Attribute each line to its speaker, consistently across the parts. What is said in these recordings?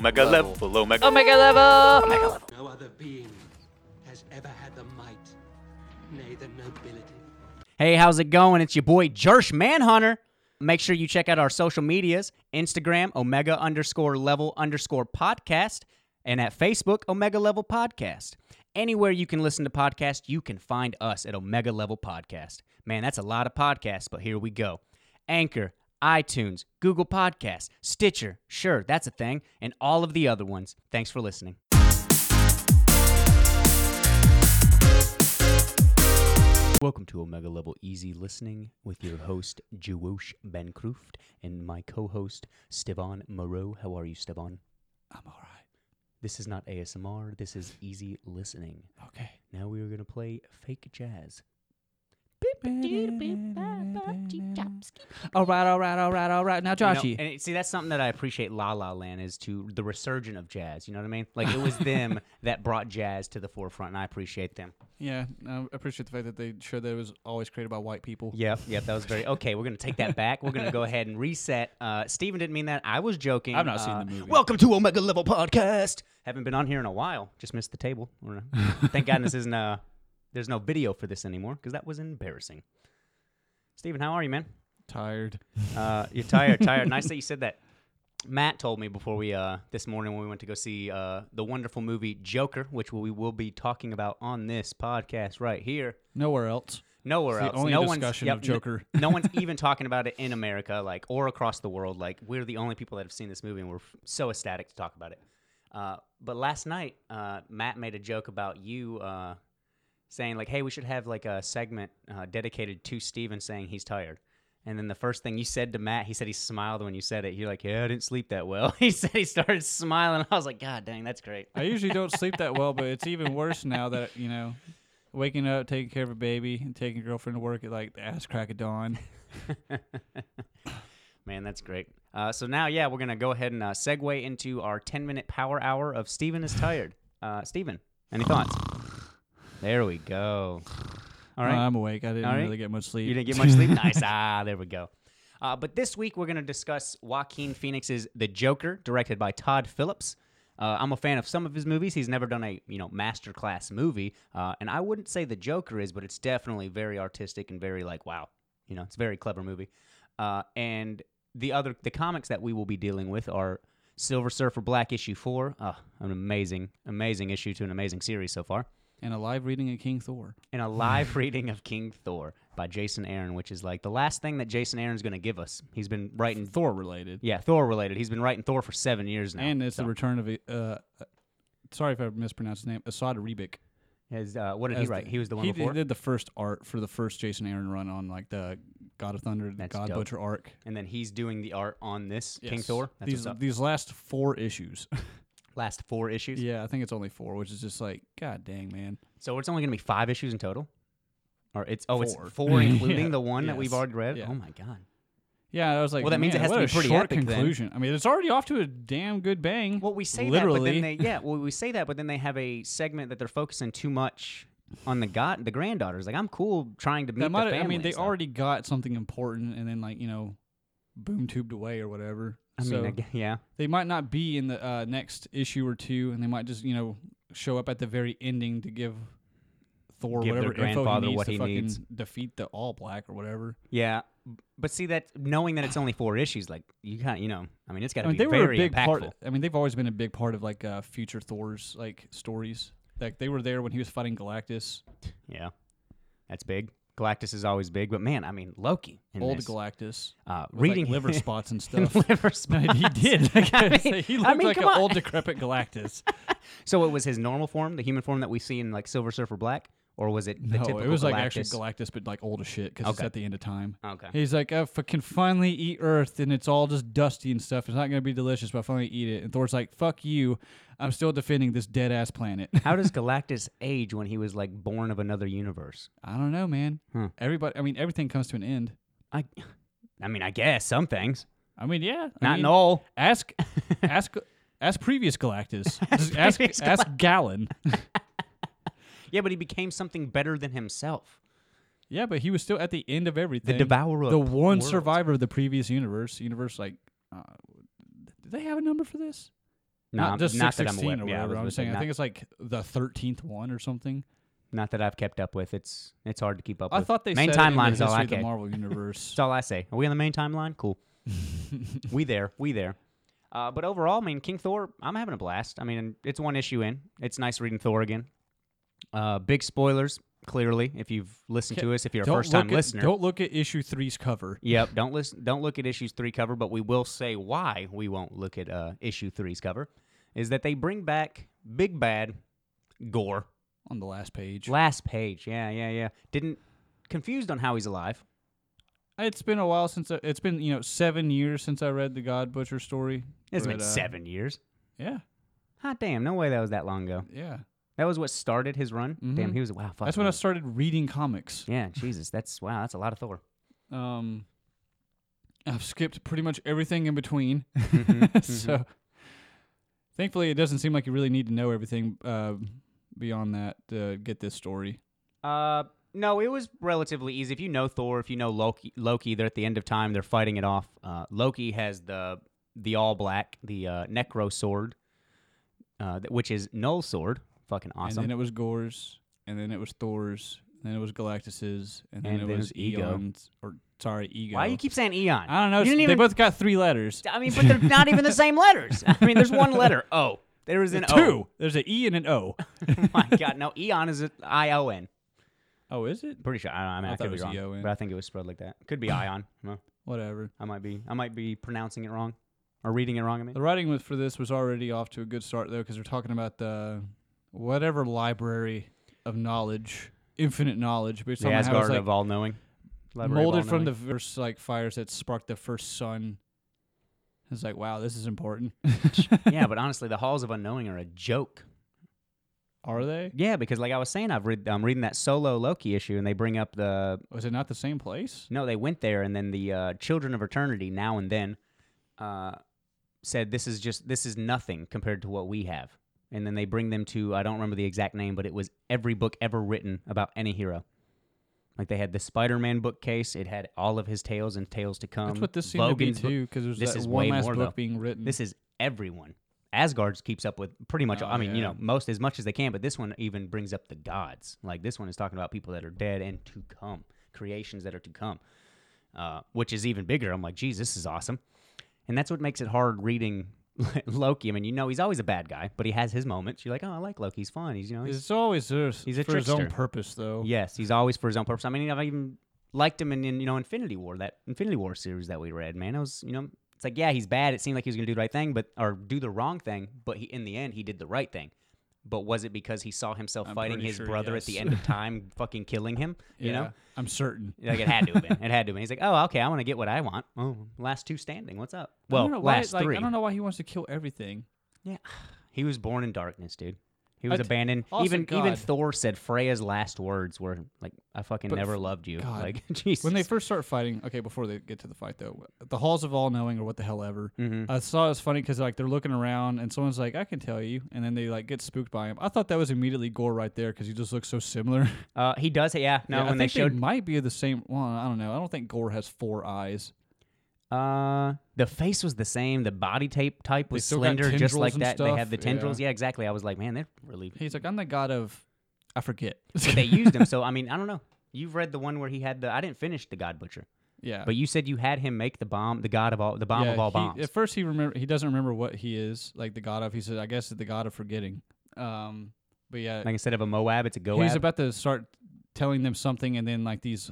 Speaker 1: Omega
Speaker 2: Level.
Speaker 1: level. Omega.
Speaker 3: Omega level. Omega level.
Speaker 4: No other being has ever had the might, nay, the nobility.
Speaker 5: Hey, how's it going? It's your boy Jersh Manhunter. Make sure you check out our social medias Instagram, Omega underscore level underscore podcast, and at Facebook, Omega Level Podcast. Anywhere you can listen to podcasts, you can find us at Omega Level Podcast. Man, that's a lot of podcasts, but here we go. Anchor, iTunes, Google Podcasts, Stitcher, sure, that's a thing, and all of the other ones. Thanks for listening. Welcome to Omega Level Easy Listening with your host, Jewosh Bancroft, and my co host, Stevan Moreau. How are you, Stevan?
Speaker 2: I'm all right.
Speaker 5: This is not ASMR, this is easy listening.
Speaker 2: Okay.
Speaker 5: Now we are going to play fake jazz.
Speaker 2: All right, all right, all right, all right. Now,
Speaker 5: You know,
Speaker 2: Joshy.
Speaker 5: and it- see, that's something that I appreciate La La Land is to the resurgent of jazz. You know what I mean? Like, it was them that brought jazz to the forefront, and I appreciate them.
Speaker 2: yeah, I appreciate the fact that they showed that it was always created by white people.
Speaker 5: Yep, yep, that was very okay. We're gonna take that back. We're gonna go ahead and reset. Uh, Steven didn't mean that. I was joking.
Speaker 2: I've not seen
Speaker 5: Uh,
Speaker 2: the movie.
Speaker 5: Welcome to Omega Level Podcast. Haven't been on here in a while. Just missed the table. I don't know. Thank God this isn't. Uh, there's no video for this anymore because that was embarrassing. Steven, how are you, man?
Speaker 2: Tired.
Speaker 5: Uh, you're tired, tired. Nice that you said that. Matt told me before we uh, this morning when we went to go see uh, the wonderful movie Joker, which we will be talking about on this podcast right here.
Speaker 2: Nowhere else.
Speaker 5: Nowhere
Speaker 2: It's
Speaker 5: else.
Speaker 2: the only
Speaker 5: no
Speaker 2: discussion
Speaker 5: one's,
Speaker 2: of
Speaker 5: yep, n-
Speaker 2: Joker.
Speaker 5: No, one's even talking about it in America, like or across the world. Like we're the only people that have seen this movie, and we're f- so ecstatic to talk about it. Uh, but last night, uh, Matt made a joke about you uh, saying like, "Hey, we should have like a segment uh, dedicated to Steven saying he's tired." And then the first thing you said to Matt, he said he smiled when you said it. You're like, "Yeah, I didn't sleep that well." he said he started smiling. I was like, "God dang, that's great."
Speaker 2: I usually don't sleep that well, but it's even worse now that, you know, waking up, taking care of a baby, and taking a girlfriend to work at like the ass crack of dawn.
Speaker 5: Man, that's great. Uh, so now, yeah, we're gonna go ahead and uh, segue into our ten-minute power hour of Steven is tired. Uh, Steven, any thoughts? There we go. All right,
Speaker 2: I'm awake. I didn't
Speaker 5: All right.
Speaker 2: really get much sleep.
Speaker 5: you didn't get much sleep. Nice. Ah, there we go. Uh, but this week we're gonna discuss Joaquin Phoenix's The Joker, directed by Todd Phillips. Uh, I'm a fan of some of his movies. He's never done a you know masterclass movie, uh, and I wouldn't say The Joker is, but it's definitely very artistic and very like wow, you know, it's a very clever movie. Uh, and the other the comics that we will be dealing with are Silver Surfer Black issue four, uh, an amazing amazing issue to an amazing series so far,
Speaker 2: And a live reading of King Thor.
Speaker 5: and a live reading of King Thor by Jason Aaron, which is like the last thing that Jason Aaron's going to give us. He's been writing
Speaker 2: Thor related.
Speaker 5: yeah Thor related. He's been writing Thor for seven years now,
Speaker 2: and it's
Speaker 5: so.
Speaker 2: the return of, uh, uh, sorry if I mispronounced his name, Assad Rebic.
Speaker 5: His, uh, what did he
Speaker 2: as the-
Speaker 5: write? he was the one
Speaker 2: he
Speaker 5: before,
Speaker 2: Did, did the first art for the first Jason Aaron run on like the God of Thunder, the
Speaker 5: That's
Speaker 2: God
Speaker 5: dope.
Speaker 2: Butcher arc.
Speaker 5: and then he's doing the art on this King
Speaker 2: Yes.
Speaker 5: Thor. That's
Speaker 2: these
Speaker 5: what's up.
Speaker 2: these last four issues.
Speaker 5: last four issues.
Speaker 2: yeah, I think it's only four, which is just like God dang man.
Speaker 5: So it's only going to be five issues in total, or it's oh
Speaker 2: Four.
Speaker 5: it's four including
Speaker 2: Yeah.
Speaker 5: the one that we've
Speaker 2: Yes.
Speaker 5: already read.
Speaker 2: Yeah.
Speaker 5: Oh my god.
Speaker 2: Yeah, I was like,
Speaker 5: Well, that means it
Speaker 2: man,
Speaker 5: has to
Speaker 2: what
Speaker 5: be
Speaker 2: a
Speaker 5: pretty
Speaker 2: short
Speaker 5: epic then.
Speaker 2: conclusion. I mean, it's already off to a damn good bang.
Speaker 5: Well, we say that, but
Speaker 2: literally.
Speaker 5: then they yeah. Well, we say that, but then they have a segment that they're focusing too much on the god, the granddaughters. Like I'm cool trying to meet
Speaker 2: that
Speaker 5: the
Speaker 2: might.
Speaker 5: family.
Speaker 2: I mean,
Speaker 5: and
Speaker 2: they
Speaker 5: stuff.
Speaker 2: already got something important, and then like you know, boom tubed away or whatever.
Speaker 5: I mean,
Speaker 2: So
Speaker 5: I gue- yeah.
Speaker 2: they might not be in the uh, next issue or two, and they might just you know show up at the very ending to give Thor
Speaker 5: Give their
Speaker 2: whatever info
Speaker 5: grandfather
Speaker 2: he needs
Speaker 5: what
Speaker 2: to
Speaker 5: he
Speaker 2: fucking
Speaker 5: needs.
Speaker 2: defeat the All Black or whatever.
Speaker 5: Yeah, b- but see that knowing that it's only four issues, like you kind of you know, I mean, it's got to
Speaker 2: I mean,
Speaker 5: be
Speaker 2: they were a
Speaker 5: very
Speaker 2: big
Speaker 5: impactful.
Speaker 2: part. I mean, they've always been a big part of like uh, future Thor's like stories. Like they were there when he was fighting Galactus,
Speaker 5: yeah, that's big. Galactus is always big, but man, I mean Loki. In
Speaker 2: old
Speaker 5: this,
Speaker 2: Galactus,
Speaker 5: uh,
Speaker 2: with, like,
Speaker 5: reading
Speaker 2: liver spots and
Speaker 5: and
Speaker 2: stuff.
Speaker 5: liver
Speaker 2: No,
Speaker 5: spots.
Speaker 2: he did. Like, I
Speaker 5: I
Speaker 2: say,
Speaker 5: mean-
Speaker 2: he
Speaker 5: I
Speaker 2: looked
Speaker 5: mean,
Speaker 2: like an
Speaker 5: come on.
Speaker 2: old decrepit Galactus.
Speaker 5: So it was his normal form, the human form that we see in like Silver Surfer Black, or was it the
Speaker 2: no,
Speaker 5: typical
Speaker 2: it was like actually
Speaker 5: Galactus?
Speaker 2: Galactus, but like old as shit because it's
Speaker 5: Okay.
Speaker 2: at the end of time.
Speaker 5: Okay.
Speaker 2: He's like, "Oh, I f- can finally eat Earth, and it's all just dusty and stuff. It's not gonna be delicious, but I finally eat it. And Thor's like, "Fuck you! I'm still defending this dead ass planet."
Speaker 5: How does Galactus age when he was like born of another universe?
Speaker 2: I don't know, man.
Speaker 5: Hmm.
Speaker 2: Everybody, I mean, everything comes to an end.
Speaker 5: I, I mean, I guess some things,
Speaker 2: I mean, yeah, I
Speaker 5: not
Speaker 2: mean,
Speaker 5: in all.
Speaker 2: Ask, ask, ask previous Galactus. Just ask,
Speaker 5: previous
Speaker 2: ask Gallon.
Speaker 5: Yeah, but he became something better than himself.
Speaker 2: yeah, but he was still at the end of
Speaker 5: The
Speaker 2: everything.
Speaker 5: devourer. of
Speaker 2: the one
Speaker 5: worlds.
Speaker 2: survivor of the previous universe. Universe, like, uh, did they have a number for this?
Speaker 5: No,
Speaker 2: not
Speaker 5: I'm-
Speaker 2: just
Speaker 5: not that I'm
Speaker 2: 616
Speaker 5: aware.
Speaker 2: or
Speaker 5: yeah, I
Speaker 2: whatever.
Speaker 5: was
Speaker 2: I'm
Speaker 5: gonna say,
Speaker 2: saying I
Speaker 5: not-
Speaker 2: think it's like the 13th one or something.
Speaker 5: Not that I've kept up with. It's it's hard to keep up
Speaker 2: I
Speaker 5: with.
Speaker 2: thought they
Speaker 5: main
Speaker 2: said it in the
Speaker 5: timeline is all
Speaker 2: history
Speaker 5: I
Speaker 2: of the
Speaker 5: care.
Speaker 2: Marvel universe.
Speaker 5: That's all I say. Are we on the main timeline? Cool. we there. We there. Uh, but overall, I mean, King Thor, I'm having a blast. I mean, it's one issue in. It's nice reading Thor again. Uh, big spoilers, clearly, if you've listened to us, if you're a
Speaker 2: Don't
Speaker 5: first time
Speaker 2: look at-
Speaker 5: listener.
Speaker 2: Don't look at issue three's cover.
Speaker 5: Yep. Don't listen. Don't look at issues three cover, but we will say why we won't look at uh, issue three's cover is that they bring back Big Bad Gore.
Speaker 2: on the last page.
Speaker 5: Last page. Yeah, yeah, yeah. Didn't confused on how he's alive.
Speaker 2: It's been a while since I, it's been you know seven years since I read the God Butcher story.
Speaker 5: It's
Speaker 2: but,
Speaker 5: been
Speaker 2: uh,
Speaker 5: seven years.
Speaker 2: Yeah,
Speaker 5: Hot damn! No way that was that long ago.
Speaker 2: yeah.
Speaker 5: That was what started his run. Damn, he was wow. Fuck,
Speaker 2: Mm-hmm. That's when I
Speaker 5: man.
Speaker 2: started reading comics.
Speaker 5: Yeah, Jesus, that's wow. That's a lot of Thor.
Speaker 2: Um, I've skipped pretty much everything in between,
Speaker 5: Mm-hmm,
Speaker 2: so thankfully it doesn't seem like you really need to know everything uh, beyond that to get this story.
Speaker 5: Uh, no, it was relatively easy. If you know Thor, if you know Loki, Loki, they're at the end of time. They're fighting it off. Uh, Loki has the the all black, the uh, Necro sword, uh, th- which is Null sword. Fucking awesome.
Speaker 2: And then it was Gore's, and then it was Thor's, and then it was Galactus's, and then
Speaker 5: And
Speaker 2: it
Speaker 5: then
Speaker 2: was
Speaker 5: it was Ego.
Speaker 2: Eon's, or sorry, Ego.
Speaker 5: Why do you keep saying Eon?
Speaker 2: I don't know.
Speaker 5: You didn't
Speaker 2: they
Speaker 5: even.
Speaker 2: both got three letters.
Speaker 5: I mean, but they're not even the same letters. I mean, there's one letter. O. There is an
Speaker 2: Two. There's an E and an O.
Speaker 5: O. My God, no. Eon is an I O N.
Speaker 2: oh, is it?
Speaker 5: Pretty sure. I, I mean,
Speaker 2: I
Speaker 5: I,
Speaker 2: thought it
Speaker 5: could be
Speaker 2: was E
Speaker 5: wrong,
Speaker 2: E-O-N.
Speaker 5: but I think it was spread like that. Could be Ion. No,
Speaker 2: Whatever.
Speaker 5: I might be. I might be pronouncing it wrong or reading it wrong. I mean,
Speaker 2: The writing was, for this was already off to a good start though, because we're talking about the whatever library of knowledge, infinite knowledge, but it's
Speaker 5: the
Speaker 2: talking about how
Speaker 5: Asgard
Speaker 2: it's, like,
Speaker 5: of all knowing,
Speaker 2: molded from the first like fires that sparked the first sun. It's like wow, this is important.
Speaker 5: yeah, but honestly, the halls of unknowing are a joke.
Speaker 2: Are they?
Speaker 5: Yeah, because like I was saying, I've read. I'm reading that solo Loki issue, and they bring up the
Speaker 2: Was it not the same place?
Speaker 5: no, they went there, and then the uh, children of eternity now and then uh, said this is just this is nothing compared to what we have. And then they bring them to I don't remember the exact name, but it was every book ever written about any hero. Like they had the Spider-Man bookcase, it had all of his tales and tales to come.
Speaker 2: That's what this seemed
Speaker 5: Um, Logan's
Speaker 2: to
Speaker 5: book-
Speaker 2: be too, because there's
Speaker 5: This
Speaker 2: that
Speaker 5: is
Speaker 2: one
Speaker 5: way
Speaker 2: last
Speaker 5: more,
Speaker 2: book
Speaker 5: though.
Speaker 2: being written.
Speaker 5: This is everyone. Asgard keeps up with pretty much.
Speaker 2: Mm-hmm. Oh,
Speaker 5: I mean, you
Speaker 2: yeah.
Speaker 5: know, most as much as they can. But this one even brings up the gods. Like this one is talking about people that are dead and to come, creations that are to come, uh, which is even bigger. I'm like, geez, this is awesome, and that's what makes it hard reading Loki. I mean, you know, he's always a bad guy, but he has his moments. You're like, oh, I like Loki. He's fun. He's you know, he's,
Speaker 2: it's always this
Speaker 5: He's a
Speaker 2: for his own
Speaker 5: trickster.
Speaker 2: purpose though.
Speaker 5: yes, he's always for his own purpose. I mean, I've even liked him in, in you know Infinity War, that Infinity War series that we read. Man, I was you know, it's like yeah, he's bad. It seemed like he was gonna do the right thing, but or do the wrong thing. But he in the end, he did the right thing. But was it because he saw himself
Speaker 2: I'm
Speaker 5: fighting
Speaker 2: pretty
Speaker 5: his
Speaker 2: sure
Speaker 5: brother at the
Speaker 2: yes.
Speaker 5: end of time, fucking killing him? You know,
Speaker 2: I'm certain.
Speaker 5: like it had to have been. It had to have been. He's like, oh, okay, I want to get what I want. Oh, last two standing. What's up?
Speaker 2: I
Speaker 5: Well,
Speaker 2: don't know why,
Speaker 5: last
Speaker 2: like,
Speaker 5: three.
Speaker 2: I don't know why he wants to kill everything.
Speaker 5: Yeah, he was born in darkness, dude. He was
Speaker 2: I-
Speaker 5: abandoned.
Speaker 2: also,
Speaker 5: even even
Speaker 2: God.
Speaker 5: Thor said Freya's last words were like, "I fucking
Speaker 2: But
Speaker 5: never
Speaker 2: f-
Speaker 5: loved you."
Speaker 2: God.
Speaker 5: Like Jesus.
Speaker 2: When they first start fighting, okay, before they get to the fight though, the halls of all knowing or what the hell ever.
Speaker 5: Mhm.
Speaker 2: I saw it's funny because like they're looking around and someone's like, "I can tell you," and then they like get spooked by him. I thought that was immediately Gore right there because he just looks so similar.
Speaker 5: uh, he does. Yeah. No.
Speaker 2: Yeah, I
Speaker 5: when they
Speaker 2: think
Speaker 5: showed
Speaker 2: might be the same. Well, I don't know. I don't think Gore has four eyes.
Speaker 5: uh, the face was the same. The body tape type was
Speaker 2: still got
Speaker 5: slender, just
Speaker 2: tendrils
Speaker 5: like
Speaker 2: and
Speaker 5: that. They had
Speaker 2: stuff,
Speaker 5: the tendrils.
Speaker 2: yeah.
Speaker 5: Yeah. exactly. I was like, man, they're really.
Speaker 2: He's like, "I'm the god of," I forget.
Speaker 5: But they used him. So I mean, I don't know. You've read the one where he had the. I didn't finish the God Butcher,
Speaker 2: yeah,
Speaker 5: but you said you had him make the bomb, the God of all, the bomb
Speaker 2: yeah,
Speaker 5: of all
Speaker 2: he-
Speaker 5: bombs.
Speaker 2: At first, he remember he doesn't remember what he is like the god of. He says, "I guess it's the god of forgetting." Um, but yeah,
Speaker 5: like instead of a Moab, it's a Goab.
Speaker 2: He's about to start telling them something, and then like these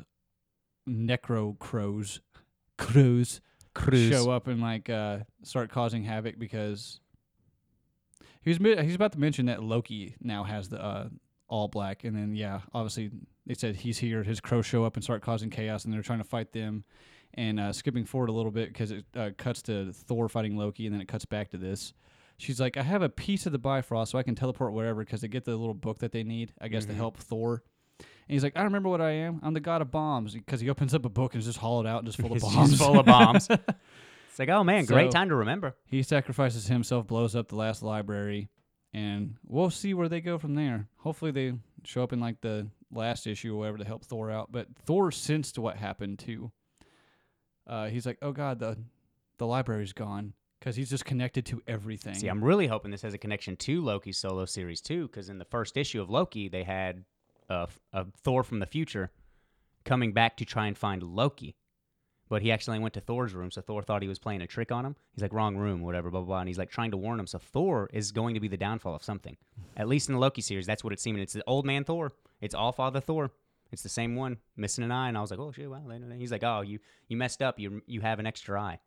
Speaker 2: necro crows, crows,
Speaker 5: Cruz.
Speaker 2: show up and like uh, start causing havoc because he was mi- he's about to mention that Loki now has the uh, all black, and then yeah, obviously they said he's here. His crows show up and start causing chaos, and they're trying to fight them. And uh, skipping forward a little bit because it uh, cuts to Thor fighting Loki, and then it cuts back to this. She's like, I have a piece of the Bifrost, so I can teleport wherever because they get the little book that they need, I
Speaker 5: Mm-hmm.
Speaker 2: guess, to help Thor. And he's like, I remember what I am. I'm the god of bombs because he opens up a book and it's just hollowed out and just full of
Speaker 5: It's just
Speaker 2: bombs.
Speaker 5: full of bombs. It's like, oh man, great
Speaker 2: So-
Speaker 5: time to remember.
Speaker 2: He sacrifices himself, blows up the last library, and we'll see where they go from there. Hopefully, they show up in like the last issue or whatever to help Thor out. But Thor sensed what happened too. Uh, he's like, "Oh God, the the library's gone because he's just connected to everything.
Speaker 5: See, I'm really hoping this has a connection to Loki's solo series too, because in the first issue of Loki, they had a, a Thor from the future coming back to try and find Loki, but he actually went to Thor's room, so Thor thought he was playing a trick on him. He's like, wrong room, whatever, blah blah, blah. and he's like trying to warn him. So Thor is going to be the downfall of something. At least in the Loki series, that's what it's seeming. It's the old man Thor. It's all Father Thor. It's the same one missing an eye, and I was like, oh shit, wow. He's like, oh, you you messed up. You you have an extra eye.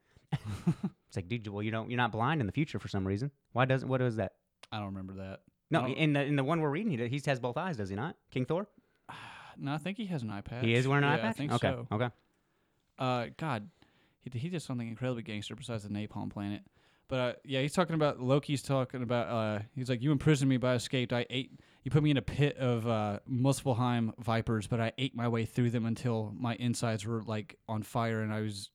Speaker 5: It's like, dude, well, you don't, you're not blind in the future for some reason. Why doesn't? What is that?
Speaker 2: I don't remember that.
Speaker 5: No,
Speaker 2: I don't-
Speaker 5: in the in the one we're reading, he, he has both eyes, does he not? King Thor.
Speaker 2: no, I think he has an iPad.
Speaker 5: He is wearing an
Speaker 2: yeah,
Speaker 5: eye
Speaker 2: I
Speaker 5: patch.
Speaker 2: think
Speaker 5: okay,
Speaker 2: so.
Speaker 5: okay.
Speaker 2: Uh, God, he did, he did something incredibly gangster besides the napalm planet. But uh, yeah, he's talking about Loki's talking about. Uh, he's like, "You imprisoned me, but I escaped. I ate. You put me in a pit of uh, Muspelheim vipers, but I ate my way through them until my insides were like on fire and I was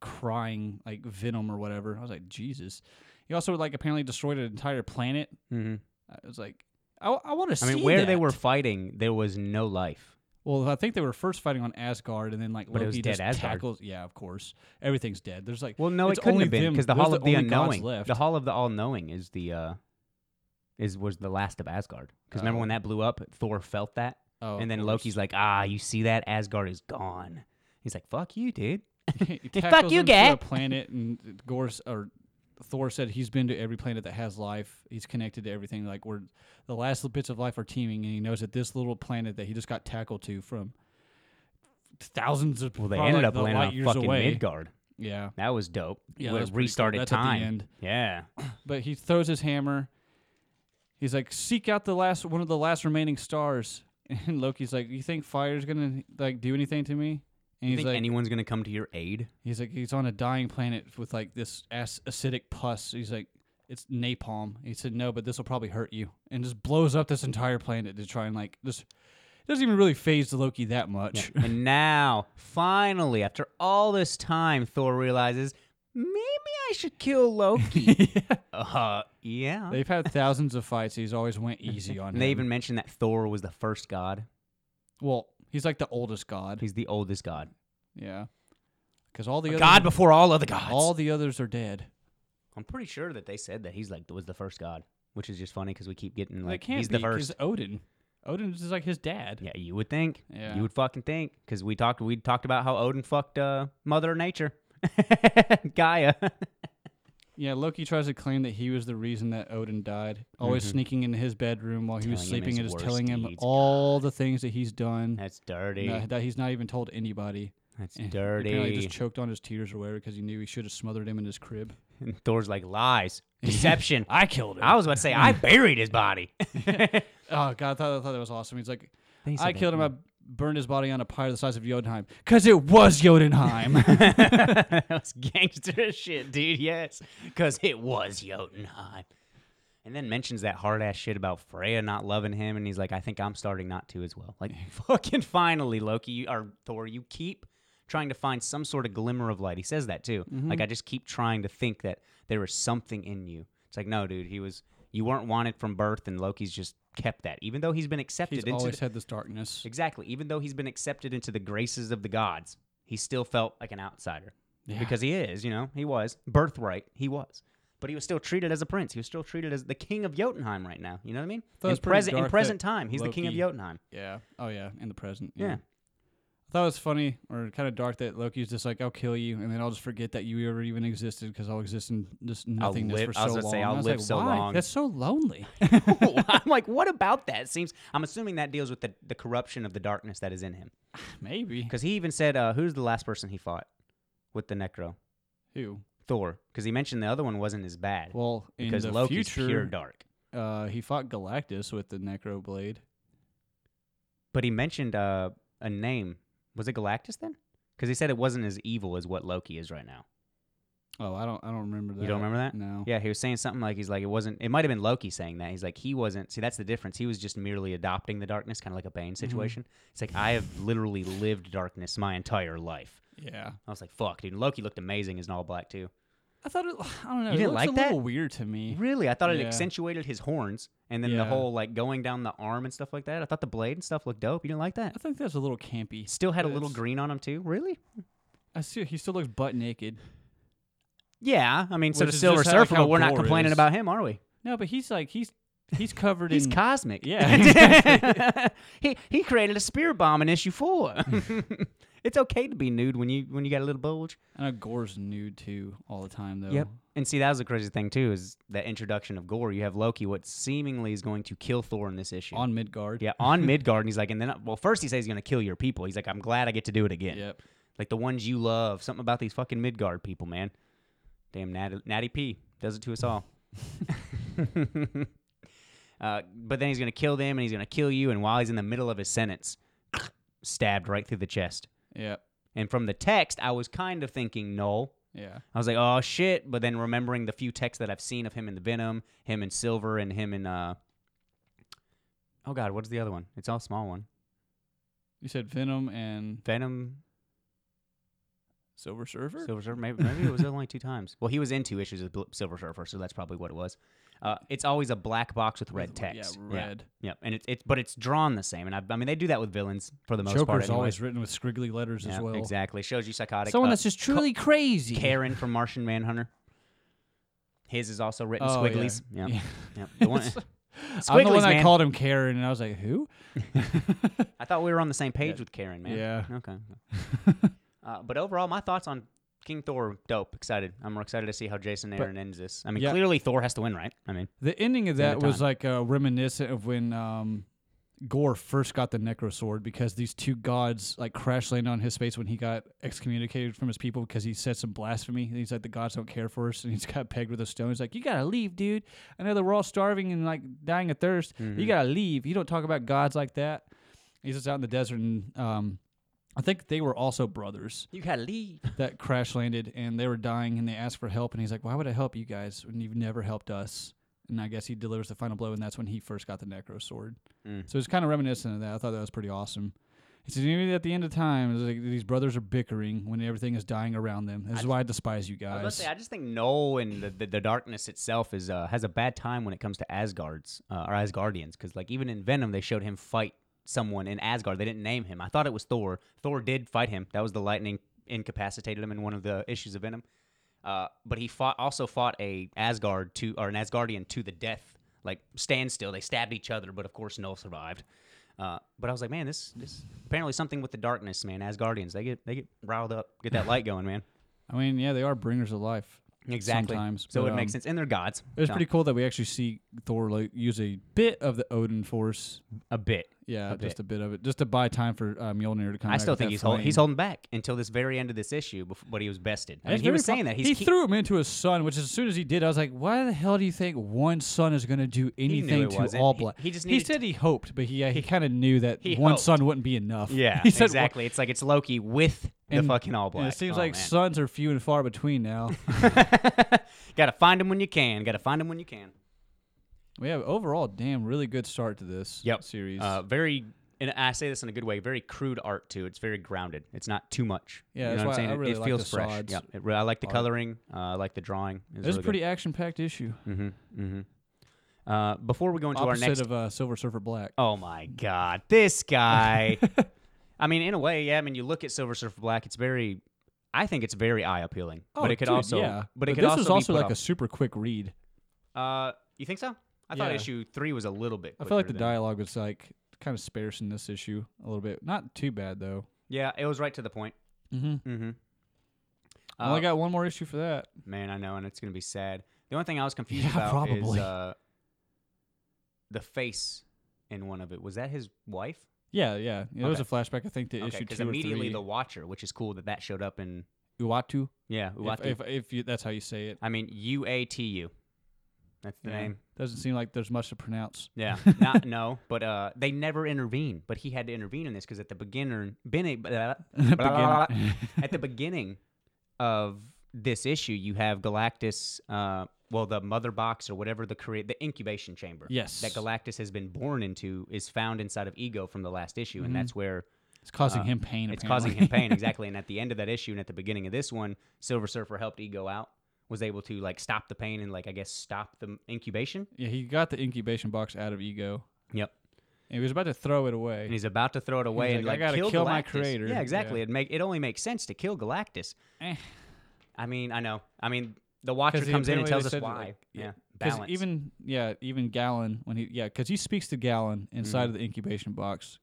Speaker 2: crying like venom or whatever." I was like, "Jesus." He also like apparently destroyed an entire planet.
Speaker 5: hmm
Speaker 2: I was like, "I, want to
Speaker 5: I
Speaker 2: see."
Speaker 5: mean, where they
Speaker 2: that.
Speaker 5: were fighting, there was no life.
Speaker 2: Well, I think they were first fighting on Asgard, and then like
Speaker 5: But it was
Speaker 2: Loki
Speaker 5: dead
Speaker 2: just
Speaker 5: Asgard.
Speaker 2: tackles. Yeah, of course, everything's dead. There's like
Speaker 5: Well, no,
Speaker 2: it's
Speaker 5: it couldn't
Speaker 2: only
Speaker 5: have been
Speaker 2: them.
Speaker 5: because the
Speaker 2: Those
Speaker 5: Hall
Speaker 2: are
Speaker 5: of the
Speaker 2: only gods
Speaker 5: Unknowing,
Speaker 2: left.
Speaker 5: the Hall of the All Knowing, is the uh, is was the last of Asgard. Because remember
Speaker 2: Oh.
Speaker 5: when that blew up, Thor felt that,
Speaker 2: Oh,
Speaker 5: and then Loki's like, ah, you see that Asgard is gone. He's like, fuck you, dude.
Speaker 2: like,
Speaker 5: "Fuck you, guy."
Speaker 2: A planet, and Gorse or Thor said he's been to every planet that has life. He's connected to everything. Like we're the last little bits of life are teeming, and he knows that this little planet that he just got tackled to from thousands of
Speaker 5: Well, they
Speaker 2: probably,
Speaker 5: ended
Speaker 2: like,
Speaker 5: up
Speaker 2: the
Speaker 5: landing
Speaker 2: light
Speaker 5: on
Speaker 2: years
Speaker 5: fucking
Speaker 2: away.
Speaker 5: Midgard.
Speaker 2: Yeah,
Speaker 5: That was dope.
Speaker 2: Yeah,
Speaker 5: Where
Speaker 2: that was
Speaker 5: it
Speaker 2: pretty cool.
Speaker 5: restarted
Speaker 2: That's at the
Speaker 5: time.
Speaker 2: end.
Speaker 5: Yeah.
Speaker 2: but he throws his hammer. He's like, "Seek out the last one of the last remaining stars." And Loki's like, "You think fire's gonna like do anything to me?" And he's
Speaker 5: You think
Speaker 2: like,
Speaker 5: anyone's gonna come to your aid?
Speaker 2: "He's like, he's on a dying planet with like this ac- acidic pus." He's like, "It's napalm." He said, "No, but this will probably hurt you," and just blows up this entire planet to try and like just. It doesn't even really phase the Loki that much.
Speaker 5: and now, finally, after all this time, Thor realizes maybe I should kill Loki. uh, yeah.
Speaker 2: They've had thousands of fights. He's always went easy on
Speaker 5: and they
Speaker 2: him.
Speaker 5: even mentioned that Thor was the first god.
Speaker 2: well, he's like the oldest god.
Speaker 5: He's the oldest god.
Speaker 2: Yeah, because all the other
Speaker 5: God before all other gods.
Speaker 2: all the others are dead.
Speaker 5: I'm pretty sure that they said that he's like was the first god, which is just funny because we keep getting
Speaker 2: They
Speaker 5: like
Speaker 2: can't
Speaker 5: he's
Speaker 2: be
Speaker 5: the first.
Speaker 2: 'cause Odin. Odin is like his dad.
Speaker 5: Yeah, you would think.
Speaker 2: Yeah.
Speaker 5: You would fucking think because we talked we talked about how Odin fucked uh, Mother Nature, Gaia.
Speaker 2: Yeah, Loki tries to claim that he was the reason that Odin died, always
Speaker 5: Mhm.
Speaker 2: sneaking into his bedroom while he was
Speaker 5: Telling him
Speaker 2: sleeping
Speaker 5: his
Speaker 2: and just
Speaker 5: worst
Speaker 2: telling him
Speaker 5: deeds.
Speaker 2: all the things that he's done
Speaker 5: That's dirty.
Speaker 2: no, that he's not even told anybody.
Speaker 5: That's
Speaker 2: And he Apparently
Speaker 5: dirty.
Speaker 2: just choked on his tears or whatever because he knew he should have smothered him in his crib.
Speaker 5: and Thor's like lies, deception.
Speaker 2: I killed him.
Speaker 5: I was about to say I buried his body.
Speaker 2: oh, God, I thought, I thought that was awesome. He's like,
Speaker 5: They said
Speaker 2: I
Speaker 5: that,
Speaker 2: killed him. I burned his body on a pyre the size of Jotunheim because it was Jotunheim.
Speaker 5: that was gangster as shit, dude. Yes, because it was Jotunheim. And then mentions that hard ass shit about Freya not loving him, and he's like, "I think I'm starting not to as well." Like, fucking finally, Loki you, or Thor, you keep trying to find some sort of glimmer of light. He says that too. Like, I just keep trying to think that there is something in you. It's like, no, dude, he was you weren't wanted from birth, and Loki's just kept that, even though he's been accepted
Speaker 2: he's
Speaker 5: into
Speaker 2: always
Speaker 5: the-
Speaker 2: had this darkness.
Speaker 5: Exactly. Even though he's been accepted into the graces of the gods, he still felt like an outsider. Because he is, you know, he was. Birthright, he was. But he was still treated as a prince. He was still treated as the king of Jotunheim right now. You know what I mean?
Speaker 2: Thought it
Speaker 5: in
Speaker 2: was pretty
Speaker 5: present, in
Speaker 2: dark
Speaker 5: present
Speaker 2: that
Speaker 5: time, he's the king of
Speaker 2: Loki-
Speaker 5: Jotunheim.
Speaker 2: Yeah. Oh yeah. In the present.
Speaker 5: Yeah.
Speaker 2: I thought it was funny or kind of dark that Loki's just like, "I'll kill you," and then I'll just forget that you ever even existed because I'll exist in just nothingness
Speaker 5: live-
Speaker 2: for so
Speaker 5: I was gonna
Speaker 2: long.
Speaker 5: say, I'll
Speaker 2: I was
Speaker 5: live
Speaker 2: like,
Speaker 5: so
Speaker 2: "Why?
Speaker 5: long."
Speaker 2: That's so lonely.
Speaker 5: I'm like, what about that? Seems I'm assuming that deals with the, the corruption of the darkness that is in him.
Speaker 2: Maybe.
Speaker 5: Because he even said, uh, who's the last person he fought with the Necro?
Speaker 2: Who?
Speaker 5: Thor. Because he mentioned the other one wasn't as bad.
Speaker 2: Well, in
Speaker 5: because
Speaker 2: the
Speaker 5: Loki's
Speaker 2: future,
Speaker 5: pure dark.
Speaker 2: uh, he fought Galactus with the Necro Blade.
Speaker 5: But he mentioned uh, a name. Was it Galactus then? Because he said it wasn't as evil as what Loki is right now.
Speaker 2: Oh, I don't. I don't remember that.
Speaker 5: You don't remember that?
Speaker 2: No.
Speaker 5: Yeah, he was saying something like he's like it wasn't. It might have been Loki saying that. He's like he wasn't. See, that's the difference. He was just merely adopting the darkness, kind of like a Bane
Speaker 2: Mm-hmm.
Speaker 5: situation. It's like I have literally lived darkness my entire life.
Speaker 2: Yeah.
Speaker 5: I was like, fuck, dude. and Loki looked amazing as an all black too.
Speaker 2: I thought it. I don't know.
Speaker 5: You
Speaker 2: it
Speaker 5: didn't
Speaker 2: looks
Speaker 5: like
Speaker 2: a
Speaker 5: that?
Speaker 2: little weird to me.
Speaker 5: Really, I thought it
Speaker 2: Yeah.
Speaker 5: accentuated his horns, and then the
Speaker 2: Yeah.
Speaker 5: whole like going down the arm and stuff like that. I thought the blade and stuff looked dope. You didn't like that?
Speaker 2: I think that's a little campy.
Speaker 5: Still had a little
Speaker 2: It's-
Speaker 5: green on him too. Really?
Speaker 2: I see. He still looks butt naked.
Speaker 5: Yeah, I mean, so
Speaker 2: Which
Speaker 5: the
Speaker 2: is
Speaker 5: Silver
Speaker 2: just how- like
Speaker 5: Surfer,
Speaker 2: how
Speaker 5: but we're not
Speaker 2: Gore
Speaker 5: complaining
Speaker 2: is.
Speaker 5: about him, are we?
Speaker 2: No, but he's like he's he's covered
Speaker 5: He's
Speaker 2: in
Speaker 5: cosmic.
Speaker 2: Yeah, exactly.
Speaker 5: he he created a spear bomb in issue four. it's okay to be nude when you when you got a little bulge.
Speaker 2: I know Gore's nude too all the time though.
Speaker 5: And see, that was the crazy thing too is that introduction of Gore. You have Loki, what seemingly is going to kill Thor in this issue.
Speaker 2: On Midgard.
Speaker 5: yeah, on Midgard, and he's like, and then well, first he says he's going to kill your people. He's like, I'm glad I get to do it again.
Speaker 2: Yep.
Speaker 5: Like the ones you love. Something about these fucking Midgard people, man. Damn, Natty, Natty P does it to us all. uh, but then he's going to kill them and he's going to kill you. And while he's in the middle of his sentence, stabbed right through the chest.
Speaker 2: Yep.
Speaker 5: And from the text, I was kind of thinking, no.
Speaker 2: Yeah.
Speaker 5: I was like, oh shit. But then remembering the few texts that I've seen of him in the Venom, him in Silver, and him in. Uh... Oh God, what's the other one? It's all small one.
Speaker 2: You said Venom and
Speaker 5: Venom,
Speaker 2: Silver Surfer?
Speaker 5: Silver Surfer. Maybe, maybe it was only two times. Well, he was in two issues of Bl- Silver Surfer, so that's probably what it was. Uh, it's always a black box with red
Speaker 2: With-
Speaker 5: text.
Speaker 2: Yeah, red.
Speaker 5: Yeah, and it's it's but it's drawn the same. And I, I mean, they do that with villains for the most part.
Speaker 2: Joker's
Speaker 5: anyways.
Speaker 2: always written with squiggly letters
Speaker 5: Yeah,
Speaker 2: as well.
Speaker 5: Exactly. Shows you psychotic.
Speaker 2: Someone
Speaker 5: uh,
Speaker 2: that's just truly crazy.
Speaker 5: Karen from Martian Manhunter. His is also written
Speaker 2: Oh, yeah.
Speaker 5: squigglies. Yeah.
Speaker 2: Yeah.
Speaker 5: Yep. The one,
Speaker 2: I'm the one
Speaker 5: Squigglies,
Speaker 2: that
Speaker 5: man.
Speaker 2: called him Karen, and I was like, who?
Speaker 5: I thought we were on the same page with Karen, man.
Speaker 2: Yeah.
Speaker 5: Okay. uh, but overall, my thoughts on King Thor, are dope. Excited. I'm excited to see how Jason Aaron ends this. I mean,
Speaker 2: Yeah.
Speaker 5: clearly Thor has to win, right? I mean,
Speaker 2: The ending of
Speaker 5: the
Speaker 2: that was
Speaker 5: time.
Speaker 2: like uh, reminiscent of when um, Gore first got the Necro Sword because these two gods like crash landed on his face when he got excommunicated from his people because he said some blasphemy. And he's like, the gods don't care for us, and he's got pegged with a stone. He's like, you gotta leave, dude. I know that we're all starving and like dying of thirst. You gotta leave. You don't talk about gods like that. He's just out in the desert, and um, I think they were also brothers
Speaker 5: you gotta leave.
Speaker 2: that crash landed and they were dying and they asked for help and he's like, "Why would I help you guys when you've never helped us?" And I guess he delivers the final blow and that's when he first got the necro sword.
Speaker 5: Mm.
Speaker 2: So it's kind of reminiscent of that. I thought that was pretty awesome. He says, "Even at the end of time, it's like these brothers are bickering when everything is dying around them. This is why I despise you
Speaker 5: I, was about to
Speaker 2: guys."
Speaker 5: say, I just think Noel and the, the, the darkness itself is uh, has a bad time when it comes to Asgard's uh, or Asgardians because like even in Venom they showed him fight someone in Asgard they didn't name him I thought it was Thor Thor did fight him that was the lightning incapacitated him in one of the issues of Venom uh, but he fought also fought a Asgard to or an Asgardian to the death like standstill they stabbed each other but of course Noel survived. Uh, but I was like, man, this this apparently something with the darkness, man. Asgardians, they get they get riled up, get that light going, man.
Speaker 2: I mean, yeah, they are bringers of life.
Speaker 5: Exactly.
Speaker 2: sometimes,
Speaker 5: so
Speaker 2: but,
Speaker 5: it makes
Speaker 2: um,
Speaker 5: sense, and they're gods.
Speaker 2: It was
Speaker 5: No,
Speaker 2: pretty cool that we actually see Thor like, use a bit of the Odin force.
Speaker 5: a bit.
Speaker 2: Yeah,
Speaker 5: A
Speaker 2: just
Speaker 5: bit.
Speaker 2: a bit of it, just to buy time for uh, Mjolnir to come.
Speaker 5: I
Speaker 2: back
Speaker 5: still
Speaker 2: with
Speaker 5: think
Speaker 2: that
Speaker 5: he's holding
Speaker 2: flame.
Speaker 5: he's holding back until this very end of this issue, bef- but he was bested. I mean,
Speaker 2: That's
Speaker 5: he
Speaker 2: very
Speaker 5: was
Speaker 2: fu-
Speaker 5: saying that he's
Speaker 2: he
Speaker 5: keep-
Speaker 2: threw him into his son, which as soon as he did, I was like, "Why the hell do you think one son is going to do
Speaker 5: knew
Speaker 2: anything
Speaker 5: it
Speaker 2: to
Speaker 5: wasn't.
Speaker 2: All
Speaker 5: He-
Speaker 2: Black?"
Speaker 5: he just
Speaker 2: he
Speaker 5: needed
Speaker 2: said he hoped, but he yeah, he kind of knew that
Speaker 5: He
Speaker 2: one
Speaker 5: hoped.
Speaker 2: son wouldn't be enough.
Speaker 5: yeah,
Speaker 2: he said, "Wha-"
Speaker 5: exactly. It's like it's Loki with
Speaker 2: And-
Speaker 5: the fucking all black.
Speaker 2: And it seems
Speaker 5: Oh,
Speaker 2: like
Speaker 5: man.
Speaker 2: sons are few and far between now.
Speaker 5: gotta find him when you can. Gotta find him when you can.
Speaker 2: we have overall, damn, really good start to this
Speaker 5: Yep.
Speaker 2: series.
Speaker 5: Uh, very, and I say this in a good way. Very crude art too. It's very grounded. It's not too much.
Speaker 2: Yeah,
Speaker 5: you
Speaker 2: that's
Speaker 5: know what
Speaker 2: why
Speaker 5: I'm saying.
Speaker 2: I
Speaker 5: It-
Speaker 2: really
Speaker 5: it
Speaker 2: like
Speaker 5: feels
Speaker 2: the
Speaker 5: fresh.
Speaker 2: Sod's
Speaker 5: Yeah, it re- I like the coloring. Uh, I like the drawing. It's
Speaker 2: this is a
Speaker 5: really
Speaker 2: pretty action-packed issue,
Speaker 5: hmm hmm Uh, before we go into our
Speaker 2: opposite
Speaker 5: next
Speaker 2: of uh, Silver Surfer Black.
Speaker 5: Oh my God, this guy. I mean, in a way, yeah. I mean, you look at Silver Surfer Black; it's very, I think it's very eye appealing. but it could
Speaker 2: Oh, dude,
Speaker 5: also,
Speaker 2: yeah.
Speaker 5: but it could
Speaker 2: this
Speaker 5: also,
Speaker 2: was also
Speaker 5: be
Speaker 2: like a super quick read.
Speaker 5: a. Uh, you think so? I thought
Speaker 2: Yeah.
Speaker 5: issue three was a little bit.
Speaker 2: I feel like
Speaker 5: quicker
Speaker 2: the
Speaker 5: than-
Speaker 2: dialogue was like kind of sparse in this issue a little bit. Not too bad though.
Speaker 5: Yeah, it was right to the point.
Speaker 2: Mm-hmm.
Speaker 5: Mm-hmm. Uh,
Speaker 2: I only got one more issue for that.
Speaker 5: Man, I know, and it's gonna be sad. The only thing I was confused
Speaker 2: Yeah,
Speaker 5: about is
Speaker 2: probably.
Speaker 5: uh, the face in one of it. Was that his wife?
Speaker 2: Yeah, yeah. yeah There was a
Speaker 5: Okay.
Speaker 2: flashback, I think, to
Speaker 5: okay,
Speaker 2: issue
Speaker 5: because
Speaker 2: two
Speaker 5: immediately the
Speaker 2: or
Speaker 5: Watcher, which is cool that that showed up in.
Speaker 2: three. Uatu.
Speaker 5: Yeah, Uatu.
Speaker 2: If, if, if you, that's how you say it.
Speaker 5: I mean, U A T U. That's the
Speaker 2: Yeah.
Speaker 5: name.
Speaker 2: Doesn't seem like there's much to pronounce.
Speaker 5: Yeah, not no, but uh, they never intervene. But he had to intervene in this because at the beginner, bene- blah, blah, blah, blah, at the beginning of this issue, you have Galactus, uh, well, the mother box or whatever the crea- the incubation chamber,
Speaker 2: Yes.
Speaker 5: that Galactus has been born into is found inside of Ego from the last issue, and that's where
Speaker 2: It's causing
Speaker 5: uh,
Speaker 2: him Mm-hmm. pain.
Speaker 5: it's
Speaker 2: apparently.
Speaker 5: causing him pain exactly. And at the end of that issue, and at the beginning of this one, Silver Surfer helped Ego out, was able to like stop the pain and like I guess stop the incubation.
Speaker 2: yeah, he got the incubation box out of ego,
Speaker 5: Yep.
Speaker 2: and he was about to throw it away.
Speaker 5: and he's about to throw it away
Speaker 2: He's
Speaker 5: and
Speaker 2: like,
Speaker 5: like,
Speaker 2: "I gotta
Speaker 5: kill,
Speaker 2: kill my
Speaker 5: Galactus."
Speaker 2: creator.
Speaker 5: Yeah, exactly.
Speaker 2: Yeah.
Speaker 5: It make it only makes sense to kill Galactus.
Speaker 2: Eh.
Speaker 5: I mean, I know. I mean, The Watcher
Speaker 2: 'Cause he
Speaker 5: comes in and
Speaker 2: apparently
Speaker 5: tells
Speaker 2: they said,
Speaker 5: us why.
Speaker 2: like,
Speaker 5: yeah,
Speaker 2: Because
Speaker 5: balance.
Speaker 2: even yeah, even Gallon when he yeah, because he speaks to Gallon inside of the incubation box.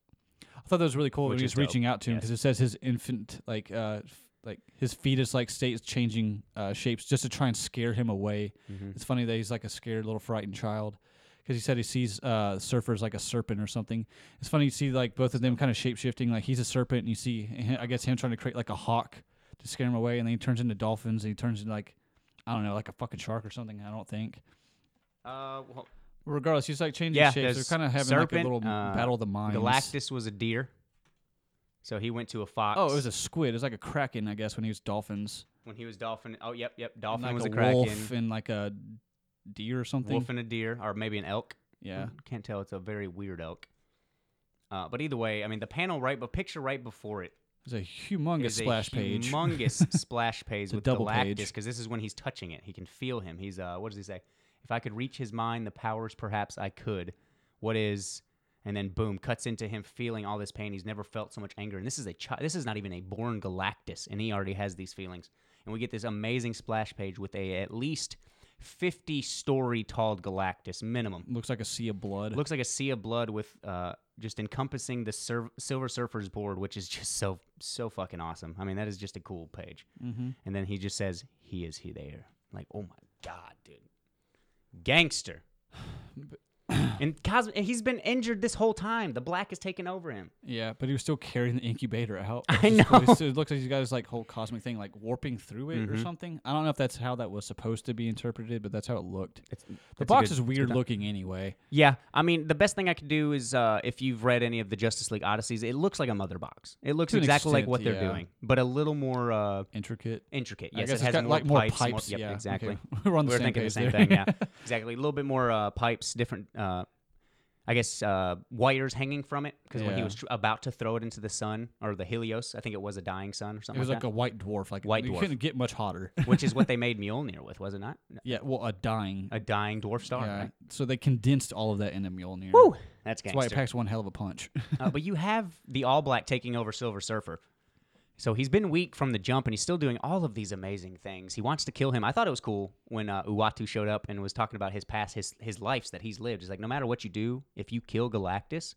Speaker 2: I thought that was really cool when
Speaker 5: Mm-hmm. Which
Speaker 2: he
Speaker 5: is
Speaker 2: was
Speaker 5: dope,
Speaker 2: reaching out to him
Speaker 5: yes.
Speaker 2: because it says his infant like uh f- like his fetus like state is changing uh, shapes just to try and scare him away.
Speaker 5: Mm-hmm.
Speaker 2: It's funny that he's like a scared little frightened child. Because he said he sees uh, surfers like a serpent or something. It's funny you see like both of them kind of shape shifting. Like he's a serpent, and you see hi- I guess him trying to create like a hawk to scare him away, and then he turns into dolphins, and he turns into like I don't know, like a fucking shark or something. I don't think
Speaker 5: uh, well,
Speaker 2: regardless, he's like changing
Speaker 5: yeah,
Speaker 2: shapes.
Speaker 5: there's
Speaker 2: They're kind of having like
Speaker 5: serpent,
Speaker 2: a little
Speaker 5: uh,
Speaker 2: battle of the minds.
Speaker 5: Galactus was a deer, so he went to a fox.
Speaker 2: Oh, it was a squid. It was like a kraken, I guess, when he was dolphins.
Speaker 5: when he was dolphin. Oh, yep, yep.
Speaker 2: And
Speaker 5: Dolphin
Speaker 2: like
Speaker 5: was a,
Speaker 2: wolf
Speaker 5: kraken.
Speaker 2: and like a deer or something.
Speaker 5: Wolf and a deer, or maybe an elk.
Speaker 2: yeah,
Speaker 5: Mm, Can't tell. It's a very weird elk. Uh, but either way, I mean, the panel right, but picture right before it
Speaker 2: it's a humongous
Speaker 5: is
Speaker 2: splash
Speaker 5: a
Speaker 2: page.
Speaker 5: humongous splash page
Speaker 2: a
Speaker 5: with
Speaker 2: double
Speaker 5: Galactus
Speaker 2: page.
Speaker 5: because this is when he's touching it. He can feel him. He's uh, what does he say? If I could reach his mind, the powers perhaps I could. What is? And then boom, cuts into him feeling all this pain. He's never felt so much anger. And this is a chi- this is not even a born Galactus, and he already has these feelings. And we get this amazing splash page with a at least fifty story tall Galactus minimum.
Speaker 2: Looks like a sea of blood.
Speaker 5: Looks like a sea of blood with uh, just encompassing the Sur- Silver Surfer's board, which is just so so fucking awesome. I mean, that is just a cool page. Mm-hmm. And then he just says, "He is he there." Like, oh my god, dude, gangster. and Cosmo, and he's been injured this whole time. The black has taken over him.
Speaker 2: yeah, but he was still carrying the incubator out.
Speaker 5: I
Speaker 2: It's just really-
Speaker 5: know.
Speaker 2: so it looks like he's got his like whole cosmic thing like warping through it or
Speaker 5: Mm-hmm.
Speaker 2: something. I don't know if that's how that was supposed to be interpreted, but that's how it looked. the box
Speaker 5: good-
Speaker 2: is weird looking anyway.
Speaker 5: Yeah, I mean, the best thing I could do is uh, if you've read any of the Justice League Odysseys, it looks like a mother box. It looks
Speaker 2: To an
Speaker 5: exactly like
Speaker 2: extent,
Speaker 5: what they're
Speaker 2: yeah.
Speaker 5: doing, but a little more. Uh,
Speaker 2: Intricate.
Speaker 5: intricate.
Speaker 2: I
Speaker 5: Yes,
Speaker 2: guess it's
Speaker 5: it has
Speaker 2: got,
Speaker 5: more
Speaker 2: like, more
Speaker 5: pipes.
Speaker 2: pipes,
Speaker 5: yep,
Speaker 2: yeah, okay.
Speaker 5: exactly.
Speaker 2: We're on the
Speaker 5: We're
Speaker 2: same
Speaker 5: thinking
Speaker 2: page
Speaker 5: the same
Speaker 2: there.
Speaker 5: thing. Yeah, exactly. A little bit more uh, pipes, different. Uh, I guess uh, wires hanging from it because when he
Speaker 2: Yeah.
Speaker 5: was tr- about to throw it into the sun or the Helios, I think it was a dying sun or
Speaker 2: It
Speaker 5: something.
Speaker 2: was
Speaker 5: like,
Speaker 2: like a white dwarf. Like
Speaker 5: White
Speaker 2: you
Speaker 5: dwarf.
Speaker 2: couldn't get much hotter.
Speaker 5: that, which is what they made Mjolnir with, was it not?
Speaker 2: yeah, well, a dying.
Speaker 5: A dying dwarf star.
Speaker 2: Yeah.
Speaker 5: Right?
Speaker 2: So they condensed all of that into Mjolnir.
Speaker 5: Woo! That's
Speaker 2: That's why
Speaker 5: gangster.
Speaker 2: it packs one hell of a punch.
Speaker 5: uh, but you have the All Black taking over Silver Surfer. So he's been weak from the jump, and he's still doing all of these amazing things. He wants to kill him. I thought it was cool when uh, Uatu showed up and was talking about his past, his his lives that he's lived. He's like, no matter what you do, if you kill Galactus,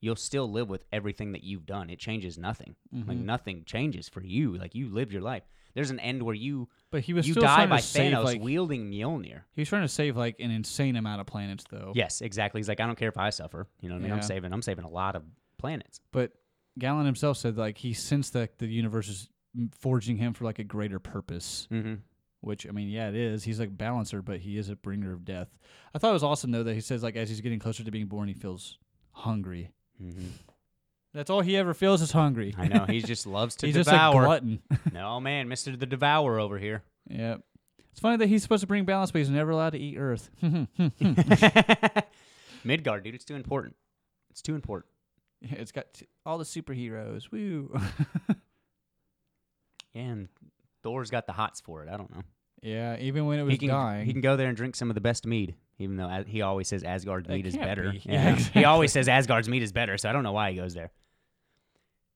Speaker 5: you'll still live with everything that you've done. It changes nothing. Like
Speaker 2: Mm-hmm.
Speaker 5: nothing changes for you. Like you lived your life. There's an end where you
Speaker 2: But he was
Speaker 5: you
Speaker 2: still
Speaker 5: die
Speaker 2: trying
Speaker 5: by
Speaker 2: to save,
Speaker 5: Thanos
Speaker 2: like-
Speaker 5: wielding Mjolnir.
Speaker 2: he was trying to save like an insane amount of planets, though.
Speaker 5: Yes, exactly. He's like, I don't care if I suffer. You know what I mean? I'm
Speaker 2: Oh. Yeah.
Speaker 5: saving. I'm saving a lot of planets.
Speaker 2: But Galen himself said like he sensed that the universe is m- forging him for like a greater purpose.
Speaker 5: Mm-hmm.
Speaker 2: Which I mean, yeah, it is. He's like balancer, but he is a bringer of death. I thought it was awesome though that he says like as he's getting closer to being born, he feels hungry.
Speaker 5: Mm-hmm.
Speaker 2: That's all he ever feels is hungry.
Speaker 5: I know. He just loves to
Speaker 2: he's just a
Speaker 5: devour.
Speaker 2: glutton.
Speaker 5: no man, Mister the Devourer over here.
Speaker 2: yep. It's funny that he's supposed to bring balance, but he's never allowed to eat Earth. Hmm.
Speaker 5: Midgard, dude, it's too important. It's too important.
Speaker 2: Yeah, it's got t- all the superheroes. Woo.
Speaker 5: Yeah, and Thor's got the hots for it. I don't know.
Speaker 2: yeah, even when it was
Speaker 5: He can
Speaker 2: dying.
Speaker 5: he can go there and drink some of the best mead. Even though uh, he always says Asgard's
Speaker 2: That
Speaker 5: meat is
Speaker 2: can't
Speaker 5: better.
Speaker 2: be. Yeah,
Speaker 5: He always says Asgard's meat is better, so I don't know why he goes there.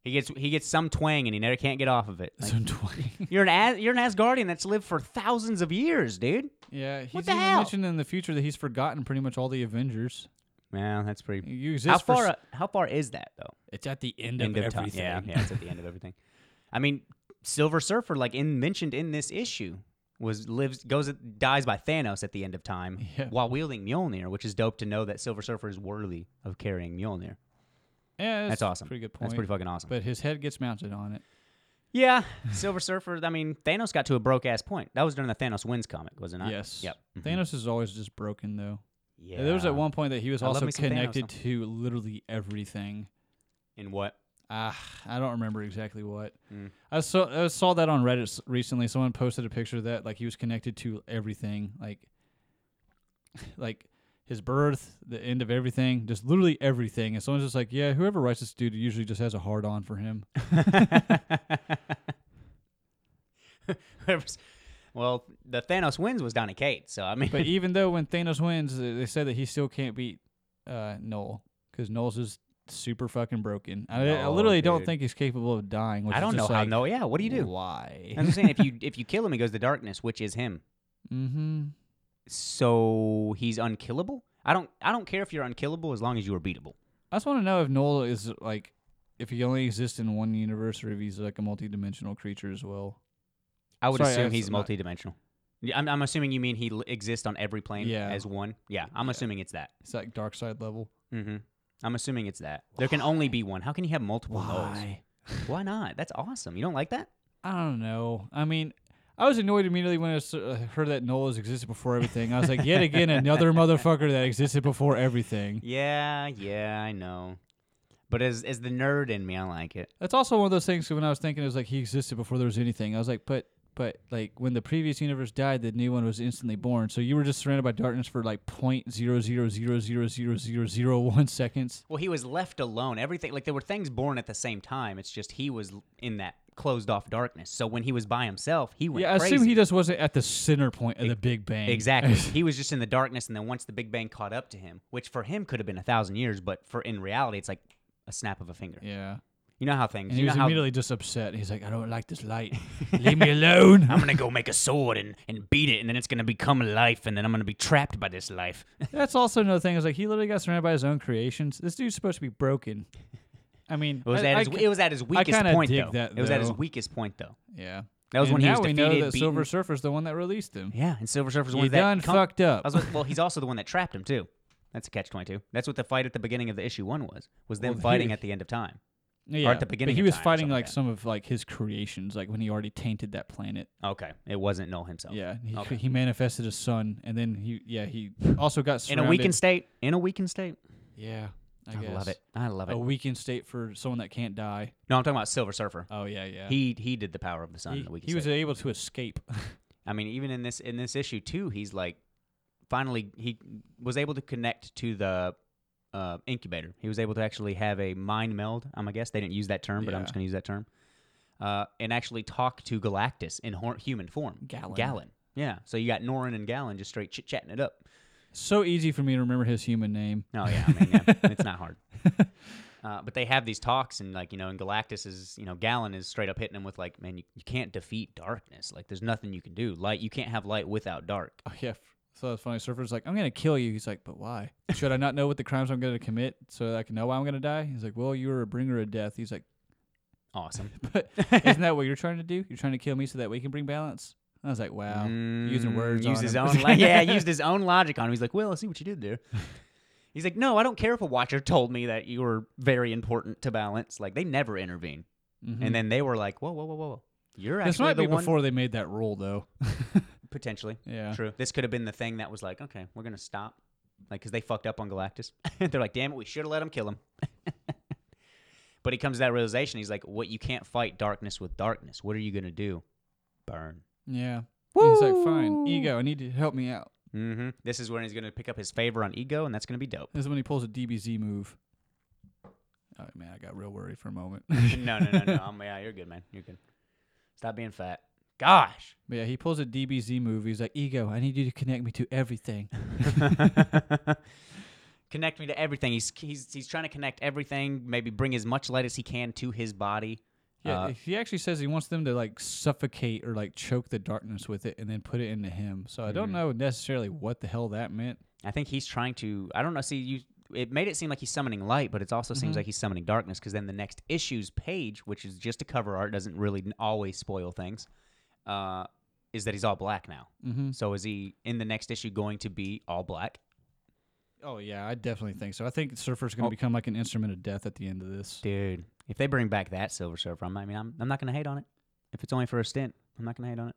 Speaker 5: He gets he gets some twang and he never can't get off of it. Like,
Speaker 2: Some twang.
Speaker 5: you're an As- you're an Asgardian that's lived for thousands of years, dude.
Speaker 2: yeah, he's
Speaker 5: the
Speaker 2: even
Speaker 5: hell?
Speaker 2: mentioned in the future that he's forgotten pretty much all the Avengers.
Speaker 5: Yeah, that's pretty.
Speaker 2: You exist
Speaker 5: How
Speaker 2: for
Speaker 5: far
Speaker 2: s-
Speaker 5: uh, how far is that though?
Speaker 2: it's at the end,
Speaker 5: end
Speaker 2: of,
Speaker 5: of time.
Speaker 2: everything.
Speaker 5: Yeah, yeah, it's at the end of everything. I mean, Silver Surfer, like in mentioned in this issue, was lives goes dies by Thanos at the end of time
Speaker 2: Yeah.
Speaker 5: while wielding Mjolnir, which is dope to know that Silver Surfer is worthy of carrying Mjolnir.
Speaker 2: Yeah,
Speaker 5: That's,
Speaker 2: a
Speaker 5: awesome.
Speaker 2: Pretty good point.
Speaker 5: That's pretty fucking awesome.
Speaker 2: But his head gets mounted on it.
Speaker 5: yeah, Silver Surfer. I mean, Thanos got to a broke ass point. That was during the Thanos wins comic, was it not?
Speaker 2: yes.
Speaker 5: Yep. Mhm.
Speaker 2: Thanos is always just broken though.
Speaker 5: Yeah.
Speaker 2: There was at one point that he was
Speaker 5: I love
Speaker 2: also
Speaker 5: me some Thanos,
Speaker 2: connected
Speaker 5: though.
Speaker 2: to literally everything.
Speaker 5: in what?
Speaker 2: Ah, I don't remember exactly what.
Speaker 5: Mm.
Speaker 2: I saw I saw that on Reddit s- recently. Someone posted a picture of that like he was connected to everything, like like his birth, the end of everything, just literally everything. And someone's just like, yeah, whoever writes this dude usually just has a hard on for him.
Speaker 5: Whoever's- well, the Thanos wins was Donny Cates, so I mean,
Speaker 2: But even though when Thanos wins, uh, they said that he still can't beat uh, Noel because Noel's is super fucking broken. I, I
Speaker 5: No,
Speaker 2: literally
Speaker 5: dude.
Speaker 2: don't think he's capable of dying. Which
Speaker 5: I
Speaker 2: is
Speaker 5: don't know
Speaker 2: just
Speaker 5: how.
Speaker 2: like,
Speaker 5: No, yeah. What do you do?
Speaker 2: Why?
Speaker 5: I'm saying if you if you kill him, he goes to darkness, which is him.
Speaker 2: Mm-hmm.
Speaker 5: So he's unkillable. I don't. I don't care if you're unkillable as long as you are beatable.
Speaker 2: I just want to know if Noel is like, if he only exists in one universe, or if he's like a multidimensional creature as well.
Speaker 5: I would
Speaker 2: Sorry,
Speaker 5: assume
Speaker 2: that's
Speaker 5: he's
Speaker 2: not-
Speaker 5: multidimensional. Yeah, I'm, I'm assuming you mean he l- exists on every plane
Speaker 2: Yeah.
Speaker 5: as one. Yeah, I'm assuming it's that.
Speaker 2: It's like dark side level.
Speaker 5: Mm-hmm. I'm assuming it's that. There can only be one. How can you have multiple
Speaker 2: Why?
Speaker 5: Noels? Why not? That's awesome. You don't like that?
Speaker 2: I don't know. I mean, I was annoyed immediately when I s- uh, heard that Noel has existed before everything. I was like, yet again, another motherfucker that existed before everything.
Speaker 5: Yeah, yeah, I know. But as as the nerd in me, I like it.
Speaker 2: That's also one of those things. When I was thinking, it was like he existed before there was anything. I was like, but. But like when the previous universe died, the new one was instantly born. So you were just surrounded by darkness for like point zero zero zero zero zero zero zero one seconds.
Speaker 5: Well, he was left alone. Everything like there were things born at the same time. It's just he was l- in that closed off darkness. So when he was by himself, he went
Speaker 2: Yeah, I
Speaker 5: crazy.
Speaker 2: assume he just wasn't at the center point of the Big Bang.
Speaker 5: Exactly. he was just in the darkness, and then once the Big Bang caught up to him, which for him could have been a thousand years, but for in reality, it's like a snap of a finger.
Speaker 2: yeah.
Speaker 5: You know how things.
Speaker 2: And he
Speaker 5: you know
Speaker 2: was
Speaker 5: how,
Speaker 2: immediately just upset. He's like, I don't like this light. Leave me alone.
Speaker 5: I'm gonna go make a sword and, and beat it, and then it's gonna become life, and then I'm gonna be trapped by this life.
Speaker 2: That's also another thing. Is like he literally got surrounded by his own creations. This dude's supposed to be broken. I mean,
Speaker 5: It was,
Speaker 2: I-
Speaker 5: at
Speaker 2: I
Speaker 5: his,
Speaker 2: ca-
Speaker 5: it was at his weakest
Speaker 2: kinda
Speaker 5: point,
Speaker 2: dig
Speaker 5: though.
Speaker 2: that,
Speaker 5: It was at his
Speaker 2: though.
Speaker 5: weakest point, though.
Speaker 2: yeah.
Speaker 5: That was
Speaker 2: And
Speaker 5: when he was
Speaker 2: now we know
Speaker 5: defeated,
Speaker 2: that
Speaker 5: beaten.
Speaker 2: Silver Surfer's the one that released him.
Speaker 5: Yeah, and Silver Surfer's the
Speaker 2: He
Speaker 5: one that
Speaker 2: done
Speaker 5: com-
Speaker 2: fucked up.
Speaker 5: I was like, well, he's also the one that trapped him too. That's a catch twenty two. That's what the fight at the beginning of the issue one was. Was them
Speaker 2: Well, he-
Speaker 5: fighting at the end of time.
Speaker 2: yeah,
Speaker 5: the beginning
Speaker 2: But he
Speaker 5: of
Speaker 2: was
Speaker 5: time or
Speaker 2: fighting
Speaker 5: something like
Speaker 2: like
Speaker 5: that.
Speaker 2: some of like his creations, like when he already tainted that planet.
Speaker 5: Okay, it wasn't Null himself.
Speaker 2: Yeah, he,
Speaker 5: Okay.
Speaker 2: he manifested a son, and then he yeah he also got
Speaker 5: In a
Speaker 2: surrounded.
Speaker 5: weakened state. In a weakened state.
Speaker 2: Yeah, I,
Speaker 5: I,
Speaker 2: guess. Oh.
Speaker 5: love it. I love it.
Speaker 2: A weakened state for someone that can't die.
Speaker 5: No, I'm talking about Silver Surfer.
Speaker 2: Oh yeah, yeah.
Speaker 5: He he did the power of the sun. in
Speaker 2: he,
Speaker 5: the weakened
Speaker 2: he was
Speaker 5: state.
Speaker 2: able to escape.
Speaker 5: I mean, even in this in this issue too, he's like finally he was able to connect to the uh, incubator. He was able to actually have a mind meld. I'm I guess they didn't use that term, but I'm
Speaker 2: Yeah.
Speaker 5: just gonna use that term. Uh, and actually talk to Galactus in hor- human form.
Speaker 2: Galen.
Speaker 5: Galen. Yeah. So you got Norrin and Galen just straight chit chatting it up.
Speaker 2: so easy for me to remember his human name.
Speaker 5: Oh yeah, I mean, yeah, it's not hard. Uh, but they have these talks, and like you know, and Galactus is you know, Galen is straight up hitting him with like, man, you, you can't defeat darkness. Like, there's nothing you can do. Light, you can't have light without dark.
Speaker 2: Oh yeah. So that's funny. Surfer's like, I'm gonna kill you. He's like, but why? Should I not know what the crimes I'm gonna commit so that I can know why I'm gonna die? He's like, well, you were a bringer of death. He's like,
Speaker 5: Awesome.
Speaker 2: but isn't that what you're trying to do? You're trying to kill me so that we can bring balance. I was like, wow, using
Speaker 5: Mm,
Speaker 2: words.
Speaker 5: Used
Speaker 2: on
Speaker 5: his
Speaker 2: him.
Speaker 5: own. Li- yeah, used his own logic on him. He's like, well, I see what you did there. He's like, no, I don't care if a watcher told me that you were very important to balance. Like, they never intervene.
Speaker 2: Mhm.
Speaker 5: Mm-hmm. And then they were like, whoa, whoa, whoa, whoa, whoa. You're actually
Speaker 2: this might
Speaker 5: the
Speaker 2: be
Speaker 5: one
Speaker 2: before they made that rule, though.
Speaker 5: potentially.
Speaker 2: Yeah.
Speaker 5: True. This could have been the thing that was like, okay, we're gonna stop, like, because they fucked up on Galactus. They're like, damn it, we should have let him kill him. but he comes to that realization. He's like, what? You can't fight darkness with darkness. What are you gonna do? Burn.
Speaker 2: Yeah. He's like, fine, ego. I need you to help me out.
Speaker 5: Mm-hmm. This is when he's gonna pick up his favor on ego, and that's gonna be dope.
Speaker 2: This is when he pulls a DBZ move. Oh man, I got real worried for a moment.
Speaker 5: no, no, no, no. I'm, yeah, you're good, man. You're good. Stop being fat. Gosh.
Speaker 2: But yeah, he pulls a DBZ move. He's like, ego. I need you to connect me to everything.
Speaker 5: connect me to everything. He's he's he's trying to connect everything. Maybe bring as much light as he can to his body.
Speaker 2: Yeah,
Speaker 5: Uh,
Speaker 2: if he actually says he wants them to like suffocate or like choke the darkness with it and then put it into him. So I don't know necessarily what the hell that meant.
Speaker 5: I think he's trying to. I don't know. See, you. It made it seem like he's summoning light, but it also seems like he's summoning darkness. Because then the next issues page, which is just a cover art, doesn't really n- always spoil things, uh, is that he's all black now.
Speaker 2: Mm-hmm.
Speaker 5: So is he in the next issue going to be all black?
Speaker 2: Oh yeah, I definitely think so. I think Surfer's gonna
Speaker 5: Oh.
Speaker 2: become like an instrument of death at the end of this.
Speaker 5: Dude, if they bring back that Silver Surfer, I'm, I mean, I'm, I'm not gonna hate on it. If it's only for a stint, I'm not gonna hate on it.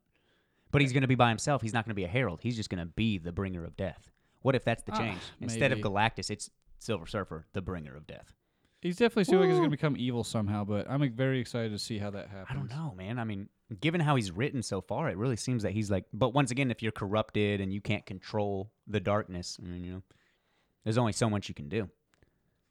Speaker 5: But he's gonna be by himself. He's not gonna be a herald. He's just gonna be the bringer of death. What if that's the
Speaker 2: Ah,
Speaker 5: change? Instead of
Speaker 2: maybe.
Speaker 5: Galactus, it's Silver Surfer, the bringer of death.
Speaker 2: He's definitely seems like he's
Speaker 5: Woo.
Speaker 2: gonna become evil somehow, but I'm like, very excited to see how that happens.
Speaker 5: I don't know, man. I mean, given how he's written so far, it really seems that he's like. But once again, if you're corrupted and you can't control the darkness, I mean, you know, there's only so much you can do.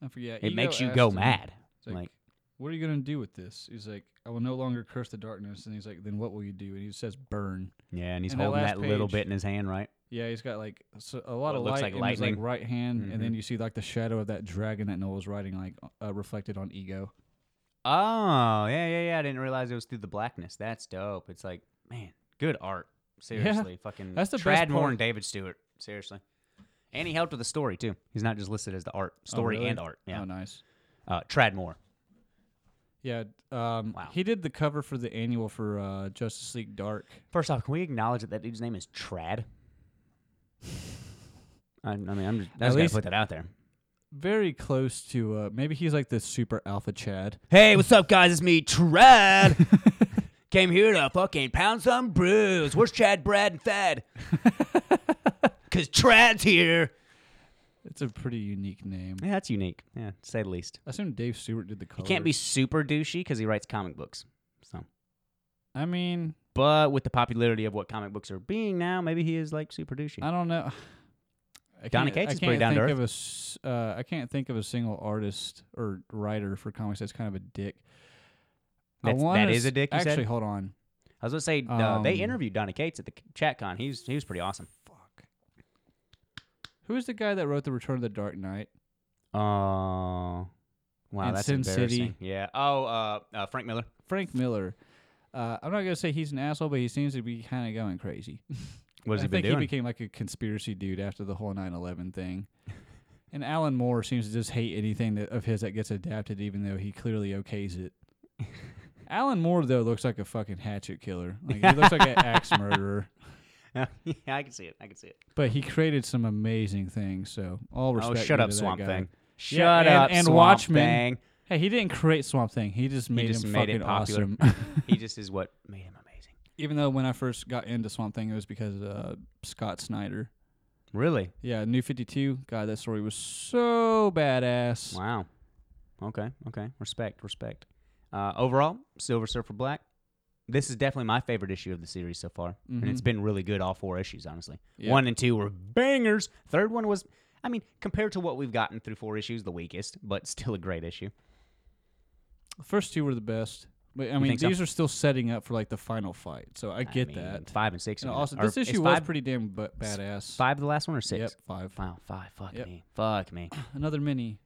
Speaker 2: I forget.
Speaker 5: It
Speaker 2: Ego
Speaker 5: makes you go
Speaker 2: asked him,
Speaker 5: mad.
Speaker 2: he's Like,
Speaker 5: Like-
Speaker 2: what are you gonna do with this? He's like, I will no longer curse the darkness. And he's like, then what will you do? And he says, burn.
Speaker 5: Yeah, and he's
Speaker 2: And that
Speaker 5: holding
Speaker 2: last
Speaker 5: that little
Speaker 2: page-
Speaker 5: bit in his hand, right?
Speaker 2: Yeah, he's got like s a a lot
Speaker 5: What
Speaker 2: of
Speaker 5: looks
Speaker 2: light in
Speaker 5: like
Speaker 2: his like
Speaker 5: lightning.
Speaker 2: right hand, and then
Speaker 5: Mhm.
Speaker 2: you see like the shadow of that dragon that Noel's riding, like uh, reflected on Ego.
Speaker 5: Oh, yeah, yeah, yeah. I didn't realize it was through the blackness. That's dope. It's like, man, good art. Seriously, fucking
Speaker 2: That's the
Speaker 5: Trad
Speaker 2: best
Speaker 5: Moore
Speaker 2: part.
Speaker 5: and David Stewart. Seriously, and he helped with the story too. He's not just listed as the art, story
Speaker 2: Oh, really?
Speaker 5: and art. Yeah,
Speaker 2: Oh, nice.
Speaker 5: uh, Trad Moore.
Speaker 2: Yeah. Um,
Speaker 5: Wow.
Speaker 2: He did the cover for the annual for uh, Justice League Dark.
Speaker 5: First off, can we acknowledge that that dude's name is Trad? I, I mean, I'm just, I just gotta
Speaker 2: least-
Speaker 5: put that out there.
Speaker 2: Very close to. Uh, maybe he's like the super alpha Chad.
Speaker 5: Hey, what's up, guys? It's me, Trad. Came here to fucking pound some brews. Where's Chad, Brad, and Thad? Cause Trad's here.
Speaker 2: It's a pretty unique name.
Speaker 5: Yeah, that's unique. Yeah, to say the least.
Speaker 2: I assume Dave Stewart did the
Speaker 5: He
Speaker 2: color.
Speaker 5: can't be super douchey because he writes comic books. So,
Speaker 2: I mean,
Speaker 5: but with the popularity of what comic books are being now, maybe he is like super douchey.
Speaker 2: I don't know. I
Speaker 5: Donny
Speaker 2: can't-
Speaker 5: Cates
Speaker 2: I
Speaker 5: is pretty
Speaker 2: can't
Speaker 5: down to
Speaker 2: think
Speaker 5: earth.
Speaker 2: of a s- uh, I can't think of a single artist or writer for comics that's kind of a dick. I
Speaker 5: That's-
Speaker 2: wanna
Speaker 5: that is a
Speaker 2: s-
Speaker 5: dick, you said?
Speaker 2: Actually, hold on.
Speaker 5: I was gonna say uh, they
Speaker 2: Um,
Speaker 5: interviewed Donna Cates at the ChatCon. He was he was pretty awesome.
Speaker 2: Fuck. Who is the guy that wrote the Return of the Dark Knight?
Speaker 5: Oh, wow,
Speaker 2: And
Speaker 5: that's
Speaker 2: Sin City.
Speaker 5: embarrassing. Yeah. Oh, uh, uh, Frank Miller.
Speaker 2: Frank Miller. Uh, I'm not gonna say he's an asshole, but he seems to be kind of going crazy.
Speaker 5: What has
Speaker 2: I
Speaker 5: he been
Speaker 2: think
Speaker 5: doing?
Speaker 2: he became like a conspiracy dude after the whole 9/11 thing. and Alan Moore seems to just hate anything that, of his that gets adapted, even though he clearly okays it. Alan Moore though looks like a fucking hatchet killer. Like he looks like an axe murderer.
Speaker 5: yeah, I can see it. I can see it.
Speaker 2: But he created some amazing things. So all
Speaker 5: Oh,
Speaker 2: respect.
Speaker 5: shut
Speaker 2: due
Speaker 5: up,
Speaker 2: to that
Speaker 5: Swamp
Speaker 2: guy.
Speaker 5: Thing. Shut
Speaker 2: Yeah, and-
Speaker 5: up,
Speaker 2: and
Speaker 5: Swamp
Speaker 2: Watchmen.
Speaker 5: Thing.
Speaker 2: Hey, he didn't create Swamp Thing. He just made
Speaker 5: just
Speaker 2: him
Speaker 5: made it
Speaker 2: fucking
Speaker 5: popular.
Speaker 2: awesome.
Speaker 5: He just is what made him amazing.
Speaker 2: even though when I first got into Swamp Thing, it was because uh, Scott Snyder.
Speaker 5: Really?
Speaker 2: Yeah, New 52. God, that story was so badass.
Speaker 5: Wow. Okay. Okay. Respect. Respect. Uh, overall, Silver Surfer Black. This is definitely my favorite issue of the series so far, and it's been really good. All four issues, honestly.
Speaker 2: Mm-hmm. Yeah.
Speaker 5: One and two were bangers. Third one was, I mean, compared to what we've gotten through four issues, the weakest, but still a great issue.
Speaker 2: The first two were the best. But I mean,
Speaker 5: think so?
Speaker 2: these are still setting up for like the final fight. So I get
Speaker 5: I mean,
Speaker 2: that.
Speaker 5: Five and six.
Speaker 2: And
Speaker 5: are-
Speaker 2: also,
Speaker 5: or
Speaker 2: this
Speaker 5: is
Speaker 2: issue was
Speaker 5: five,
Speaker 2: pretty damn b- badass.
Speaker 5: Five the last one or six?
Speaker 2: Yep, five.
Speaker 5: Wow, five. Fuck
Speaker 2: Yep.
Speaker 5: me. Fuck me.
Speaker 2: Another mini.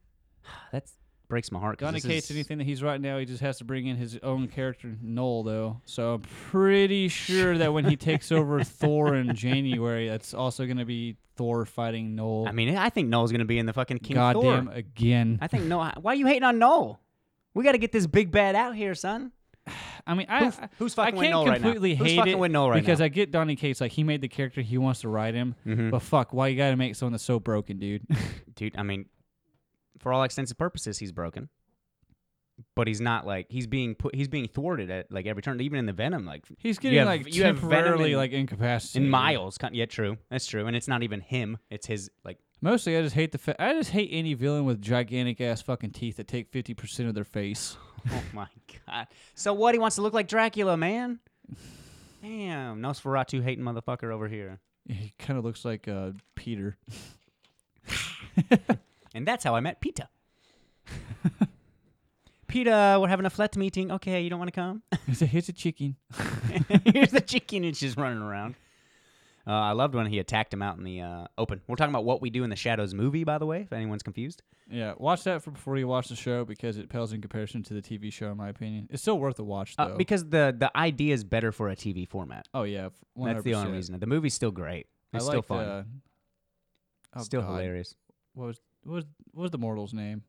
Speaker 5: That breaks my heart. 'cause
Speaker 2: Donny
Speaker 5: this
Speaker 2: Cates,
Speaker 5: is-
Speaker 2: anything that he's writing now, he just has to bring in his own character, Noel, though. So I'm pretty sure that when he takes over Thor in January, that's also going to be Thor fighting Noel.
Speaker 5: I mean, I think Noel's gonna be in the fucking King Thor.
Speaker 2: goddamn again.
Speaker 5: I think Noel. Why are you hating on Noel? We got to get this big bad out here, son.
Speaker 2: I mean, I
Speaker 5: Who- who's
Speaker 2: I
Speaker 5: fucking with
Speaker 2: can't
Speaker 5: Noel right now?
Speaker 2: completely
Speaker 5: Who's
Speaker 2: hate
Speaker 5: fucking
Speaker 2: it
Speaker 5: with Noel right
Speaker 2: because
Speaker 5: now? Mm-hmm.
Speaker 2: I get Donny Cates like he made the character he wants to write him, but fuck, why you gotta make someone that's so broken, dude?
Speaker 5: Dude, I mean, for all extents and purposes, he's broken. But he's not like he's being put. He's being thwarted at like every turn, even in the Venom. Like
Speaker 2: He's
Speaker 5: you
Speaker 2: getting
Speaker 5: have-
Speaker 2: like
Speaker 5: you have Venom
Speaker 2: temporarily
Speaker 5: and-
Speaker 2: like incapacitated.
Speaker 5: and Miles. Con- Yeah, true. That's true. And it's not even him. It's his like.
Speaker 2: Mostly, I just hate the fa- I just hate any villain with gigantic ass fucking teeth that take fifty percent of their face.
Speaker 5: Oh my god. So what? He wants to look like Dracula, man. Damn, Nosferatu hating motherfucker over here.
Speaker 2: He kind of looks like uh, Peter.
Speaker 5: And that's how I met Peter. Peter, we're having a flat meeting. Okay, you don't want to come?
Speaker 2: He's a, he's a chicken.
Speaker 5: Here's the chicken and she's running around. Uh, I loved when he attacked him out in the uh, open. We're talking about what we do in the shadows movie, by the way, if anyone's confused.
Speaker 2: Yeah, watch that for before you watch the show because it pales in comparison to the TV show, in my opinion. It's still worth a watch though.
Speaker 5: Uh, because the the idea is better for a TV format.
Speaker 2: oh yeah, f- 100%.
Speaker 5: That's the only reason. The movie's still great.
Speaker 2: I
Speaker 5: It's still
Speaker 2: liked,
Speaker 5: fun.
Speaker 2: uh, oh,
Speaker 5: still
Speaker 2: God.
Speaker 5: hilarious.
Speaker 2: What was what was what was the mortal's name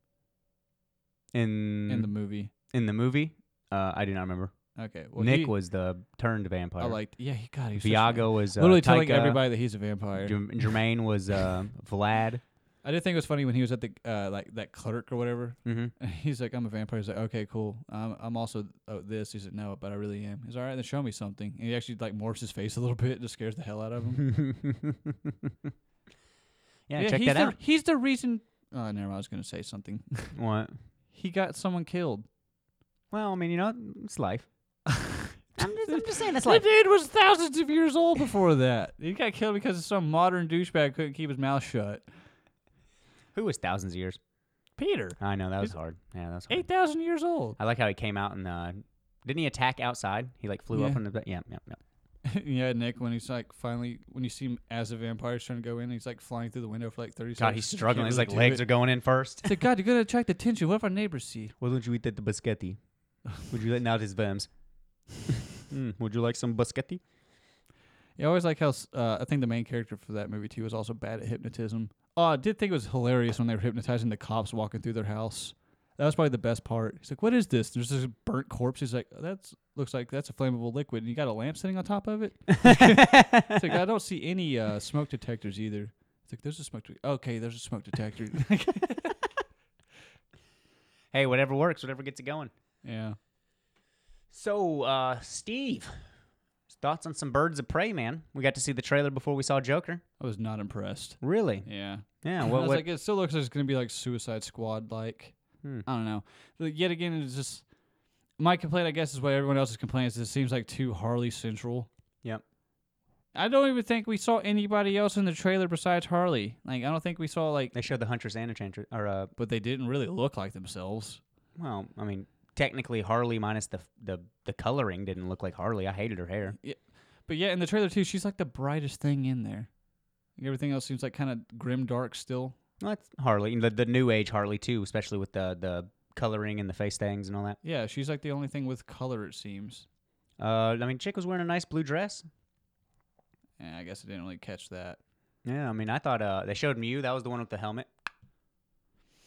Speaker 5: In
Speaker 2: in the movie?
Speaker 5: in the movie, uh, I do not remember.
Speaker 2: Okay, well,
Speaker 5: Nick
Speaker 2: he-
Speaker 5: was the turned vampire.
Speaker 2: I liked. Yeah, he God, he was such an-
Speaker 5: Viago was uh,
Speaker 2: literally telling
Speaker 5: Taika.
Speaker 2: everybody that he's a vampire.
Speaker 5: Jerm- Jermaine was uh, Vlad.
Speaker 2: I did think it was funny when he was at the uh, like that clerk or whatever.
Speaker 5: Mm-hmm.
Speaker 2: And he's like, "I'm a vampire." He's like, "Okay, cool. I'm I'm also oh, this." He's like, "No, but I really am." He's all right. Then show me something. And he actually like morphs his face a little bit. Just scares the hell out of him.
Speaker 5: yeah, check
Speaker 2: he's
Speaker 5: that
Speaker 2: the,
Speaker 5: out.
Speaker 2: He's the reason. Oh, never. mind, I was gonna say something.
Speaker 5: What?
Speaker 2: he got someone killed.
Speaker 5: Well, I mean, you know, it's life. I'm just, I'm just saying, that's
Speaker 2: The dude was thousands of years old before that. He got killed because of some modern douchebag couldn't keep his mouth shut.
Speaker 5: Who was thousands of years?
Speaker 2: Peter,
Speaker 5: I know that was
Speaker 2: Is-
Speaker 5: hard. Yeah, that was hard.
Speaker 2: eight thousand years old.
Speaker 5: I like how he came out and uh, didn't he attack outside? He like flew up
Speaker 2: Yeah.
Speaker 5: in the ba- yeah, yeah, yeah.
Speaker 2: yeah, Nick, when he's like finally, when you see him as a vampire, he's trying to go in, he's like flying through the window for like thirty seconds.
Speaker 5: God, he's struggling. His like legs are going in first.
Speaker 2: It's like, God, you're gonna attract attention. What if our neighbors see?
Speaker 5: Why don't you eat that biscotti? Hmm, Would you let out his vems? would you like some biscotti?
Speaker 2: Yeah, I always like how s- uh, I think the main character for that movie too was also bad at hypnotism. Oh, I did think it was hilarious when they were hypnotizing the cops walking through their house. That was probably the best part. He's like, "What is this?" There's this burnt corpse. He's like, "That's looks like that's a flammable liquid, and you got a lamp sitting on top of it." it's like I don't see any uh, smoke detectors either. It's like there's a smoke. De- okay, there's a smoke detector.
Speaker 5: Hey, whatever works, whatever gets it going.
Speaker 2: yeah.
Speaker 5: So, uh, Steve, thoughts on some Birds of Prey, man? We got to see the trailer before we saw Joker.
Speaker 2: I was not impressed.
Speaker 5: Really?
Speaker 2: Yeah.
Speaker 5: Yeah.
Speaker 2: I
Speaker 5: What?
Speaker 2: was
Speaker 5: what
Speaker 2: like, it still looks like it's gonna be like Suicide Squad like.
Speaker 5: Hmm.
Speaker 2: I don't know. But yet again, it's just my complaint. I guess is what everyone else is complaining is. It seems like too Harley central.
Speaker 5: Yep.
Speaker 2: I don't even think we saw anybody else in the trailer besides Harley. Like I don't think we saw like,
Speaker 5: they showed the Huntress and Enchantress, or uh,
Speaker 2: but they didn't really look like themselves.
Speaker 5: well, I mean, technically Harley minus the the the coloring didn't look like Harley. I hated her hair.
Speaker 2: But yeah, in the trailer too, she's like the brightest thing in there. Like, everything else seems like kind of grim dark still.
Speaker 5: Well, that's Harley, the the new age Harley too, especially with the the coloring and the face things and all that.
Speaker 2: Yeah, she's like the only thing with color it seems.
Speaker 5: Uh, I mean, chick was wearing a nice blue dress.
Speaker 2: Yeah, I guess I didn't really catch that.
Speaker 5: Yeah, I mean, I thought uh, they showed Mew. That was the one with the helmet.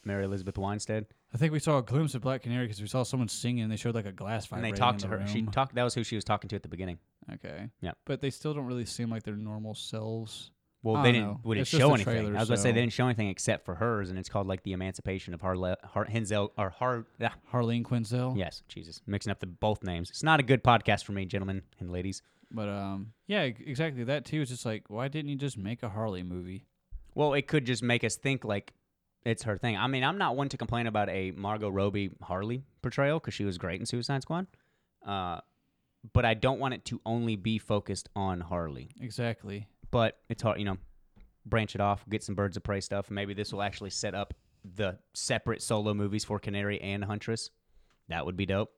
Speaker 5: Mary Elizabeth Winstead.
Speaker 2: I think we saw a glimpse of Black Canary because we saw someone singing and they showed like a glass
Speaker 5: And
Speaker 2: vibrating.
Speaker 5: they talked to
Speaker 2: in the
Speaker 5: her. She
Speaker 2: room.
Speaker 5: talked. That was who she was talking to at the beginning.
Speaker 2: Okay.
Speaker 5: Yeah.
Speaker 2: But they still don't really seem like their normal selves.
Speaker 5: Well,
Speaker 2: I
Speaker 5: they
Speaker 2: don't
Speaker 5: didn't.
Speaker 2: know.
Speaker 5: We didn't
Speaker 2: It's just
Speaker 5: show
Speaker 2: the
Speaker 5: anything.
Speaker 2: trailer,
Speaker 5: I was going to say
Speaker 2: so-
Speaker 5: they didn't show anything except for hers, and it's called like the Emancipation of Harle Har- Henzel or Har. ah,
Speaker 2: Harleen Quinzel.
Speaker 5: yes, Jesus, mixing up the both names. It's not a good podcast for me, gentlemen and ladies.
Speaker 2: But um yeah, e- exactly. That too is just like why didn't you just make a Harley movie?
Speaker 5: Well, it could just make us think like it's her thing. I mean, I'm not one to complain about a Margot Robbie Harley portrayal because she was great in Suicide Squad. Uh, but I don't want it to only be focused on Harley.
Speaker 2: Exactly.
Speaker 5: But it's hard, you know, branch it off, get some Birds of Prey stuff. and Maybe this will actually set up the separate solo movies for Canary and Huntress. That would be dope.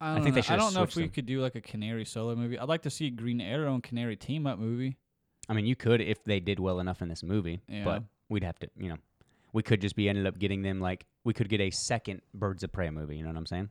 Speaker 2: I don't
Speaker 5: think they
Speaker 2: know. I
Speaker 5: should've
Speaker 2: don't know if
Speaker 5: switched
Speaker 2: we
Speaker 5: them.
Speaker 2: could do like a Canary solo movie. I'd like to see a Green Arrow and Canary team up movie.
Speaker 5: I mean, you could if they did well enough in this movie,
Speaker 2: Yeah.
Speaker 5: but we'd have to, you know, we could just be ended up getting them like we could get a second Birds of Prey movie. You know what I'm saying?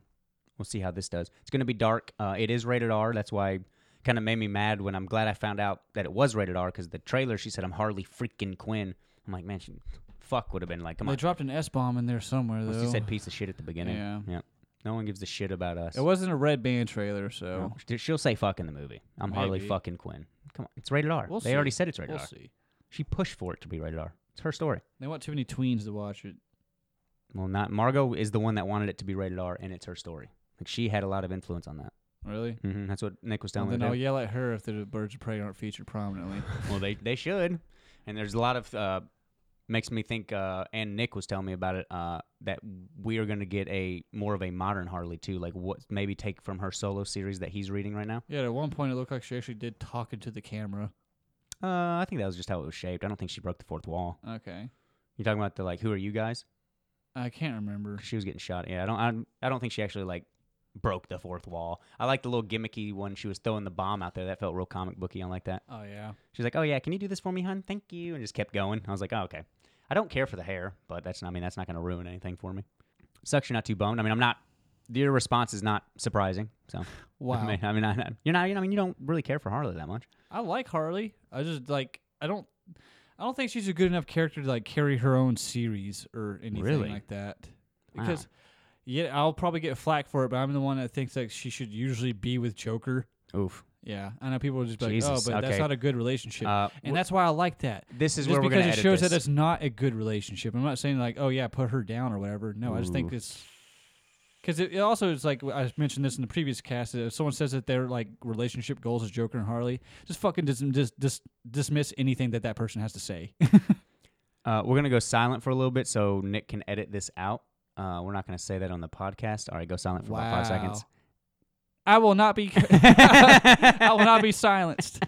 Speaker 5: We'll see how this does. It's going to be dark. Uh, it is rated R. That's why kind of made me mad when I'm glad I found out that it was rated R because the trailer she said I'm Harley freaking Quinn. I'm like, man, she, fuck would have been like, come
Speaker 2: they
Speaker 5: on.
Speaker 2: dropped an S bomb in there somewhere
Speaker 5: Well,
Speaker 2: though.
Speaker 5: she said piece of shit at the beginning.
Speaker 2: Yeah.
Speaker 5: No one gives a shit about us.
Speaker 2: it wasn't a red band trailer, so
Speaker 5: No. She- She'll say fuck in the movie. I'm Harley
Speaker 2: Maybe.
Speaker 5: fucking Quinn. Come on, it's rated R.
Speaker 2: We'll
Speaker 5: they already
Speaker 2: see.
Speaker 5: said it's rated
Speaker 2: we'll
Speaker 5: R.
Speaker 2: see.
Speaker 5: She pushed for it to be rated R. It's her story.
Speaker 2: They want too many tweens to watch it.
Speaker 5: Well, not Margot is the one that wanted it to be rated R, and it's her story. Like she had a lot of influence on that.
Speaker 2: Really?
Speaker 5: hmm That's what Nick was
Speaker 2: Well,
Speaker 5: telling
Speaker 2: then
Speaker 5: me.
Speaker 2: I'll
Speaker 5: to do.
Speaker 2: yell at her if the Birds of Prey aren't featured prominently.
Speaker 5: Well, they they should. And there's a lot of uh, makes me think. Uh, and Nick was telling me about it uh, that we are going to get a more of a modern Harley too. Like what maybe take from her solo series that he's reading right now.
Speaker 2: yeah, at one point it looked like she actually did talk into the camera.
Speaker 5: Uh, I think that was just how it was shaped. I don't think she broke the fourth wall.
Speaker 2: Okay.
Speaker 5: You're talking about the like, who are you guys?
Speaker 2: I can't remember.
Speaker 5: 'Cause She was getting shot. Yeah, I don't. I, I don't think she actually like broke the fourth wall. I like the little gimmicky one. She was throwing the bomb out there. That felt real comic booky. I like that.
Speaker 2: Oh yeah.
Speaker 5: She's like, "Oh yeah, can you do this for me, hun? Thank you," and just kept going. I was like, "Oh okay." I don't care for the hair, but that's I mean that's not going to ruin anything for me. Sucks you're not too boned. I mean I'm not. Your response is not surprising. So I
Speaker 2: Wow.
Speaker 5: mean, I mean I, I- you're not. You know, I mean you don't really care for Harley that much.
Speaker 2: I like Harley. I just like I don't I don't think she's a good enough character to like carry her own series or anything
Speaker 5: Really?
Speaker 2: like that.
Speaker 5: Wow.
Speaker 2: Because yeah, I'll probably get flack for it, but I'm the one that thinks like she should usually be with Joker.
Speaker 5: Oof.
Speaker 2: Yeah, I know people will just be like, "Oh,
Speaker 5: Jesus,
Speaker 2: but
Speaker 5: okay.
Speaker 2: that's not a good relationship,"
Speaker 5: Uh,
Speaker 2: and that's why I like that.
Speaker 5: This is
Speaker 2: just
Speaker 5: where we're
Speaker 2: because
Speaker 5: going to
Speaker 2: it
Speaker 5: edit
Speaker 2: shows
Speaker 5: this.
Speaker 2: that it's not a good relationship. I'm not saying like, "Oh yeah, put her down" or whatever. No, I just think
Speaker 5: Ooh.
Speaker 2: it's because it, it also is like I mentioned this in the previous cast. If someone says that their like relationship goals is Joker and Harley, just fucking dis- dis- dis- dismiss anything that that person has to say.
Speaker 5: Uh, we're gonna go silent for a little bit so Nick can edit this out. Uh, we're not gonna say that on the podcast. All right, go silent for about five seconds.
Speaker 2: I will not be. I will not be silenced.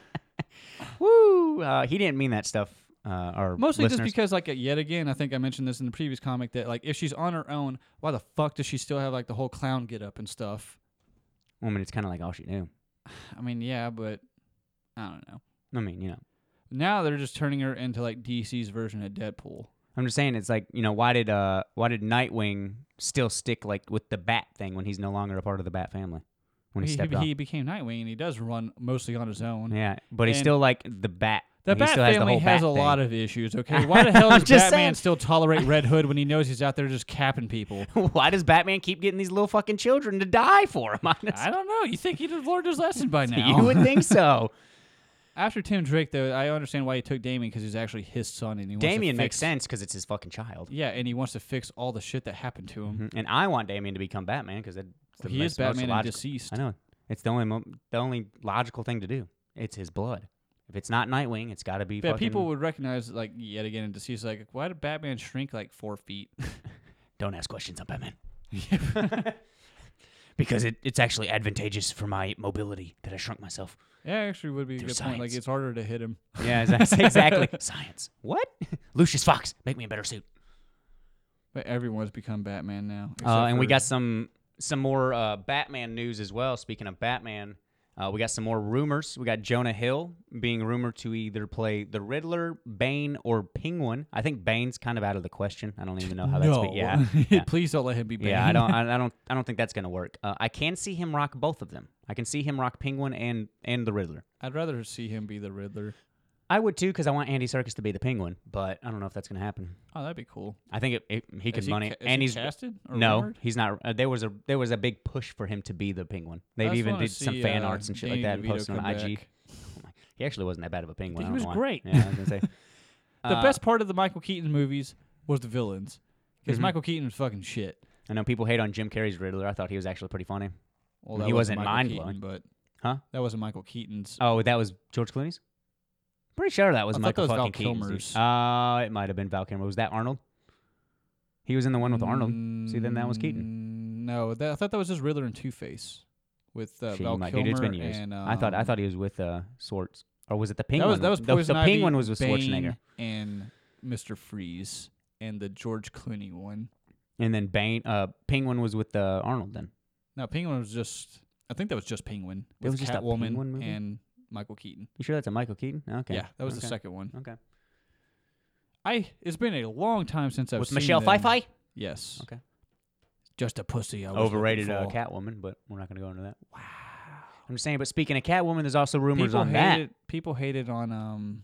Speaker 5: Woo! Uh, he didn't mean that stuff. Uh, or
Speaker 2: Mostly
Speaker 5: listeners.
Speaker 2: just because, like, yet again, I think I mentioned this in the previous comic that, like, if she's on her own, why the fuck does she still have like the whole clown get up and stuff?
Speaker 5: I mean, it's kind of like all she knew.
Speaker 2: I mean, yeah, but I don't know.
Speaker 5: I mean, you know.
Speaker 2: Now they're just turning her into like DC's version of Deadpool.
Speaker 5: I'm just saying it's like you know why did uh why did Nightwing still stick like with the Bat thing when he's no longer a part of the Bat family? when he,
Speaker 2: he,
Speaker 5: stepped
Speaker 2: he,
Speaker 5: off.
Speaker 2: became Nightwing, and he does run mostly on his own.
Speaker 5: yeah, but he's
Speaker 2: and-
Speaker 5: still like the bat.
Speaker 2: The
Speaker 5: and he
Speaker 2: Bat
Speaker 5: still has the
Speaker 2: family
Speaker 5: whole
Speaker 2: has
Speaker 5: bat
Speaker 2: a
Speaker 5: thing.
Speaker 2: lot of issues. Okay, why the hell does
Speaker 5: I'm just
Speaker 2: Batman
Speaker 5: saying.
Speaker 2: still tolerate Red Hood when he knows he's out there just capping people?
Speaker 5: Why does Batman keep getting these little fucking children to die for him? Honestly,
Speaker 2: I don't know. You think he'd have learned his lesson by now?
Speaker 5: you would think so.
Speaker 2: After Tim Drake, though, I understand why he took Damien because he's actually his son, and he wants
Speaker 5: Damien
Speaker 2: to
Speaker 5: makes
Speaker 2: fix-
Speaker 5: sense because it's his fucking child.
Speaker 2: Yeah, and he wants to fix all the shit that happened to him.
Speaker 5: And I want Damien to become Batman because Mm-hmm. the
Speaker 2: He
Speaker 5: most-
Speaker 2: is
Speaker 5: most
Speaker 2: Batman and
Speaker 5: logical-
Speaker 2: deceased.
Speaker 5: I know it's the only mo- the only logical thing to do. It's his blood. If it's not Nightwing, it's got to be.
Speaker 2: Yeah,
Speaker 5: fucking,
Speaker 2: people would recognize like yet again in deceased. Like, why did Batman shrink like four feet?
Speaker 5: don't ask questions on Batman. because it, it's actually advantageous for my mobility that I shrunk myself.
Speaker 2: yeah, actually, would be a
Speaker 5: Through
Speaker 2: good point. Like,
Speaker 5: science.
Speaker 2: it's harder to hit him.
Speaker 5: Yeah, exactly. exactly. Science. What? Lucius Fox, make me a better suit.
Speaker 2: But everyone's become Batman now.
Speaker 5: Uh,
Speaker 2: except
Speaker 5: and we
Speaker 2: for-
Speaker 5: got some some more uh, Batman news as well. Speaking of Batman, uh, we got some more rumors. We got Jonah Hill being rumored to either play the Riddler, Bane, or Penguin. I think Bane's kind of out of the question. I don't even know how oh, that's.
Speaker 2: no.
Speaker 5: be- yeah, yeah.
Speaker 2: please don't let him be. Bane.
Speaker 5: Yeah, I don't, I I don't, I don't think that's gonna work. Uh, I can see him rock both of them. I can see him rock Penguin and and the Riddler.
Speaker 2: I'd rather see him be the Riddler.
Speaker 5: I would too, because I want Andy Circus to be the Penguin, but I don't know if that's gonna happen.
Speaker 2: Oh, that'd be cool.
Speaker 5: I think it, it, he could
Speaker 2: Is he
Speaker 5: money,
Speaker 2: ca- is
Speaker 5: and
Speaker 2: he
Speaker 5: he's
Speaker 2: casted. Or
Speaker 5: no,
Speaker 2: rumored?
Speaker 5: he's not. Uh, there was a there was a big push for him to be the Penguin. They've
Speaker 2: I just
Speaker 5: even
Speaker 2: wanna
Speaker 5: did some
Speaker 2: see,
Speaker 5: fan
Speaker 2: uh,
Speaker 5: arts and shit
Speaker 2: Danny
Speaker 5: like that and
Speaker 2: DeVito
Speaker 5: posted on
Speaker 2: come
Speaker 5: IG.
Speaker 2: back.
Speaker 5: He actually wasn't that bad of a Penguin.
Speaker 2: He
Speaker 5: I don't
Speaker 2: was
Speaker 5: know why.
Speaker 2: great.
Speaker 5: Yeah, I was gonna say.
Speaker 2: The
Speaker 5: Uh, Mm-hmm.
Speaker 2: best part of the Michael Keaton movies was the villains, because Michael Keaton was fucking shit.
Speaker 5: I know people hate on Jim Carrey's Riddler. I thought he was actually pretty funny.
Speaker 2: Well,
Speaker 5: He wasn't
Speaker 2: Michael
Speaker 5: mind-blowing.
Speaker 2: Keaton, but
Speaker 5: Huh?
Speaker 2: that wasn't Michael Keaton's.
Speaker 5: Oh, that was George Clooney's. Pretty sure that was
Speaker 2: I thought
Speaker 5: Michael
Speaker 2: that was Val
Speaker 5: fucking Keaton's
Speaker 2: Kilmer's.
Speaker 5: dude. Uh, it might have been Val Kilmer. Was that Arnold? He was in the one with Arnold. See, then that was Keaton.
Speaker 2: Mm, No, that, I thought that was just Riddler and Two Face with uh,
Speaker 5: Shit, you
Speaker 2: Val
Speaker 5: might-
Speaker 2: Kilmer
Speaker 5: dude, it's been years.
Speaker 2: and um,
Speaker 5: I thought I thought he was with uh, Swords, or was it the
Speaker 2: that
Speaker 5: Penguin?
Speaker 2: was that was
Speaker 5: the,
Speaker 2: Poison
Speaker 5: the
Speaker 2: Ivy,
Speaker 5: Penguin was with
Speaker 2: Bane,
Speaker 5: Schwarzenegger,
Speaker 2: and Mister Freeze and the George Clooney one.
Speaker 5: and then Bane. Uh, Penguin was with uh, Arnold. Then
Speaker 2: No, Penguin was just. I think that was just Penguin
Speaker 5: That
Speaker 2: with
Speaker 5: was just a
Speaker 2: Catwoman
Speaker 5: Penguin movie?
Speaker 2: and Michael Keaton.
Speaker 5: you sure that's a Michael Keaton? Okay,
Speaker 2: Yeah, that was
Speaker 5: okay.
Speaker 2: the second one.
Speaker 5: Okay,
Speaker 2: I it's been a long time since I've
Speaker 5: with
Speaker 2: seen
Speaker 5: Michelle
Speaker 2: them.
Speaker 5: Pfeiffer,
Speaker 2: Yes.
Speaker 5: Okay.
Speaker 2: Just a pussy. I was looking
Speaker 5: overrated uh,
Speaker 2: for.
Speaker 5: Catwoman, but we're not gonna go into that. Wow. I'm just saying, but speaking of Catwoman, there's also rumors
Speaker 2: people
Speaker 5: on that.
Speaker 2: hated, People hated on um,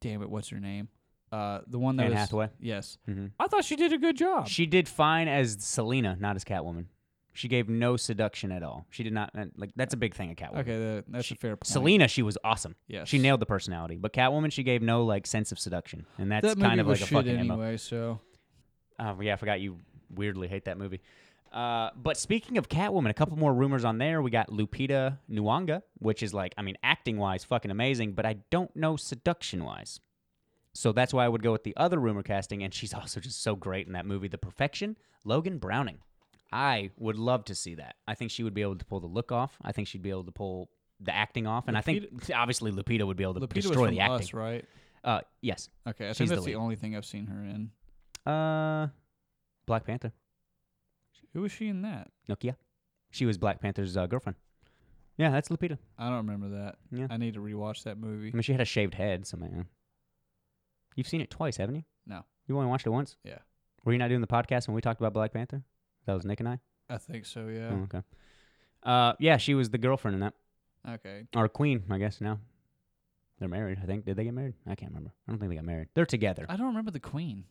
Speaker 2: damn it, what's her name? Uh, the one that
Speaker 5: Anne
Speaker 2: was Mm-hmm.
Speaker 5: Hathaway?
Speaker 2: Yes,
Speaker 5: Mhm.
Speaker 2: I thought she did a good job.
Speaker 5: She did fine as Selena, not as Catwoman. She gave no seduction at all. She did not and, like. That's a big thing of Catwoman.
Speaker 2: okay, that, that's
Speaker 5: She-
Speaker 2: a fair point.
Speaker 5: Selena, she was awesome.
Speaker 2: Yes.
Speaker 5: She nailed the personality, but Catwoman, she gave no like sense of seduction, and that's
Speaker 2: that movie
Speaker 5: kind of
Speaker 2: was
Speaker 5: like a
Speaker 2: shit
Speaker 5: fucking MO.
Speaker 2: anyway. So
Speaker 5: Oh yeah, I forgot you weirdly hate that movie. Uh, but speaking of Catwoman, a couple more rumors on there. We got Lupita Nyong'o, which is like, I mean, acting wise, fucking amazing, but I don't know seduction wise. So that's why I would go with the other rumor casting, and she's also just so great in that movie, The Perfection. Logan Browning, I would love to see that. I think she would be able to pull the look off. I think she'd be able to pull the acting off, and I think obviously Lupita would be able to
Speaker 2: Lupita
Speaker 5: destroy
Speaker 2: was from
Speaker 5: the acting.
Speaker 2: Us, right?
Speaker 5: Uh, yes.
Speaker 2: Okay, I
Speaker 5: She's
Speaker 2: think
Speaker 5: the
Speaker 2: that's the,
Speaker 5: lead.
Speaker 2: only thing I've seen her in.
Speaker 5: Uh, Black Panther.
Speaker 2: Who was she in that?
Speaker 5: Nokia. She was Black Panther's uh, girlfriend. Yeah, that's Lupita.
Speaker 2: I don't remember that.
Speaker 5: Yeah. Mm.
Speaker 2: I need to rewatch that movie.
Speaker 5: I mean, she had a shaved head, so man. You've seen it twice, haven't you?
Speaker 2: No.
Speaker 5: You only watched it once?
Speaker 2: Yeah.
Speaker 5: Were you not doing the podcast when we talked about Black Panther? That was Nick and I?
Speaker 2: I think so. Yeah.
Speaker 5: Oh, okay. Uh, yeah, she was the girlfriend in that.
Speaker 2: Okay.
Speaker 5: Or queen, I guess, now. They're married, I think. Did they get married? I can't remember. I don't think they got married. They're together.
Speaker 2: I don't remember the Queen.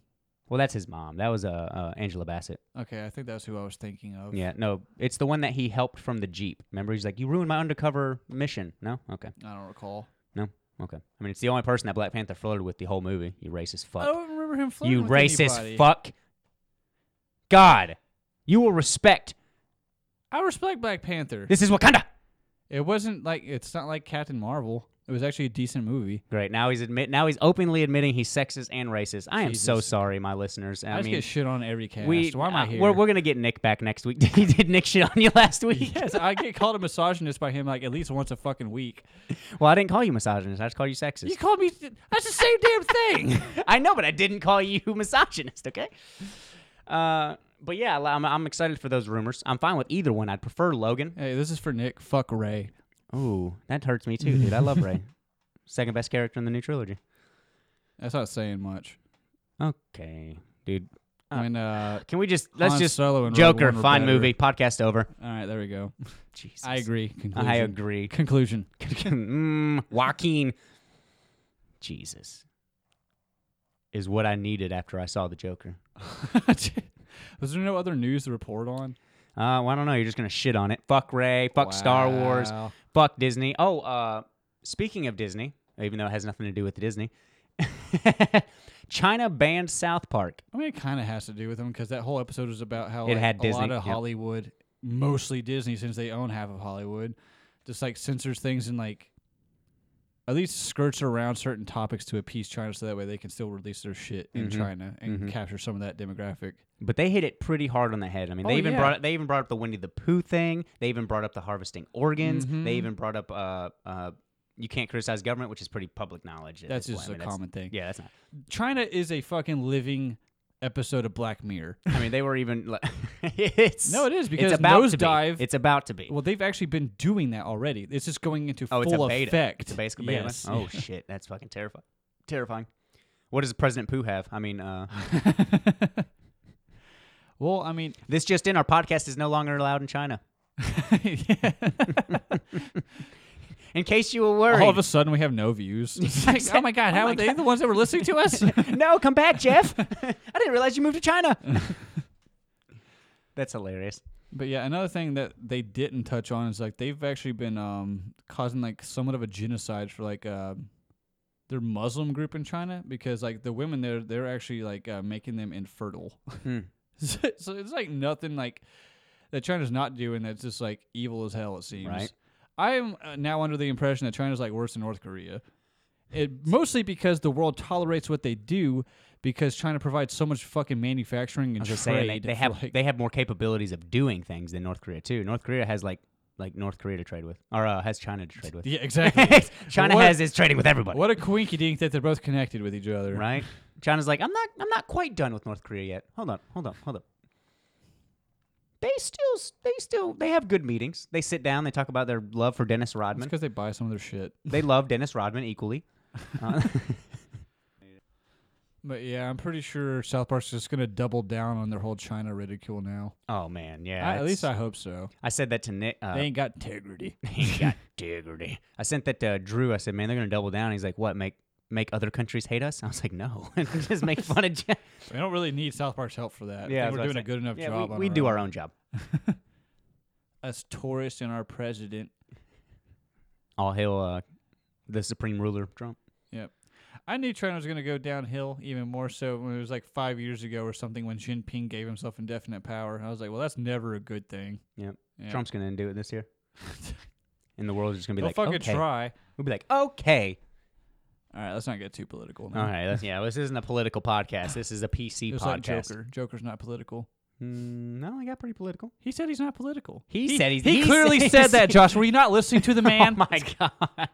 Speaker 5: Well, that's his mom. That was uh, uh Angela Bassett.
Speaker 2: Okay, I think that's who I was thinking of.
Speaker 5: Yeah, no, it's the one that he helped from the Jeep. Remember, he's like, You ruined my undercover mission. No? Okay.
Speaker 2: I don't recall.
Speaker 5: Okay. I mean, it's the only person that Black Panther flirted with the whole movie. You racist
Speaker 2: I
Speaker 5: fuck.
Speaker 2: don't remember him Oh, flirting
Speaker 5: You
Speaker 2: with
Speaker 5: racist
Speaker 2: anybody.
Speaker 5: fuck. God, you will respect.
Speaker 2: I respect Black Panther.
Speaker 5: This is Wakanda.
Speaker 2: It wasn't like it's not like Captain Marvel. It was actually a decent movie.
Speaker 5: Great. Now he's admit. Now he's openly admitting he's sexist and racist. I am so
Speaker 2: Jesus.
Speaker 5: sorry, my listeners. I,
Speaker 2: I, just
Speaker 5: mean,
Speaker 2: get shit on every cast.
Speaker 5: we.
Speaker 2: Why am I
Speaker 5: uh,
Speaker 2: here?
Speaker 5: We're, we're gonna get Nick back next week. he did Nick shit on you last week.
Speaker 2: yes, I get called a misogynist by him like at least once a fucking week.
Speaker 5: Well, I didn't call you misogynist. I just called you sexist.
Speaker 2: You called me. That's the same damn thing.
Speaker 5: I know, but I didn't call you misogynist, okay? Uh, but yeah, I'm, I'm excited for those rumors. I'm fine with either one. I'd prefer Logan.
Speaker 2: hey, this is for Nick. Fuck Ray.
Speaker 5: Oh, that hurts me too, dude. I love Ray. Second best character in the new trilogy.
Speaker 2: That's not saying much.
Speaker 5: Okay, dude.
Speaker 2: when uh,
Speaker 5: Can we just let's
Speaker 2: Han
Speaker 5: just
Speaker 2: Solo and Rogue
Speaker 5: Joker
Speaker 2: One were
Speaker 5: fine
Speaker 2: better.
Speaker 5: movie podcast over.
Speaker 2: all right, there we go.
Speaker 5: Jesus.
Speaker 2: I agree. Conclusion.
Speaker 5: I agree.
Speaker 2: Conclusion.
Speaker 5: mm, Joaquin. Jesus. Is what I needed after I saw the Joker.
Speaker 2: Was there no other news to report on?
Speaker 5: Uh, well, I don't know. You're just gonna shit on it. Fuck Ray. Fuck Star Wars.
Speaker 2: Wow.
Speaker 5: Fuck Disney. Oh, uh, speaking of Disney, even though it has nothing to do with Disney, China banned South Park.
Speaker 2: I mean, it kind of has to do with them because that whole episode was about how
Speaker 5: It
Speaker 2: like,
Speaker 5: had
Speaker 2: a lot
Speaker 5: Disney,
Speaker 2: of
Speaker 5: yep.
Speaker 2: Hollywood, mostly Disney, since they own half of Hollywood, just like censors things and like at least skirts around certain topics to appease China, so that way they can still release their shit in
Speaker 5: Mm-hmm.
Speaker 2: China and capture some of that demographic.
Speaker 5: But they hit it pretty hard on the head. I mean, they
Speaker 2: Oh,
Speaker 5: even
Speaker 2: yeah.
Speaker 5: brought they even brought up the Winnie the Pooh thing. They even brought up the harvesting organs.
Speaker 2: Mm-hmm.
Speaker 5: They even brought up uh, uh, you can't criticize government, which is pretty public knowledge. at
Speaker 2: That's
Speaker 5: this point.
Speaker 2: just
Speaker 5: I
Speaker 2: a
Speaker 5: mean,
Speaker 2: common thing.
Speaker 5: Yeah, that's not.
Speaker 2: China is a fucking living episode of Black Mirror.
Speaker 5: I mean, they were even. Like, it's
Speaker 2: No, it is, because
Speaker 5: it's about to be.
Speaker 2: Nosedive-
Speaker 5: It's about to be.
Speaker 2: Well, they've actually been doing that already. It's just going into full
Speaker 5: oh, it's a beta.
Speaker 2: effect.
Speaker 5: It's a basic beta. one?
Speaker 2: Yes.
Speaker 5: Oh shit, that's fucking terrifying. Terrifying. What does President Pooh have? I mean, uh,
Speaker 2: well, I mean,
Speaker 5: this just in: our podcast is no longer allowed in China.
Speaker 2: yeah.
Speaker 5: In case you were worried.
Speaker 2: all of a sudden we have no views. It's like, oh my god, how
Speaker 5: my
Speaker 2: are they the ones that were listening to us?
Speaker 5: no, come back, Jeff. I didn't realize you moved to China. That's hilarious.
Speaker 2: but yeah, another thing that they didn't touch on is like they've actually been um, causing like somewhat of a genocide for like uh, their Muslim group in China because like the women there they're actually like uh, making them infertile.
Speaker 5: Hmm.
Speaker 2: so, so it's like nothing like that China's not doing that's just like evil as hell. It seems.
Speaker 5: Right.
Speaker 2: I am uh, now under the impression that China's like worse than North Korea. It, mostly because the world tolerates what they do because China provides so much fucking manufacturing and
Speaker 5: Just
Speaker 2: trade.
Speaker 5: saying, they, they
Speaker 2: for,
Speaker 5: have
Speaker 2: like-
Speaker 5: they have more capabilities of doing things than North Korea too. North Korea has like like North Korea to trade with, or uh, has China to trade with.
Speaker 2: yeah, exactly.
Speaker 5: China
Speaker 2: What-
Speaker 5: has is trading with everybody,
Speaker 2: What a quinky dink that they're both connected with each other.
Speaker 5: right? China's like, I'm not I'm not quite done with North Korea yet. Hold on, hold on, hold on. They still s- they still they have good meetings. They sit down, they talk about their love for Dennis
Speaker 2: It's
Speaker 5: Rodman.
Speaker 2: because they buy some of their shit.
Speaker 5: They love Dennis Rodman equally. Uh,
Speaker 2: But yeah, I'm pretty sure South Park's just gonna double down on their whole China ridicule now.
Speaker 5: oh man, yeah.
Speaker 2: I- at
Speaker 5: it's-
Speaker 2: least I hope so.
Speaker 5: I said that to Nick. Uh,
Speaker 2: They ain't got integrity.
Speaker 5: ain't got dignity. I sent that to Drew. I said, "Man, they're gonna double down." He's like, "What? Make make other countries hate us?" I was like, "No, just make fun of." China.
Speaker 2: They don't really need South Park's help for that.
Speaker 5: Yeah,
Speaker 2: Yeah,
Speaker 5: that's what
Speaker 2: we're
Speaker 5: I
Speaker 2: doing a
Speaker 5: said.
Speaker 2: good enough
Speaker 5: Yeah,
Speaker 2: job.
Speaker 5: we,
Speaker 2: on
Speaker 5: we
Speaker 2: our
Speaker 5: do
Speaker 2: own.
Speaker 5: our own job.
Speaker 2: us tourists and our president.
Speaker 5: All hail uh, the supreme ruler, Trump.
Speaker 2: Yep. I knew China was going to go downhill even more so when it was like five years ago or something when Xi Jinping gave himself indefinite power. I was like, well, that's never a good thing.
Speaker 5: Yep.
Speaker 2: Yeah.
Speaker 5: Trump's gonna do it this year, and the world's just gonna be
Speaker 2: They'll
Speaker 5: like,
Speaker 2: fucking
Speaker 5: "Okay."
Speaker 2: try.
Speaker 5: We'll be like, "Okay,
Speaker 2: All right, let's not get too political. Now.
Speaker 5: all right, that's, yeah." This isn't a political podcast. This is a PC
Speaker 2: Just like
Speaker 5: podcast.
Speaker 2: Joker. Joker's not political.
Speaker 5: Mm, no, I got pretty political.
Speaker 2: He said he's not political.
Speaker 5: He said he's-
Speaker 2: He,
Speaker 5: he
Speaker 2: clearly
Speaker 5: said-
Speaker 2: said that, Josh. Were you not listening to the man?
Speaker 5: Oh my god.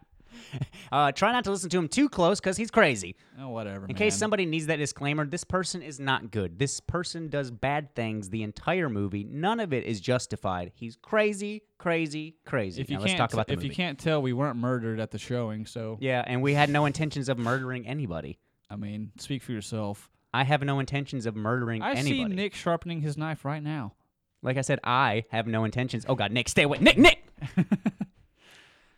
Speaker 5: Uh, try not to listen to him too close because he's crazy.
Speaker 2: oh, whatever.
Speaker 5: In case somebody needs that disclaimer, this person is not good. This person does bad things the entire movie. None of it is justified. He's crazy, crazy, crazy.
Speaker 2: if you
Speaker 5: Now,
Speaker 2: can't,
Speaker 5: let's talk about the
Speaker 2: if
Speaker 5: movie.
Speaker 2: you can't tell, we weren't murdered at the showing. So
Speaker 5: yeah, and we had no intentions of murdering anybody.
Speaker 2: I mean, speak for yourself.
Speaker 5: I have no intentions of murdering
Speaker 2: I
Speaker 5: anybody.
Speaker 2: see Nick sharpening his knife right now.
Speaker 5: Like I said, I have no intentions. Oh God, Nick, stay away, Nick, Nick.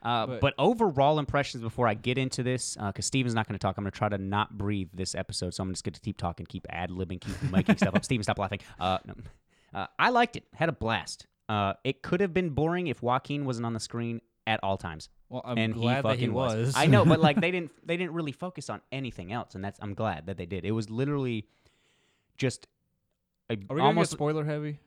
Speaker 5: Uh, but,
Speaker 2: But-
Speaker 5: overall impressions before I get into this, because Steven's not going to talk. I'm going to try to not breathe this episode, so I'm just going to keep talking, keep ad libbing, keep making stuff up. Steven, stop laughing. Uh, no. uh, I liked it. Had a blast. Uh, it could have been boring if Joaquin wasn't on the screen at all times.
Speaker 2: Well, I'm
Speaker 5: and he
Speaker 2: glad that
Speaker 5: fucking
Speaker 2: he was.
Speaker 5: I know, but like they didn't they didn't really focus on anything else, and that's I'm glad that they did. It was literally just a,
Speaker 2: Are we
Speaker 5: almost
Speaker 2: almost spoiler heavy?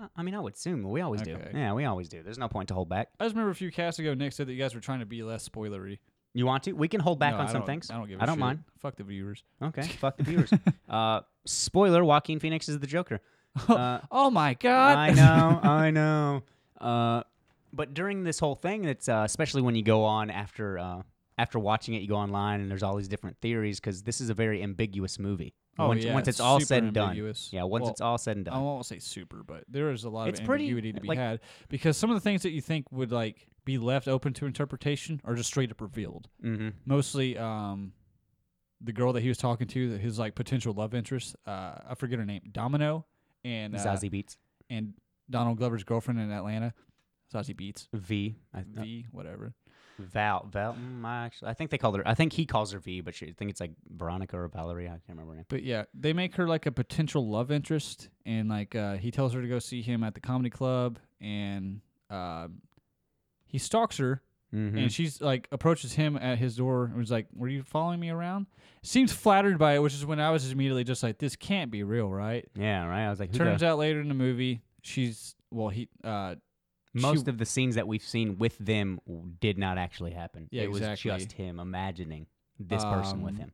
Speaker 5: uh, I mean, I would assume we always
Speaker 2: Okay.
Speaker 5: do. Yeah, we always do. There's no point to hold back.
Speaker 2: I just remember a few casts ago, Nick said that you guys were trying to be less spoilery.
Speaker 5: You want to? We can hold back
Speaker 2: No,
Speaker 5: on
Speaker 2: I
Speaker 5: some
Speaker 2: don't-
Speaker 5: things.
Speaker 2: I don't give. a
Speaker 5: I don't
Speaker 2: shit.
Speaker 5: mind.
Speaker 2: Fuck the viewers.
Speaker 5: Okay, fuck the viewers. uh, spoiler: Joaquin Phoenix is the Joker. Uh,
Speaker 2: Oh my god!
Speaker 5: I know, I know. Uh, but during this whole thing, it's uh, especially when you go on after uh, after watching it, you go online and there's all these different theories because this is a very ambiguous movie.
Speaker 2: Oh,
Speaker 5: once,
Speaker 2: yeah,
Speaker 5: once
Speaker 2: it's
Speaker 5: it's all said
Speaker 2: super
Speaker 5: and
Speaker 2: ambiguous.
Speaker 5: done. Yeah, once
Speaker 2: Well,
Speaker 5: it's all said and
Speaker 2: I
Speaker 5: done.
Speaker 2: won't say super, but there is a lot
Speaker 5: It's
Speaker 2: of
Speaker 5: pretty-
Speaker 2: ambiguity to be
Speaker 5: like-
Speaker 2: had because some of the things that you think would like
Speaker 5: Mm-hmm.
Speaker 2: be left open to interpretation are just straight up revealed.
Speaker 5: hmm
Speaker 2: Mostly, um, the girl that he was talking to, that his like potential love interest, uh, I forget her name, Domino, and uh,
Speaker 5: Zazie Beats.
Speaker 2: and Donald Glover's girlfriend in Atlanta, Zazie Beats,
Speaker 5: V. I, uh,
Speaker 2: V, whatever.
Speaker 5: Val. Val. Mm, I, actually, I think they call her. I think he calls her V, but she, I think it's like Veronica or Valerie. I can't remember her name.
Speaker 2: But yeah, they make her like a potential love interest, and like uh, he tells her to go see him at the comedy club, and um, he stalks her,
Speaker 5: Mhm.
Speaker 2: and she's like approaches him at his door and was like, "Were you following me around?" Seems flattered by it, which is when I was just immediately just like, "This can't be real, right?"
Speaker 5: Yeah, right. I was like, who
Speaker 2: Turns
Speaker 5: the,
Speaker 2: out later in the movie, she's well, he uh, she-
Speaker 5: most of the scenes that we've seen with them w- did not actually happen.
Speaker 2: Yeah,
Speaker 5: it was
Speaker 2: exactly.
Speaker 5: just him imagining this person with
Speaker 2: Um,
Speaker 5: him.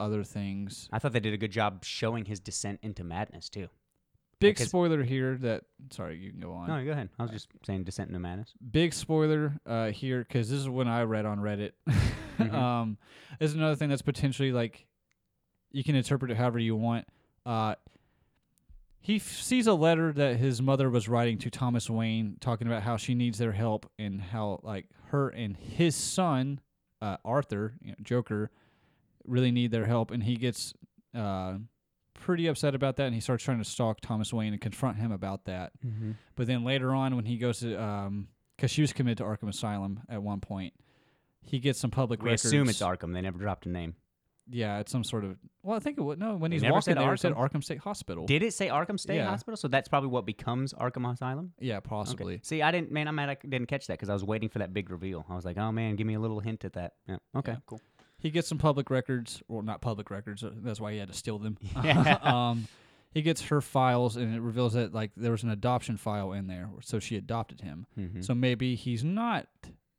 Speaker 2: other things.
Speaker 5: I thought they did a good job showing his descent into madness too.
Speaker 2: Big
Speaker 5: because-
Speaker 2: spoiler here. That sorry, you can go on.
Speaker 5: No, go ahead.
Speaker 2: Uh,
Speaker 5: I was just saying descent into madness.
Speaker 2: big spoiler uh, here because this is when I read on Reddit. um, this is another thing that's potentially like you can interpret it however you want. Uh, he f- sees a letter that his mother was writing to Thomas Wayne, talking about how she needs their help and how like her and his son uh, Arthur you know, Joker really need their help, and he gets uh, pretty upset about that, and he starts trying to stalk Thomas Wayne and confront him about that.
Speaker 5: Mm-hmm.
Speaker 2: But then later on, when he goes to, um, because she was committed to Arkham Asylum at one point, he gets some public
Speaker 5: We
Speaker 2: records.
Speaker 5: assume it's Arkham. They never dropped a name.
Speaker 2: Yeah, it's some sort of. Well, I think it would. No, when
Speaker 5: They
Speaker 2: he's
Speaker 5: never
Speaker 2: walking
Speaker 5: said
Speaker 2: there, it said Arkham State Hospital.
Speaker 5: Did it say Arkham State
Speaker 2: Yeah.
Speaker 5: Hospital? So that's probably what becomes Arkham Asylum.
Speaker 2: yeah,
Speaker 5: Okay.
Speaker 2: possibly.
Speaker 5: See, I didn't, man. I'm mad I didn't catch that because I was waiting for that big reveal. I was like, oh man, give me a little hint at that. Yeah. Okay.
Speaker 2: Yeah.
Speaker 5: Cool.
Speaker 2: He gets some public records, well, not public records. uh, That's why he had to steal them.
Speaker 5: Yeah.
Speaker 2: um, he gets her files, and it reveals that like there was an adoption file in there, so she adopted him.
Speaker 5: Mhm.
Speaker 2: So maybe he's not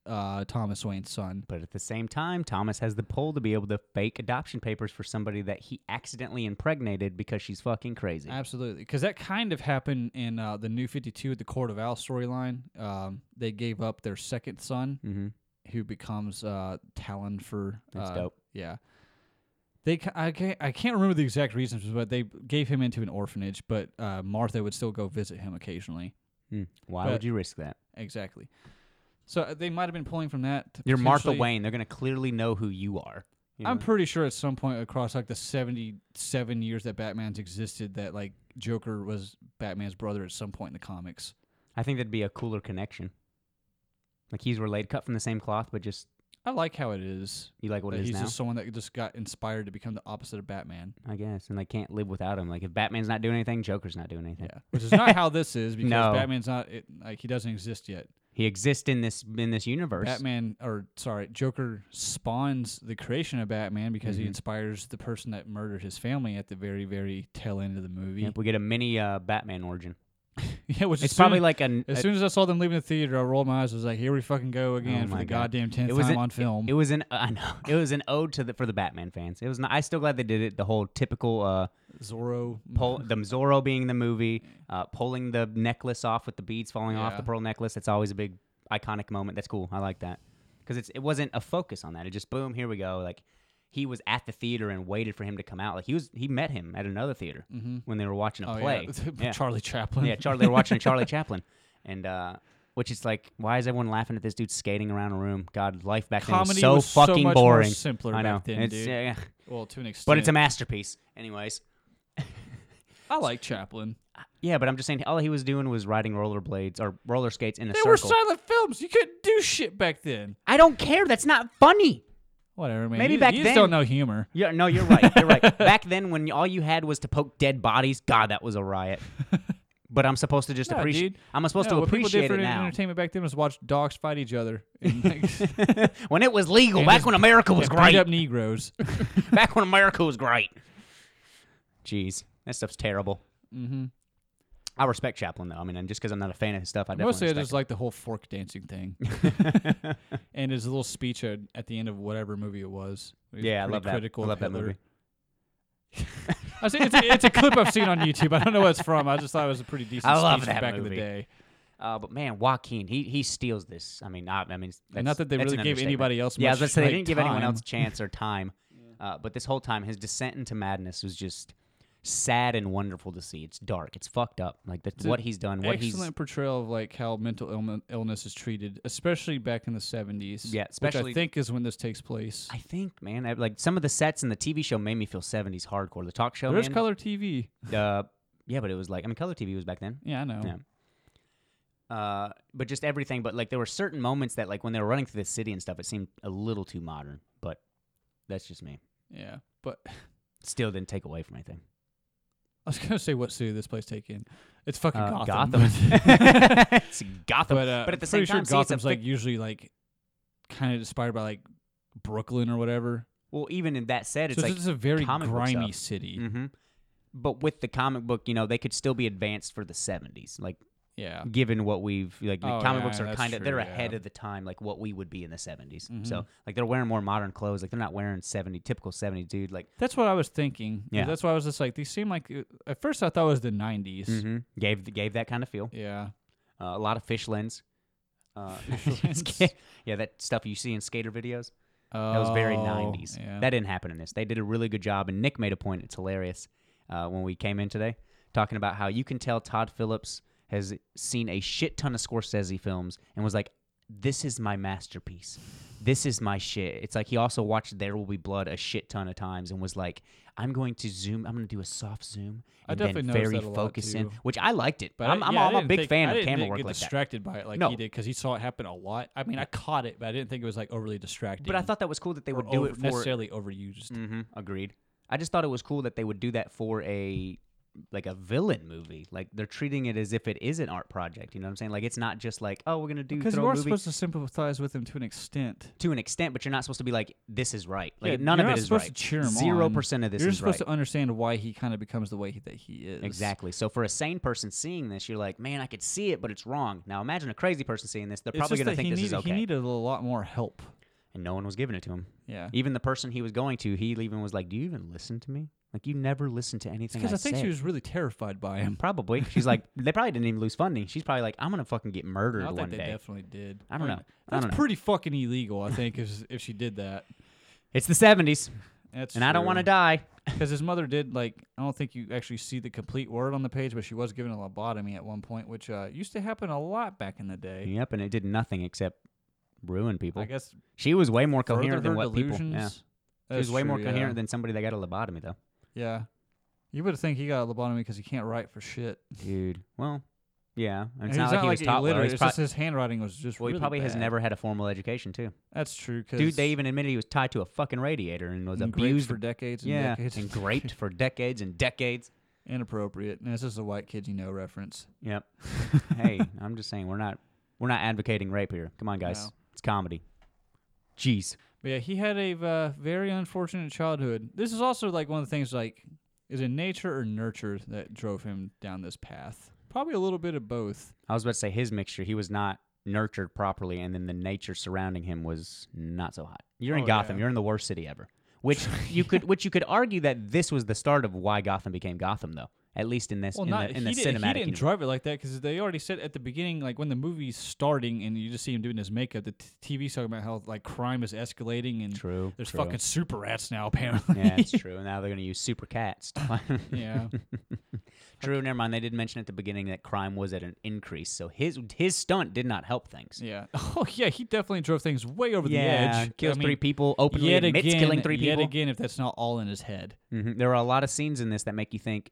Speaker 2: uh, Thomas Wayne's son.
Speaker 5: But at the same time, Thomas has the pull to be able to fake adoption papers for somebody that he accidentally impregnated because she's fucking crazy.
Speaker 2: Absolutely, because that kind of happened in uh, the New Fifty Two, the Court of Owl storyline. Um, they gave up their second son,
Speaker 5: mm-hmm.
Speaker 2: who becomes uh, Talon for.
Speaker 5: That's
Speaker 2: uh,
Speaker 5: dope.
Speaker 2: Yeah, they. ca- I can't. I can't remember the exact reasons, but they gave him into an orphanage. But uh, Martha would still go visit him occasionally.
Speaker 5: Mm. Why
Speaker 2: But-
Speaker 5: would you risk that?
Speaker 2: Exactly. So uh, they might have been pulling from that. to
Speaker 5: You're Martha
Speaker 2: potentially-
Speaker 5: Wayne. They're gonna clearly know who you are. You
Speaker 2: I'm
Speaker 5: know?
Speaker 2: pretty sure at some point across like the 77 years that Batman's existed, that like Joker was Batman's brother at some point in the comics.
Speaker 5: I think that'd be a cooler connection. Like he's related, cut from the same cloth, but just
Speaker 2: I like how it is.
Speaker 5: you like what
Speaker 2: that
Speaker 5: it is
Speaker 2: he's
Speaker 5: now,
Speaker 2: just someone that just got inspired to become the opposite of Batman.
Speaker 5: I guess. And they can't live without him. Like if Batman's not doing anything, Joker's not doing anything.
Speaker 2: Which is not how this is because
Speaker 5: No.
Speaker 2: Batman's not it, like he doesn't exist yet.
Speaker 5: He exists in this in this universe.
Speaker 2: Batman or sorry, Joker spawns the creation of Batman because he
Speaker 5: Mhm.
Speaker 2: inspires the person that murdered his family at the very very tail end of the movie.
Speaker 5: Yep, we get a mini uh, Batman origin.
Speaker 2: yeah, which
Speaker 5: It's
Speaker 2: is
Speaker 5: probably like an.
Speaker 2: as
Speaker 5: a-
Speaker 2: soon as I saw them leaving the theater, I rolled my eyes. I was like, "Here we fucking go again for
Speaker 5: Oh my
Speaker 2: the
Speaker 5: God.
Speaker 2: goddamn tenth
Speaker 5: It was
Speaker 2: time
Speaker 5: an-
Speaker 2: on film."
Speaker 5: it was an I know it was an ode to the for the Batman fans. It was not, I still glad they did it. The whole typical uh,
Speaker 2: Zorro,
Speaker 5: pull, the Zorro being the movie, uh, pulling the necklace off with the beads falling off the
Speaker 2: Yeah.
Speaker 5: pearl necklace. That's always a big iconic moment. That's cool. I like that because it's it wasn't a focus on that. It just boom, here we go. Like he was at the theater and waited for him to come out. Like he was he met him at another theater when they were watching a
Speaker 2: oh,
Speaker 5: play.
Speaker 2: yeah.
Speaker 5: Yeah.
Speaker 2: Charlie Chaplin.
Speaker 5: Oh, Yeah, Charlie. They were watching a Charlie Chaplin, and uh, which is like, why is everyone laughing at this dude skating around a room? God, life back then was
Speaker 2: Comedy
Speaker 5: so
Speaker 2: was so
Speaker 5: fucking
Speaker 2: much more
Speaker 5: boring.
Speaker 2: simpler
Speaker 5: I know.
Speaker 2: back then,
Speaker 5: it's,
Speaker 2: dude.
Speaker 5: yeah, yeah.
Speaker 2: well, to an extent,
Speaker 5: but it's a masterpiece, anyways.
Speaker 2: I like Chaplin.
Speaker 5: Yeah, but I'm just saying, all he was doing was riding rollerblades or roller skates in a
Speaker 2: They
Speaker 5: circle.
Speaker 2: were silent films. You couldn't do shit back then.
Speaker 5: I don't care. That's not funny.
Speaker 2: Whatever, man.
Speaker 5: Maybe
Speaker 2: you,
Speaker 5: back
Speaker 2: you
Speaker 5: then-
Speaker 2: just don't know humor.
Speaker 5: Yeah, no, you're right. You're right. Back then, when all you had was to poke dead bodies, God, that was a riot. But I'm supposed to just
Speaker 2: No,
Speaker 5: appreciate.
Speaker 2: dude.
Speaker 5: I'm supposed
Speaker 2: No,
Speaker 5: to
Speaker 2: what people did
Speaker 5: appreciate
Speaker 2: for
Speaker 5: it
Speaker 2: en-
Speaker 5: now.
Speaker 2: entertainment back then was watch dogs fight each other and like,
Speaker 5: When it was legal,
Speaker 2: And
Speaker 5: back
Speaker 2: just-
Speaker 5: when America was great.
Speaker 2: beat up Negroes.
Speaker 5: back when America was great. Jeez, that stuff's terrible.
Speaker 2: hmm
Speaker 5: I respect Chaplin though. I mean, and just because I'm not a fan of his stuff, I definitely
Speaker 2: Mostly, I
Speaker 5: respect
Speaker 2: just like the whole fork dancing thing, and his little speech at, at the end of whatever movie it was. He was
Speaker 5: him. Yeah, I
Speaker 2: pretty
Speaker 5: love that. I
Speaker 2: critical of
Speaker 5: love that
Speaker 2: Hitler.
Speaker 5: movie.
Speaker 2: I was- it's, it's a clip I've seen on YouTube. I don't know what it's from. I just thought it was a pretty decent
Speaker 5: I love
Speaker 2: speech
Speaker 5: that
Speaker 2: back in
Speaker 5: movie.
Speaker 2: the day.
Speaker 5: Uh, but man, Joaquin, he he steals this. I mean, I, I mean, that's,
Speaker 2: Not that they
Speaker 5: that's
Speaker 2: really
Speaker 5: an
Speaker 2: gave
Speaker 5: understatement.
Speaker 2: anybody else
Speaker 5: Yeah, I was
Speaker 2: much,
Speaker 5: gonna say they
Speaker 2: like,
Speaker 5: didn't give anyone
Speaker 2: time.
Speaker 5: else a chance or time. Uh, but this whole time, his descent into madness was just sad and wonderful to see. It's dark. It's fucked up. Like that's
Speaker 2: an
Speaker 5: what he's done. What
Speaker 2: Excellent
Speaker 5: he's
Speaker 2: portrayal of like how mental illme- illness is treated, especially back in the seventies.
Speaker 5: Yeah,
Speaker 2: which
Speaker 5: especially-
Speaker 2: I think is when this takes place.
Speaker 5: I think, man, I, like some of the sets in the TV show made me feel 70s hardcore. The talk show,
Speaker 2: There's
Speaker 5: man,
Speaker 2: color TV.
Speaker 5: uh, yeah, but it was like I mean, color TV was back then.
Speaker 2: Yeah, I know.
Speaker 5: Yeah. Uh, but just everything. But like there were certain moments that like when they were running through the city and stuff, it seemed a little too modern. But that's just me.
Speaker 2: Yeah, but I
Speaker 5: Still didn't take away from anything.
Speaker 2: was gonna say what city this place take in. It's fucking
Speaker 5: Uh,
Speaker 2: Gotham.
Speaker 5: it's Gotham.
Speaker 2: but, uh,
Speaker 5: but at
Speaker 2: I'm
Speaker 5: the same
Speaker 2: pretty
Speaker 5: time,
Speaker 2: sure
Speaker 5: see, it's a
Speaker 2: Gotham's
Speaker 5: fic-
Speaker 2: like usually like kind of inspired by like Brooklyn or whatever.
Speaker 5: well, even in that set, it's
Speaker 2: so
Speaker 5: like
Speaker 2: this is a very
Speaker 5: comic book
Speaker 2: grimy
Speaker 5: stuff.
Speaker 2: city.
Speaker 5: hmm But with the comic book, you know, they could still be advanced for the '70s. Like,
Speaker 2: Yeah,
Speaker 5: given what we've like, the
Speaker 2: Uh, Oh,
Speaker 5: comic
Speaker 2: yeah,
Speaker 5: books are
Speaker 2: that's
Speaker 5: kind of they're
Speaker 2: true,
Speaker 5: ahead
Speaker 2: yeah. Mm-hmm.
Speaker 5: of the time, like what we would be in the '70s. So, like, they're wearing more modern clothes. Like, they're not wearing '70 typical '70s dude. Like,
Speaker 2: that's what I was thinking. 'cause
Speaker 5: Yeah.
Speaker 2: that's why I was just like these seem like. uh, At first, I thought it was the 90s
Speaker 5: mhm, gave gave that kind of feel.
Speaker 2: Mm-hmm. Yeah,
Speaker 5: Uh, a lot of fish lens. Uh,
Speaker 2: Fish lens.
Speaker 5: yeah, that stuff you see in skater videos. That was very
Speaker 2: Oh,
Speaker 5: 90s.
Speaker 2: Yeah.
Speaker 5: That didn't happen in this. They did a really good job, and Nick made a point. It's hilarious uh, when we came in today talking about how you can tell Todd Phillips has seen a shit ton of Scorsese films and was like, "This is my masterpiece. This is my shit." It's like he also watched There Will Be Blood a shit ton of times and was like, "I'm going to zoom. I'm going to do a soft zoom
Speaker 2: I
Speaker 5: and
Speaker 2: definitely
Speaker 5: then
Speaker 2: noticed
Speaker 5: very
Speaker 2: that a lot,
Speaker 5: focus in,"
Speaker 2: too.
Speaker 5: which I liked it.
Speaker 2: I-
Speaker 5: I'm, I'm,
Speaker 2: yeah, I
Speaker 5: I'm a
Speaker 2: didn't
Speaker 5: big
Speaker 2: think-
Speaker 5: fan
Speaker 2: I
Speaker 5: of
Speaker 2: didn't
Speaker 5: camera
Speaker 2: get
Speaker 5: work like that.
Speaker 2: distracted by it like
Speaker 5: No.
Speaker 2: he did because he saw it happen a lot. I mean, I caught it, but I didn't think it was like overly distracting.
Speaker 5: But I thought that was cool that they
Speaker 2: or
Speaker 5: would do
Speaker 2: over-
Speaker 5: it for
Speaker 2: necessarily overused.
Speaker 5: Mm-hmm. Agreed. I just thought it was cool that they would do that for a like a villain movie. Like they're treating it as if it is an art project. You know what I'm saying? Like it's not just like oh we're gonna do
Speaker 2: Because
Speaker 5: throw
Speaker 2: Mm, you
Speaker 5: a
Speaker 2: are
Speaker 5: movie
Speaker 2: supposed to sympathize with him to an extent.
Speaker 5: to an extent, but you're not supposed to be like this is right. Like
Speaker 2: Yeah,
Speaker 5: none
Speaker 2: you're
Speaker 5: of
Speaker 2: not
Speaker 5: it is
Speaker 2: supposed
Speaker 5: right.
Speaker 2: To cheer him
Speaker 5: Zero
Speaker 2: on.
Speaker 5: percent of this
Speaker 2: You're
Speaker 5: is right.
Speaker 2: supposed to understand why he kind of becomes the way he, that he is.
Speaker 5: Exactly. So for a sane person seeing this, you're like, man, I could see it, but it's wrong. Now imagine a crazy person seeing this; they're
Speaker 2: It's
Speaker 5: probably
Speaker 2: just
Speaker 5: gonna
Speaker 2: that
Speaker 5: think
Speaker 2: he
Speaker 5: this is
Speaker 2: needed-
Speaker 5: okay.
Speaker 2: He needed a lot more help.
Speaker 5: and no one was giving it to him.
Speaker 2: Yeah.
Speaker 5: Even the person he was going to, he even was like, "Do you even listen to me? Like you never listen to anything."
Speaker 2: Because I think
Speaker 5: say.
Speaker 2: she was really terrified by him.
Speaker 5: Probably. She's like, they probably didn't even lose funding. She's probably like, I'm gonna fucking get
Speaker 2: I
Speaker 5: murdered
Speaker 2: think
Speaker 5: one
Speaker 2: they
Speaker 5: day.
Speaker 2: definitely did.
Speaker 5: I don't
Speaker 2: mean,
Speaker 5: know. I
Speaker 2: That's
Speaker 5: don't know.
Speaker 2: pretty fucking illegal. I think if if she did that,
Speaker 5: it's the 70s,
Speaker 2: that's
Speaker 5: and I don't want to
Speaker 2: true.
Speaker 5: die.
Speaker 2: Because his mother did like I don't think you actually see the complete word on the page, but she was given a lobotomy at one point, which uh, used to happen a lot back in the day.
Speaker 5: Yep, and it did nothing except ruin people.
Speaker 2: I guess
Speaker 5: She was way more
Speaker 2: further
Speaker 5: coherent than
Speaker 2: her
Speaker 5: what people. Yeah.
Speaker 2: delusions.
Speaker 5: She was way more coherent than somebody that got a lobotomy, though.
Speaker 2: than yeah. You would think he got a lobotomy because he can't write for shit.
Speaker 5: Dude, well, yeah. and
Speaker 2: And
Speaker 5: it's
Speaker 2: he's
Speaker 5: not like he was taught well.
Speaker 2: illiterate,
Speaker 5: He's
Speaker 2: It's
Speaker 5: prob-
Speaker 2: just his handwriting was just
Speaker 5: well, he
Speaker 2: really
Speaker 5: probably has
Speaker 2: bad.
Speaker 5: never had a formal education, too.
Speaker 2: That's true. Cause
Speaker 5: Dude, they even admitted he was tied to a fucking radiator and was
Speaker 2: been graped
Speaker 5: abused.
Speaker 2: for decades. And
Speaker 5: yeah,
Speaker 2: decades.
Speaker 5: and raped for decades and decades.
Speaker 2: inappropriate. And it's just a white kid you know reference.
Speaker 5: Yep. hey, I'm just saying we're not we're not advocating rape here. Come on, guys.
Speaker 2: No.
Speaker 5: It's comedy. Jeez.
Speaker 2: But yeah, he had a uh, very unfortunate childhood. This is also like one of the things like is it nature or nurture that drove him down this path? Probably a little bit of both.
Speaker 5: I was about to say his mixture. He was not nurtured properly, and then the nature surrounding him was not so hot. You're in
Speaker 2: Oh,
Speaker 5: Gotham.
Speaker 2: yeah.
Speaker 5: You're in the worst city ever. Which you could which you could argue that this was the start of why Gotham became Gotham, though. At least in this
Speaker 2: Well,
Speaker 5: in
Speaker 2: not
Speaker 5: the, in the
Speaker 2: he, did,
Speaker 5: cinematic.
Speaker 2: he didn't
Speaker 5: universe.
Speaker 2: drive it like that because they already said at the beginning, like when the movie's starting and you just see him doing his makeup, the t- TV's talking about how like crime is escalating and
Speaker 5: True.
Speaker 2: there's
Speaker 5: true.
Speaker 2: fucking super rats now apparently.
Speaker 5: Yeah, it's true. And now they're gonna use super cats. to find-
Speaker 2: yeah.
Speaker 5: True. Never mind. They did mention at the beginning that crime was at an increase, so his his stunt did not help things.
Speaker 2: Yeah. Oh yeah, he definitely drove things way over the edge.
Speaker 5: Kills
Speaker 2: I mean,
Speaker 5: three people. Openly
Speaker 2: Yet
Speaker 5: admits
Speaker 2: again,
Speaker 5: killing three
Speaker 2: yet
Speaker 5: people.
Speaker 2: again, if that's not all in his head.
Speaker 5: Mhm. There are a lot of scenes in this that make you think,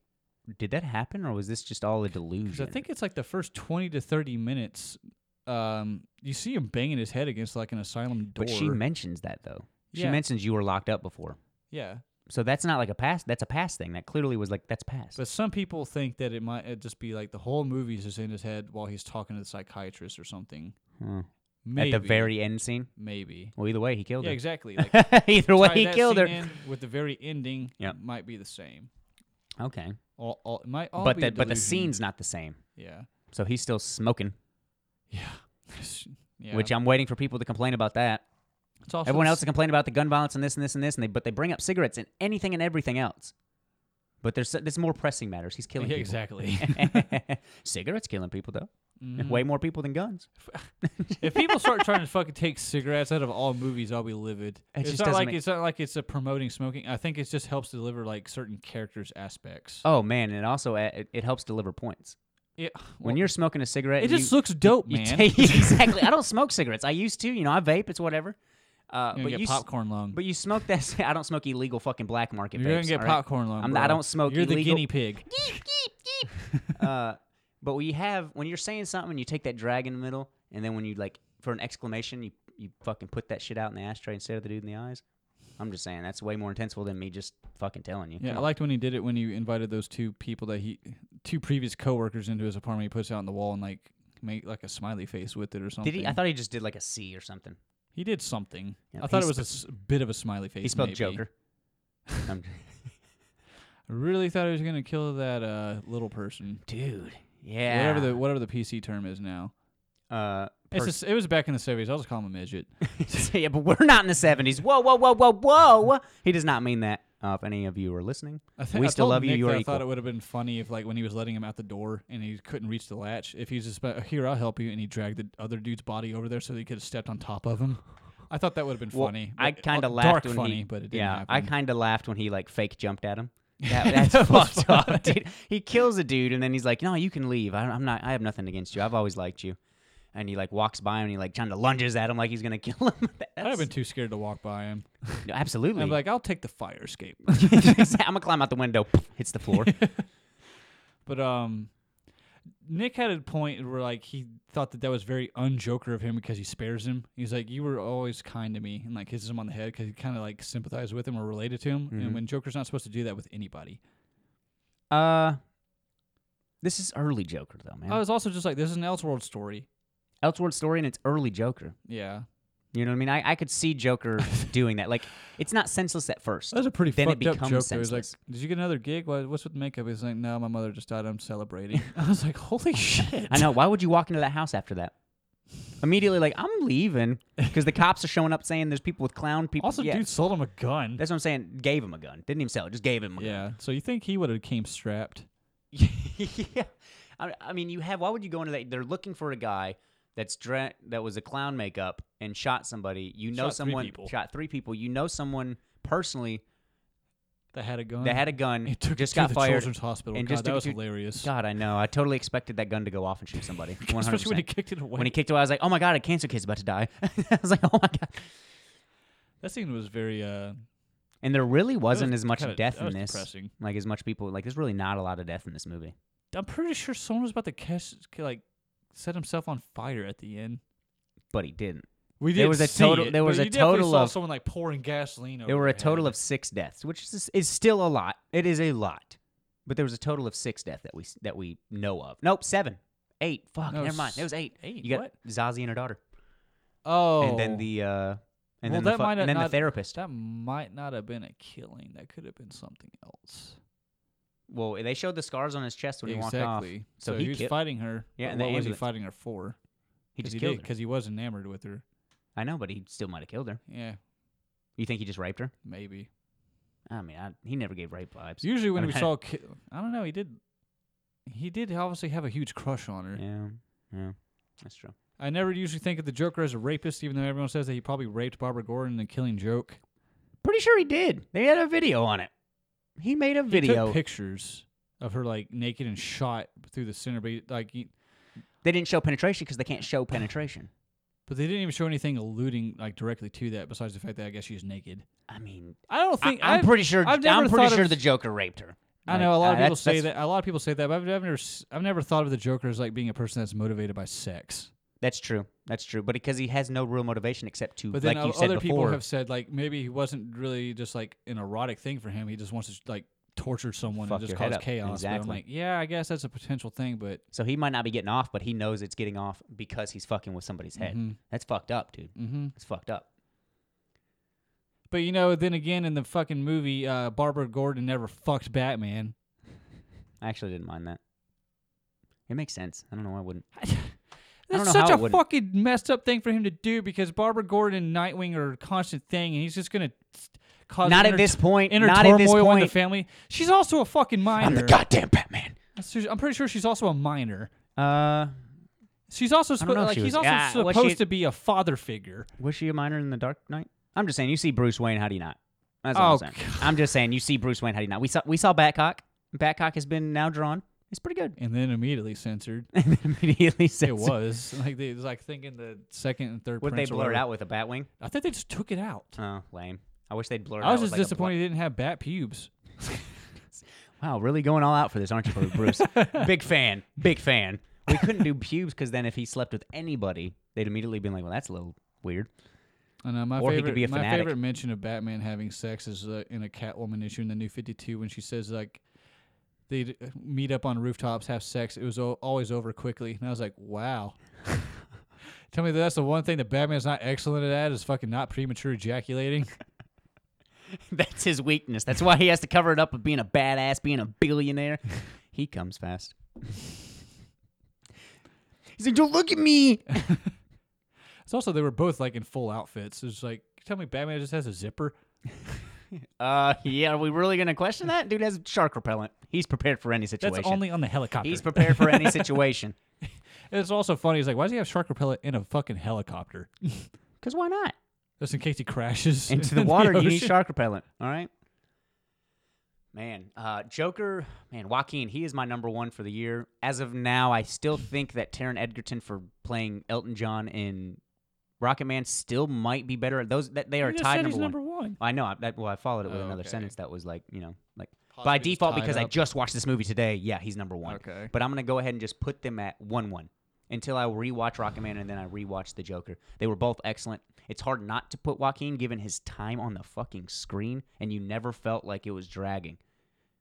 Speaker 5: did that happen or was this just all a
Speaker 2: Because I
Speaker 5: delusion?
Speaker 2: think it's like the first twenty to thirty minutes, um, you see him banging his head against like an asylum door.
Speaker 5: but she mentions that though. She
Speaker 2: Yeah.
Speaker 5: mentions you were locked up before,
Speaker 2: yeah.
Speaker 5: so that's not like a past. That's a past thing. That clearly was like that's past.
Speaker 2: But some people think that it might uh, just be like the whole movie's just in his head while he's talking to the psychiatrist or something.
Speaker 5: Hmm.
Speaker 2: Maybe,
Speaker 5: At the very end scene.
Speaker 2: maybe.
Speaker 5: Well, either way, he killed
Speaker 2: Yeah,
Speaker 5: her.
Speaker 2: exactly. Like,
Speaker 5: either way,
Speaker 2: tie
Speaker 5: he
Speaker 2: that
Speaker 5: killed her.
Speaker 2: scene in with the very ending,
Speaker 5: Yep.
Speaker 2: might be the same.
Speaker 5: Okay,
Speaker 2: All, all, it might all
Speaker 5: but
Speaker 2: be
Speaker 5: that but the
Speaker 2: delusion.
Speaker 5: scene's not the same.
Speaker 2: Yeah.
Speaker 5: So he's still smoking,
Speaker 2: Yeah. yeah.
Speaker 5: which I'm waiting for people to complain about that.
Speaker 2: It's also
Speaker 5: Everyone
Speaker 2: s-
Speaker 5: else complained about the gun violence and this and this and this, and they but they bring up cigarettes and anything and everything else. But there's there's more pressing matters. He's killing
Speaker 2: Yeah,
Speaker 5: people.
Speaker 2: exactly. Mm-hmm.
Speaker 5: Cigarettes killing people though. Way more people than guns.
Speaker 2: if people start trying to fucking take cigarettes out of all movies, I'll be livid. it's
Speaker 5: just
Speaker 2: not
Speaker 5: doesn't
Speaker 2: like
Speaker 5: make-
Speaker 2: it's not like it's a promoting smoking. I think it just helps deliver like certain characters aspects.
Speaker 5: Oh man, and also uh, it, it helps deliver points.
Speaker 2: It-
Speaker 5: When you're smoking a cigarette,
Speaker 2: it
Speaker 5: you-
Speaker 2: just looks dope,
Speaker 5: you
Speaker 2: man.
Speaker 5: take- exactly. I don't smoke cigarettes. I used to. You know, I vape. It's whatever. Uh,
Speaker 2: You're gonna
Speaker 5: but
Speaker 2: get
Speaker 5: you s-
Speaker 2: popcorn lung.
Speaker 5: But you smoke that. I don't smoke illegal fucking black market.
Speaker 2: you're gonna
Speaker 5: vapes,
Speaker 2: get
Speaker 5: all right?
Speaker 2: popcorn lung.
Speaker 5: I'm
Speaker 2: bro.
Speaker 5: not- I don't smoke
Speaker 2: You're the
Speaker 5: illegal-
Speaker 2: guinea pig.
Speaker 5: uh, but we have when you're saying something and you take that drag in the middle, and then when you like for an exclamation, you you fucking put that shit out in the ashtray and stare the dude in the eyes. I'm just saying that's way more intenseful than me just fucking telling you.
Speaker 2: Yeah, I liked when he did it when he invited those two people that he, two previous coworkers into his apartment. He puts it out on the wall and like make like a smiley face with it or something.
Speaker 5: Did he? I thought he just did like a C or something.
Speaker 2: he did something.
Speaker 5: Yeah,
Speaker 2: I thought it
Speaker 5: he
Speaker 2: was a s- bit of a smiley face.
Speaker 5: He spelled
Speaker 2: maybe.
Speaker 5: Joker. I'm-
Speaker 2: I really thought he was gonna kill that uh, little person.
Speaker 5: dude. Yeah.
Speaker 2: Whatever the whatever the PC term is now.
Speaker 5: uh,
Speaker 2: It's
Speaker 5: pers-
Speaker 2: just, it was back in the seventies. I'll just call him a midget.
Speaker 5: yeah, but we're not in the seventies. Whoa, whoa, whoa, whoa, whoa. He does not mean that. Uh, if any of you are listening,
Speaker 2: I thi-
Speaker 5: we
Speaker 2: I
Speaker 5: still
Speaker 2: told
Speaker 5: love you.
Speaker 2: Nick
Speaker 5: You
Speaker 2: that
Speaker 5: are
Speaker 2: I thought it
Speaker 5: equal.
Speaker 2: would have been funny if like when he was letting him out the door and he couldn't reach the latch. If he's just about, here, I'll help you, and he dragged the other dude's body over there so that he could have stepped on top of him. I thought that would have been
Speaker 5: Well,
Speaker 2: funny.
Speaker 5: I
Speaker 2: but-
Speaker 5: kind
Speaker 2: uh,
Speaker 5: of
Speaker 2: dark
Speaker 5: laughed when
Speaker 2: funny,
Speaker 5: he,
Speaker 2: but it didn't
Speaker 5: yeah,
Speaker 2: happen.
Speaker 5: I kind of laughed when he like fake jumped at him. That, that's
Speaker 2: That was
Speaker 5: fucked up, dude. He kills a dude and then he's like, "No, you can leave. I, I'm not. I have nothing against you. I've always liked you." And he like walks by him and he like kind of lunges at him like he's gonna kill him.
Speaker 2: I'd have
Speaker 5: That's-
Speaker 2: been too scared to walk by him.
Speaker 5: no, absolutely.
Speaker 2: I'm like, I'll take the fire escape.
Speaker 5: I'm gonna climb out the window. Hits the floor.
Speaker 2: But um, Nick had a point where like he thought that that was very unjoker of him because he spares him. He's like, "You were always kind to me," and like kisses him on the head because he kind of like sympathized with him or related to him. And when Joker's not supposed to do that with anybody,
Speaker 5: Uh, this is early Joker though, man.
Speaker 2: I was also just like, "This is an Elseworld story."
Speaker 5: Elseworld story and it's early Joker.
Speaker 2: Yeah,
Speaker 5: You know what I mean? I, I could see Joker doing that. Like, it's not senseless at first.
Speaker 2: that was a pretty
Speaker 5: Then it
Speaker 2: fucked up
Speaker 5: becomes
Speaker 2: joke. though. He's like,
Speaker 5: senseless.
Speaker 2: "Did you get another gig? What, what's with the makeup?" He's like, "No, my mother just died. I'm celebrating." I was like, "Holy shit!"
Speaker 5: I know. Why would you walk into that house after that? Immediately, like, I'm leaving because the cops are showing up saying there's people with clown people.
Speaker 2: Also,
Speaker 5: yeah,
Speaker 2: dude sold him a gun.
Speaker 5: That's what I'm saying. Gave him a gun. Didn't even sell it. Just gave him a
Speaker 2: Yeah, so you think he would have came strapped?
Speaker 5: gun. yeah. I, I mean, you have. Why would you go into that? They're looking for a guy that's dre- that was a clown makeup and shot somebody. You know
Speaker 2: Shot three
Speaker 5: someone
Speaker 2: people.
Speaker 5: shot three people. You know someone personally
Speaker 2: That had a gun.
Speaker 5: that had a gun.
Speaker 2: It took it
Speaker 5: just
Speaker 2: to
Speaker 5: got
Speaker 2: the
Speaker 5: fired.
Speaker 2: Children's Hospital.
Speaker 5: and
Speaker 2: God,
Speaker 5: just
Speaker 2: that
Speaker 5: took it
Speaker 2: was
Speaker 5: to-
Speaker 2: hilarious.
Speaker 5: God, I know. I totally expected that gun to go off and shoot somebody. 100%.
Speaker 2: Especially when he kicked it away.
Speaker 5: When he kicked away, I was like, "Oh my god, a cancer kid's about to die." I was like, "Oh my god!"
Speaker 2: that scene was very. Uh,
Speaker 5: And there really wasn't
Speaker 2: was
Speaker 5: as much
Speaker 2: kinda-
Speaker 5: death
Speaker 2: that was
Speaker 5: in this.
Speaker 2: depressing.
Speaker 5: Like as much people like. There's really not a lot of death in this movie.
Speaker 2: I'm pretty sure someone was about to catch, like, set himself on fire at the end.
Speaker 5: But he didn't.
Speaker 2: We
Speaker 5: There
Speaker 2: didn't
Speaker 5: was a
Speaker 2: see
Speaker 5: total-
Speaker 2: it,
Speaker 5: there
Speaker 2: but
Speaker 5: was a
Speaker 2: you definitely
Speaker 5: total
Speaker 2: saw
Speaker 5: of-
Speaker 2: someone like pouring gasoline. Over
Speaker 5: There were a
Speaker 2: their
Speaker 5: total
Speaker 2: head.
Speaker 5: of six deaths, which is, is still a lot. It is a lot, but there was a total of six deaths that we s- that we know of. Nope, seven, eight. Fuck,
Speaker 2: No,
Speaker 5: never mind. There was eight.
Speaker 2: eight,
Speaker 5: You got
Speaker 2: what?
Speaker 5: Zazie and her daughter,
Speaker 2: Oh,
Speaker 5: and then the uh, and
Speaker 2: Well,
Speaker 5: then the
Speaker 2: that
Speaker 5: fu-
Speaker 2: might
Speaker 5: and
Speaker 2: have
Speaker 5: then the
Speaker 2: not-
Speaker 5: therapist.
Speaker 2: that might not have been a killing. That could have been something else.
Speaker 5: Well, they showed the scars on his chest when he walked off.
Speaker 2: exactly.
Speaker 5: So,
Speaker 2: So,
Speaker 5: he,
Speaker 2: was
Speaker 5: ki-
Speaker 2: fighting her.
Speaker 5: Yeah,
Speaker 2: but
Speaker 5: and the
Speaker 2: what was he
Speaker 5: ambulance.
Speaker 2: fighting her for?
Speaker 5: he
Speaker 2: 'Cause
Speaker 5: just killed her.
Speaker 2: because he was enamored with her.
Speaker 5: I know, but he still might have killed her.
Speaker 2: Yeah,
Speaker 5: You think he just raped her?
Speaker 2: maybe.
Speaker 5: I mean, I, he never gave rape vibes.
Speaker 2: Usually when
Speaker 5: I
Speaker 2: we
Speaker 5: mean,
Speaker 2: saw, ki- I don't know, he did. He did obviously have a huge crush on her.
Speaker 5: Yeah, yeah, that's true.
Speaker 2: I never usually think of the Joker as a rapist, even though everyone says that he probably raped Barbara Gordon in a killing joke.
Speaker 5: Pretty sure he did. They had a video on it. He made a
Speaker 2: He
Speaker 5: video.
Speaker 2: took pictures of her like naked and shot through the center, but he- like, he,
Speaker 5: they didn't show penetration because they can't show penetration.
Speaker 2: but they didn't even show anything alluding like directly to that, besides the fact that I guess she's naked.
Speaker 5: I mean,
Speaker 2: I don't
Speaker 5: I,
Speaker 2: think
Speaker 5: am
Speaker 2: I've-
Speaker 5: pretty sure.
Speaker 2: I've never
Speaker 5: am pretty
Speaker 2: thought
Speaker 5: sure
Speaker 2: of-
Speaker 5: the Joker raped her.
Speaker 2: I know a lot
Speaker 5: Like,
Speaker 2: of
Speaker 5: uh,
Speaker 2: people
Speaker 5: that's-
Speaker 2: say
Speaker 5: that's-
Speaker 2: that. A lot of people say that, but I've, I've never, s- I've never thought of the Joker as like being a person that's motivated by sex.
Speaker 5: That's true. That's true. But because he has no real motivation except to,
Speaker 2: But
Speaker 5: like
Speaker 2: then
Speaker 5: you
Speaker 2: o-
Speaker 5: said
Speaker 2: other people
Speaker 5: before,
Speaker 2: have said like maybe he wasn't really just like an erotic thing for him. He just wants to like torture someone
Speaker 5: Fuck
Speaker 2: and just
Speaker 5: your head
Speaker 2: cause
Speaker 5: up.
Speaker 2: chaos. But I'm
Speaker 5: Exactly.
Speaker 2: like, yeah, I guess that's a potential thing, but
Speaker 5: so he might not be getting off, but he knows it's getting off because he's fucking with somebody's head.
Speaker 2: Mm-hmm.
Speaker 5: That's fucked up, dude.
Speaker 2: hmm
Speaker 5: That's fucked up.
Speaker 2: But you know, then again, in the fucking movie, uh, Barbara Gordon never fucked Batman.
Speaker 5: I actually didn't mind that. It makes sense. I don't know why I wouldn't. don't
Speaker 2: That's
Speaker 5: know
Speaker 2: such
Speaker 5: how
Speaker 2: a
Speaker 5: it wouldn't.
Speaker 2: fucking messed up thing for him to do because Barbara Gordon and Nightwing are a constant thing, and he's just gonna st- cause
Speaker 5: Not at
Speaker 2: inner
Speaker 5: this
Speaker 2: t-
Speaker 5: point.
Speaker 2: inner
Speaker 5: Not at
Speaker 2: turmoil
Speaker 5: this
Speaker 2: in the
Speaker 5: point.
Speaker 2: family. She's also a fucking minor.
Speaker 5: I'm the goddamn Batman.
Speaker 2: I'm pretty sure she's also a minor.
Speaker 5: Uh,
Speaker 2: She's also
Speaker 5: I don't know
Speaker 2: supposed
Speaker 5: if
Speaker 2: like
Speaker 5: she
Speaker 2: he's
Speaker 5: was-
Speaker 2: also
Speaker 5: ah, was
Speaker 2: supposed
Speaker 5: she-
Speaker 2: to be a father figure.
Speaker 5: Was she a minor in the Dark Knight? I'm just saying, you see Bruce Wayne, how do you not? That's all
Speaker 2: Oh,
Speaker 5: I'm saying. I'm just saying, you see Bruce Wayne, how do you not? We saw we saw Batcock. Batcock has been now drawn. It's pretty good.
Speaker 2: And then immediately censored.
Speaker 5: And then immediately says,
Speaker 2: It was like they it was like thinking the second and third.
Speaker 5: What they
Speaker 2: Prince or
Speaker 5: blurred
Speaker 2: whatever.
Speaker 5: out with a Batwing?
Speaker 2: I think they just took it out.
Speaker 5: Oh, lame. I wish they'd blurred.
Speaker 2: I was
Speaker 5: out
Speaker 2: just
Speaker 5: with, like, a blo-
Speaker 2: disappointed he didn't have bat pubes.
Speaker 5: Wow, really going all out for this, aren't you, Bruce? big fan, big fan. We couldn't do pubes because then if he slept with anybody, they'd immediately been like, "Well, that's a little weird."
Speaker 2: I know my
Speaker 5: Or he could
Speaker 2: favorite.
Speaker 5: be a
Speaker 2: my
Speaker 5: fanatic.
Speaker 2: favorite mention of Batman having sex is uh, in a Catwoman issue in the New Fifty Two when she says like they'd uh, meet up on rooftops, have sex. It was o- always over quickly, and I was like, wow. Tell me that that's the one thing that Batman's not excellent at is fucking not premature ejaculating.
Speaker 5: That's his weakness. That's why he has to cover it up with being a badass, being a billionaire. He comes fast. He's like, "Don't look at me."
Speaker 2: It's also they were both like in full outfits. It's like tell me Batman just has a zipper.
Speaker 5: Uh, yeah. Are we really gonna question that? Dude has shark repellent. He's prepared for any situation.
Speaker 2: That's only on the helicopter.
Speaker 5: He's prepared for any situation.
Speaker 2: it's also funny. He's like, why does he have shark repellent in a fucking helicopter?
Speaker 5: Cause why not?
Speaker 2: Just in case he crashes
Speaker 5: into the water. you need
Speaker 2: ocean.
Speaker 5: shark repellent. All right. Man, uh, Joker, man, Joaquin, he is my number one for the year. As of now, I still think that Taron Edgerton for playing Elton John in Rocket Man still might be better. Those that they are
Speaker 2: You just
Speaker 5: tied
Speaker 2: said
Speaker 5: number
Speaker 2: he's
Speaker 5: one.
Speaker 2: number one.
Speaker 5: I know. I, that, well, I followed it with
Speaker 2: Oh,
Speaker 5: another
Speaker 2: okay.
Speaker 5: sentence that was like, you know, like by
Speaker 2: Possibly just
Speaker 5: default
Speaker 2: tied
Speaker 5: because I
Speaker 2: up.
Speaker 5: just watched this movie today. Yeah, he's number one.
Speaker 2: Okay.
Speaker 5: But I'm gonna go ahead and just put them at one one until I rewatch Rocketman and then I rewatch The Joker. They were both excellent. It's hard not to put Joaquin given his time on the fucking screen, and you never felt like it was dragging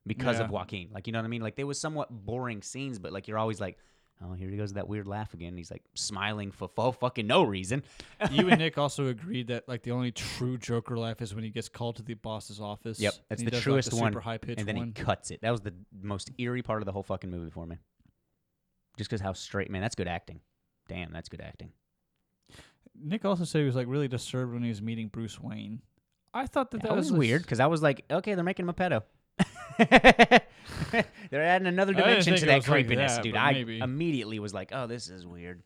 Speaker 5: because of
Speaker 2: Yeah.
Speaker 5: Joaquin. Like you know what I mean? Like they were somewhat boring scenes, but like you're always like. Oh, here he goes with that weird laugh again. and He's like smiling for full fucking no reason.
Speaker 2: you and Nick also agreed that like the only true Joker laugh is when he gets called to the boss's office.
Speaker 5: Yep,
Speaker 2: and
Speaker 5: that's
Speaker 2: he
Speaker 5: the
Speaker 2: does, like,
Speaker 5: truest one.
Speaker 2: Super high pitched
Speaker 5: and then
Speaker 2: one.
Speaker 5: he cuts it. That was the most eerie part of the whole fucking movie for me. Just because how straight, man, that's good acting. Damn, that's good acting.
Speaker 2: Nick also said he was like really disturbed when he was meeting Bruce Wayne. I thought that
Speaker 5: That,
Speaker 2: that,
Speaker 5: was,
Speaker 2: like,
Speaker 5: weird because I was like, okay, they're making him a pedo. they're adding another
Speaker 2: I didn't
Speaker 5: dimension
Speaker 2: think
Speaker 5: to
Speaker 2: it
Speaker 5: that
Speaker 2: was like
Speaker 5: creepiness,
Speaker 2: that,
Speaker 5: dude.
Speaker 2: but
Speaker 5: I
Speaker 2: maybe.
Speaker 5: immediately was like, oh, this is weird.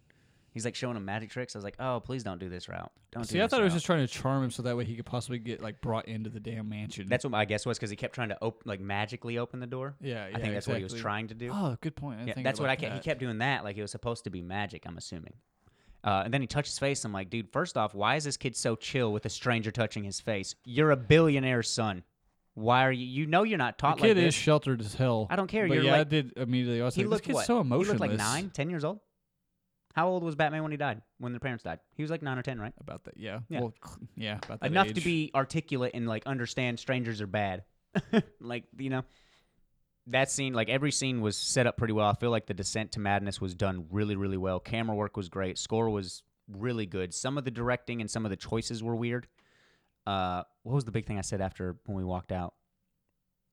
Speaker 5: He's like showing him magic tricks. I was like, oh, please don't do this route. Don't do
Speaker 2: See, I
Speaker 5: this
Speaker 2: thought it was
Speaker 5: route."
Speaker 2: just trying to charm him so that way he could possibly get like brought into the damn mansion.
Speaker 5: That's what my guess was because he kept trying to open, like magically open the door.
Speaker 2: yeah,
Speaker 5: I think that's what he was
Speaker 2: exactly.
Speaker 5: trying to do.
Speaker 2: Oh, good point. I
Speaker 5: Yeah,
Speaker 2: think
Speaker 5: that's what I
Speaker 2: like
Speaker 5: kept. He
Speaker 2: that.
Speaker 5: kept doing that. Like it was supposed to be magic. I'm assuming. Uh, and then he touched his face. I'm like, dude, first off, why is this kid so chill with a stranger touching his face? You're a billionaire's son. Why are you? You know you're not
Speaker 2: The
Speaker 5: taught like
Speaker 2: kid is
Speaker 5: this.
Speaker 2: sheltered as hell.
Speaker 5: I don't care,
Speaker 2: But
Speaker 5: you're
Speaker 2: yeah, I
Speaker 5: like-
Speaker 2: did immediately. I was
Speaker 5: he
Speaker 2: like, this
Speaker 5: looked
Speaker 2: kid's
Speaker 5: what?
Speaker 2: so
Speaker 5: He
Speaker 2: emotionless.
Speaker 5: looked like nine, ten years old. How old was Batman when he died? When their parents died, he was like nine or ten, right?
Speaker 2: About that, yeah.
Speaker 5: Yeah.
Speaker 2: Well, yeah, about that
Speaker 5: Enough to
Speaker 2: age.
Speaker 5: be articulate and like understand strangers are bad. like you know, that scene, like every scene was set up pretty well. I feel like the descent to madness was done really, really well. Camera work was great. Score was really good. Some of the directing and some of the choices were weird. Uh, what was the big thing I said after when we walked out?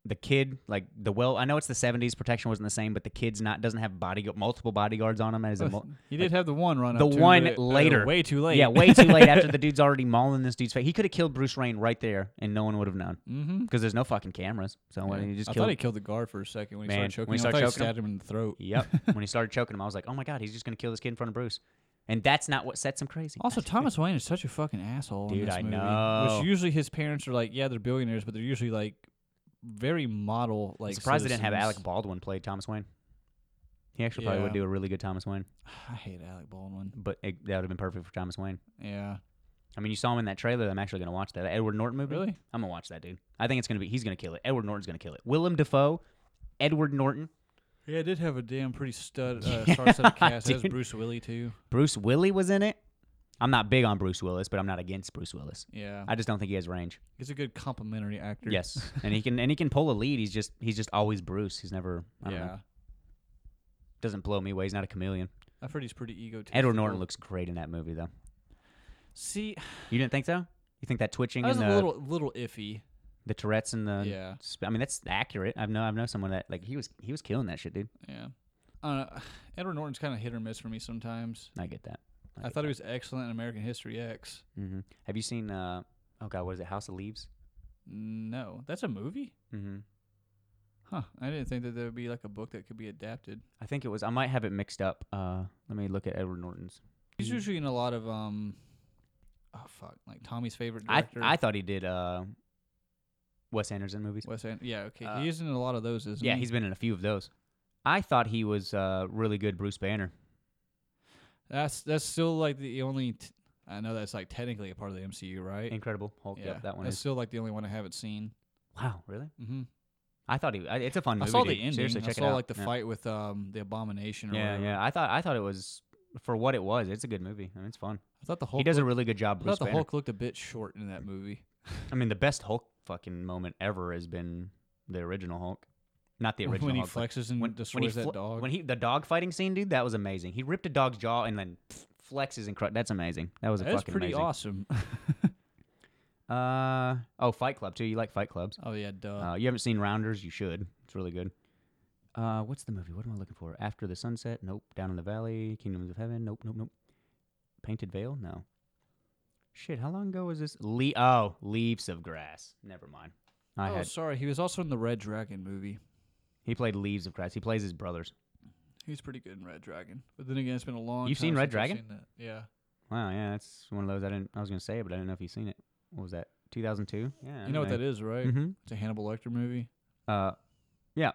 Speaker 5: The kid, like the well, I know it's the '70s. Protection wasn't the same, but the kid's not doesn't have bodygu- multiple bodyguards on him as
Speaker 2: Oh,
Speaker 5: a. Mul-
Speaker 2: He did have the one run.
Speaker 5: the
Speaker 2: up to him,
Speaker 5: one
Speaker 2: but, uh,
Speaker 5: later.
Speaker 2: way too late.
Speaker 5: Yeah, way too late after the dude's already mauling this dude's face. He could have killed Bruce Wayne right there and no one would have known
Speaker 2: mm-hmm.
Speaker 5: because there's no fucking cameras. So when he just
Speaker 2: I
Speaker 5: killed
Speaker 2: thought he killed the guard for a second when he
Speaker 5: Man,
Speaker 2: started choking
Speaker 5: when he
Speaker 2: him. I
Speaker 5: started
Speaker 2: thought
Speaker 5: choking him-
Speaker 2: stabbed him in the throat.
Speaker 5: Yep. when he started choking him, I was like, "Oh my god, he's just going to kill this kid in front of Bruce." And that's not what sets him crazy.
Speaker 2: Also, Thomas Wayne is such a fucking asshole in
Speaker 5: Dude,
Speaker 2: this
Speaker 5: I
Speaker 2: movie.
Speaker 5: know.
Speaker 2: Which usually his parents are like, yeah, they're billionaires, but they're usually like very model. Like,
Speaker 5: I'm surprised they didn't have Alec
Speaker 2: citizens.
Speaker 5: Baldwin play Thomas Wayne. He actually probably would
Speaker 2: Yeah.
Speaker 5: do a really good Thomas Wayne,
Speaker 2: I hate Alec Baldwin.
Speaker 5: but it, that would have been perfect for Thomas Wayne.
Speaker 2: Yeah,
Speaker 5: I mean, you saw him in that trailer. I'm actually going to watch that. that Edward Norton movie.
Speaker 2: really.
Speaker 5: I'm gonna watch that, dude. I think it's gonna be. He's gonna kill it. Edward Norton's gonna kill it. Willem Dafoe, Edward Norton,
Speaker 2: Yeah, I did have a damn pretty stud uh,
Speaker 5: Yeah,
Speaker 2: star studded cast. It has
Speaker 5: dude.
Speaker 2: Bruce Willie too.
Speaker 5: Bruce Willie was in it. I'm not big on Bruce Willis, but I'm not against Bruce Willis.
Speaker 2: Yeah,
Speaker 5: I just don't think he has range.
Speaker 2: he's a good complimentary actor.
Speaker 5: Yes, and he can and he can pull a lead. He's just he's just always Bruce. He's never I don't know.
Speaker 2: yeah.
Speaker 5: doesn't blow me away. He's not a chameleon.
Speaker 2: I've heard he's pretty egotistical.
Speaker 5: Edward Norton looks great in that movie, though.
Speaker 2: See,
Speaker 5: You didn't think so? You think that twitching
Speaker 2: I was
Speaker 5: and
Speaker 2: a
Speaker 5: the,
Speaker 2: little little iffy.
Speaker 5: the Tourette's and the
Speaker 2: Yeah.
Speaker 5: sp- I mean that's accurate. I've know I've known someone that like he was he was killing that shit, dude.
Speaker 2: Yeah. Uh, Edward Norton's kind of hit or miss for me sometimes.
Speaker 5: I get that.
Speaker 2: I thought he was excellent in American History X.
Speaker 5: Mm-hmm. Have you seen? uh Oh God, what is it? House of Leaves.
Speaker 2: No, that's a movie.
Speaker 5: Mm-hmm.
Speaker 2: Huh. I didn't think that there would be like a book that could be adapted.
Speaker 5: I think it was. I might have it mixed up. Uh, let me look at Edward Norton's. Mm-hmm.
Speaker 2: He's usually in a lot of um, oh fuck, like Tommy's favorite
Speaker 5: I
Speaker 2: director.
Speaker 5: I thought he did uh, Wes Anderson movies.
Speaker 2: Wes An- yeah, okay.
Speaker 5: Uh,
Speaker 2: he is in a lot of those, isn't
Speaker 5: yeah,
Speaker 2: he?
Speaker 5: he's been in a few of those. I thought he was uh, really good Bruce Banner.
Speaker 2: That's that's still like the only. T- I know that's like technically a part of the MCU, right?
Speaker 5: Incredible Hulk.
Speaker 2: yeah,
Speaker 5: Yep, Mm, that one Mm,
Speaker 2: That's
Speaker 5: is.
Speaker 2: still like the only one I haven't seen.
Speaker 5: Wow, really?
Speaker 2: hmm
Speaker 5: I thought he. I, it's a
Speaker 2: I
Speaker 5: fun movie.
Speaker 2: saw the
Speaker 5: dude.
Speaker 2: ending.
Speaker 5: Seriously,
Speaker 2: I
Speaker 5: check it
Speaker 2: saw
Speaker 5: out.
Speaker 2: like the
Speaker 5: yeah.
Speaker 2: fight with um the abomination. Or
Speaker 5: Yeah,
Speaker 2: whatever.
Speaker 5: yeah. I thought I thought it was for what it was. It's a good movie. I mean, it's fun.
Speaker 2: I thought the Hulk.
Speaker 5: He does a really good job.
Speaker 2: I
Speaker 5: Bruce
Speaker 2: thought the
Speaker 5: Banner.
Speaker 2: Hulk looked a bit short in that movie.
Speaker 5: I mean, the best Hulk fucking moment ever has been the original Hulk, not the
Speaker 2: When-
Speaker 5: original.
Speaker 2: when he
Speaker 5: Hulk, but
Speaker 2: flexes and destroys
Speaker 5: he
Speaker 2: that
Speaker 5: fle-
Speaker 2: dog.
Speaker 5: When he the dog fighting scene, dude, that was amazing. He ripped a dog's jaw and then pff, flexes and cr- that's amazing. That was a
Speaker 2: That's
Speaker 5: fucking
Speaker 2: pretty
Speaker 5: amazing.
Speaker 2: awesome.
Speaker 5: Uh oh, Fight Club too. You like Fight Clubs?
Speaker 2: oh yeah, duh.
Speaker 5: Uh, you haven't seen Rounders? You should. It's really good. Uh, what's the movie? What am I looking for? After the Sunset? Nope. Down in the Valley? Kingdoms of Heaven? Nope. Nope. Nope. Painted Veil? No. Shit, how long ago was this? Le- oh, Leaves of Grass. Never mind. I
Speaker 2: oh,
Speaker 5: had.
Speaker 2: sorry. He was also in the Red Dragon movie.
Speaker 5: He played Leaves of Grass. He plays his brothers.
Speaker 2: He's pretty good in Red Dragon. But then again, it's been a long.
Speaker 5: You've
Speaker 2: time
Speaker 5: seen Red
Speaker 2: since I've
Speaker 5: Dragon?
Speaker 2: seen that. Yeah.
Speaker 5: Wow, yeah, that's one of those I didn't. I was gonna say it, but I didn't know if you've seen it. What was that? 2002. Yeah,
Speaker 2: You know what that is, right?
Speaker 5: Mm-hmm.
Speaker 2: It's a Hannibal Lecter movie.
Speaker 5: Uh, yeah.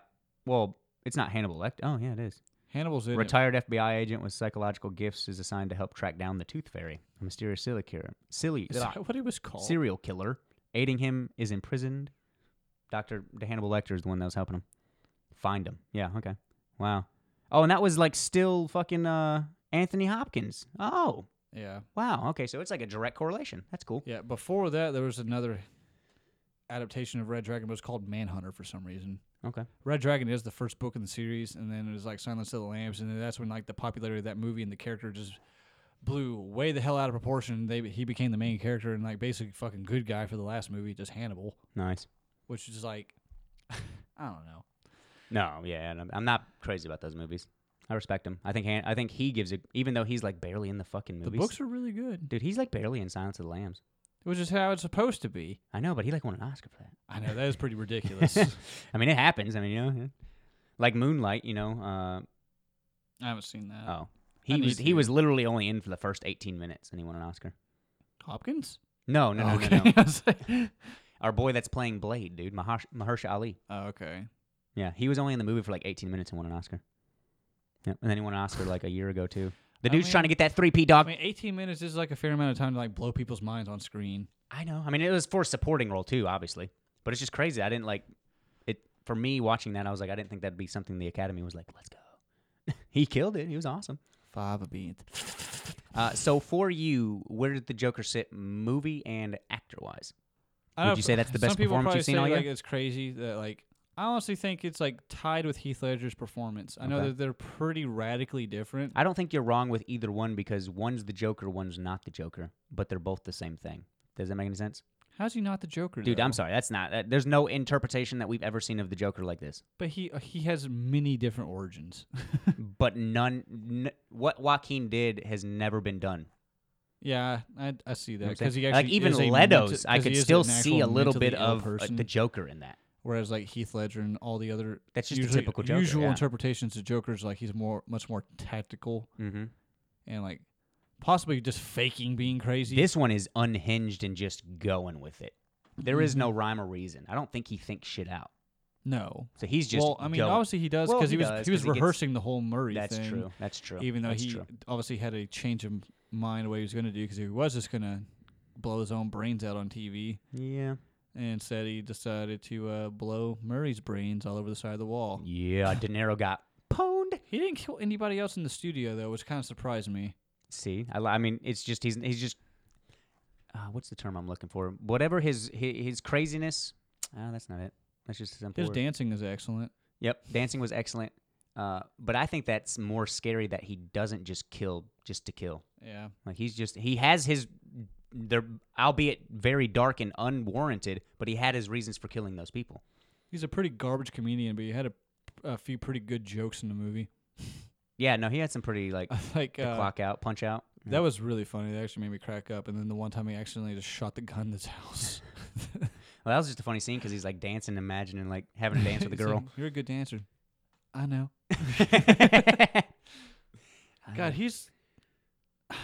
Speaker 5: Well, it's not Hannibal Lecter. Oh, yeah, it is.
Speaker 2: Hannibal's in it.
Speaker 5: Retired FBI agent with psychological gifts is assigned to help track down the Tooth Fairy, a mysterious serial killer. Silly,
Speaker 2: Is that what he was called?
Speaker 5: serial killer. Aiding him is imprisoned. Doctor Hannibal Lecter is the one that was helping him find him. Yeah. Okay. Wow. Oh, and that was like still fucking uh, Anthony Hopkins. Oh,
Speaker 2: yeah.
Speaker 5: wow. Okay, so it's like a direct correlation. That's cool.
Speaker 2: Yeah. Before that, there was another adaptation of Red Dragon, but it was called Manhunter for some reason.
Speaker 5: Okay.
Speaker 2: Red Dragon is the first book in the series, and then it was like Silence of the Lambs, and then that's when like the popularity of that movie and the character just blew way the hell out of proportion. They he became the main character and like basically fucking good guy for the last movie, just Hannibal,
Speaker 5: Nice.
Speaker 2: which is like I don't know.
Speaker 5: No, yeah, and I'm- I'm not crazy about those movies. I respect him. I think Han- I think he gives it, even though he's like barely in the fucking
Speaker 2: The
Speaker 5: movies.
Speaker 2: books are really good,
Speaker 5: dude, he's like barely in Silence of the Lambs.
Speaker 2: which is how it's supposed to be.
Speaker 5: I know, but he like won an Oscar for that.
Speaker 2: I know that is pretty ridiculous.
Speaker 5: I mean, it happens. I mean, you know, like Moonlight, you know.
Speaker 2: I haven't seen that.
Speaker 5: Uh, oh,
Speaker 2: I
Speaker 5: he
Speaker 2: need
Speaker 5: was
Speaker 2: to
Speaker 5: he
Speaker 2: do-
Speaker 5: was literally only in for the first 18 minutes, and he won an Oscar.
Speaker 2: Hopkins?
Speaker 5: No, no, no,
Speaker 2: okay.
Speaker 5: no, no.
Speaker 2: I was like-
Speaker 5: Our boy that's playing Blade, dude, Mahersh- Mahershala Ali.
Speaker 2: oh, okay.
Speaker 5: Yeah, he was only in the movie for like 18 minutes and won an Oscar. Yeah, and then he won an Oscar like a year ago too. The
Speaker 2: I
Speaker 5: dude's trying to get that three P
Speaker 2: I
Speaker 5: dog.
Speaker 2: mean, 18 minutes is like a fair amount of time to like blow people's minds on screen.
Speaker 5: I know. I mean, it was for a supporting role too, obviously. But it's just crazy. I didn't like it. For me watching that, I was like, I didn't think that'd be something the Academy was like, let's go. he killed it. He was awesome.
Speaker 2: Five a beat.
Speaker 5: Uh, so for you, where did the Joker sit, movie and actor wise?
Speaker 2: I
Speaker 5: Would
Speaker 2: don't-
Speaker 5: you say that's the best
Speaker 2: Some people
Speaker 5: performance
Speaker 2: probably
Speaker 5: you've seen
Speaker 2: say,
Speaker 5: all year?
Speaker 2: Like, it's crazy that like I honestly think it's like tied with Heath Ledger's performance. I know
Speaker 5: Okay.
Speaker 2: that they're pretty radically different.
Speaker 5: I don't think you're wrong with either one because one's the Joker, one's not the Joker, but they're both the same thing. Does that make any sense,
Speaker 2: How's he not the Joker,
Speaker 5: dude? I'm
Speaker 2: though?
Speaker 5: sorry, that's not. That, there's no interpretation that we've ever seen of the Joker like this.
Speaker 2: But he uh, he has many different origins.
Speaker 5: but none. N- what Joaquin did has never been done.
Speaker 2: yeah, I, I see that
Speaker 5: You know what I'm
Speaker 2: because he
Speaker 5: saying?
Speaker 2: actually
Speaker 5: like even
Speaker 2: is a
Speaker 5: Leto's,
Speaker 2: menti-
Speaker 5: I
Speaker 2: 'cause
Speaker 5: could
Speaker 2: he is
Speaker 5: still
Speaker 2: an
Speaker 5: see a
Speaker 2: actual
Speaker 5: little
Speaker 2: mentally
Speaker 5: bit
Speaker 2: ill
Speaker 5: of uh,
Speaker 2: person,
Speaker 5: the Joker in that.
Speaker 2: whereas like Heath Ledger and all the other
Speaker 5: That's just the
Speaker 2: usually,
Speaker 5: typical Joker,
Speaker 2: usual
Speaker 5: yeah.
Speaker 2: interpretations of Joker's like he's more much more tactical
Speaker 5: Mm-hmm.
Speaker 2: and like possibly just faking being crazy.
Speaker 5: This one is unhinged and just going with it. There
Speaker 2: Mm-hmm.
Speaker 5: is no rhyme or reason. I don't think he thinks shit out.
Speaker 2: no.
Speaker 5: So he's just
Speaker 2: well, I mean,
Speaker 5: going.
Speaker 2: obviously he does
Speaker 5: Well,
Speaker 2: because
Speaker 5: he
Speaker 2: he, was
Speaker 5: does,
Speaker 2: he was
Speaker 5: 'cause he gets-
Speaker 2: rehearsing the whole Murray
Speaker 5: that's
Speaker 2: thing.
Speaker 5: true. That's true.
Speaker 2: Even though
Speaker 5: That's
Speaker 2: he
Speaker 5: true.
Speaker 2: obviously had a change of mind of what he was going to do because he was just going to blow his own brains out on TV,
Speaker 5: yeah,
Speaker 2: and instead he decided to uh, blow Murray's brains all over the side of the wall.
Speaker 5: yeah, De Niro got pwned.
Speaker 2: He didn't kill anybody else in the studio though, which kind of surprised me.
Speaker 5: See, I, li- I mean, it's just he's he's just uh, what's the term I'm looking for? Whatever his his, his craziness. Ah, that's not it. That's just a simple.
Speaker 2: His
Speaker 5: word.
Speaker 2: dancing is excellent.
Speaker 5: Yep, dancing was excellent. Uh, but I think that's more scary that he doesn't just kill just to kill.
Speaker 2: Yeah,
Speaker 5: Like he's just he has his they're albeit very dark and unwarranted, but he had his reasons for killing those people.
Speaker 2: he's a pretty garbage comedian, but he had a, a few pretty good jokes in the movie.
Speaker 5: Yeah, no, he had some pretty like
Speaker 2: like
Speaker 5: the
Speaker 2: uh,
Speaker 5: clock out, punch out.
Speaker 2: that was really funny. That actually made me crack up. And then the one time he accidentally just shot the gun in his house.
Speaker 5: Well, that was just a funny scene because he's like dancing, imagining like having a dance with a
Speaker 2: He's
Speaker 5: girl.
Speaker 2: like, You're a good dancer. I know. God, he's.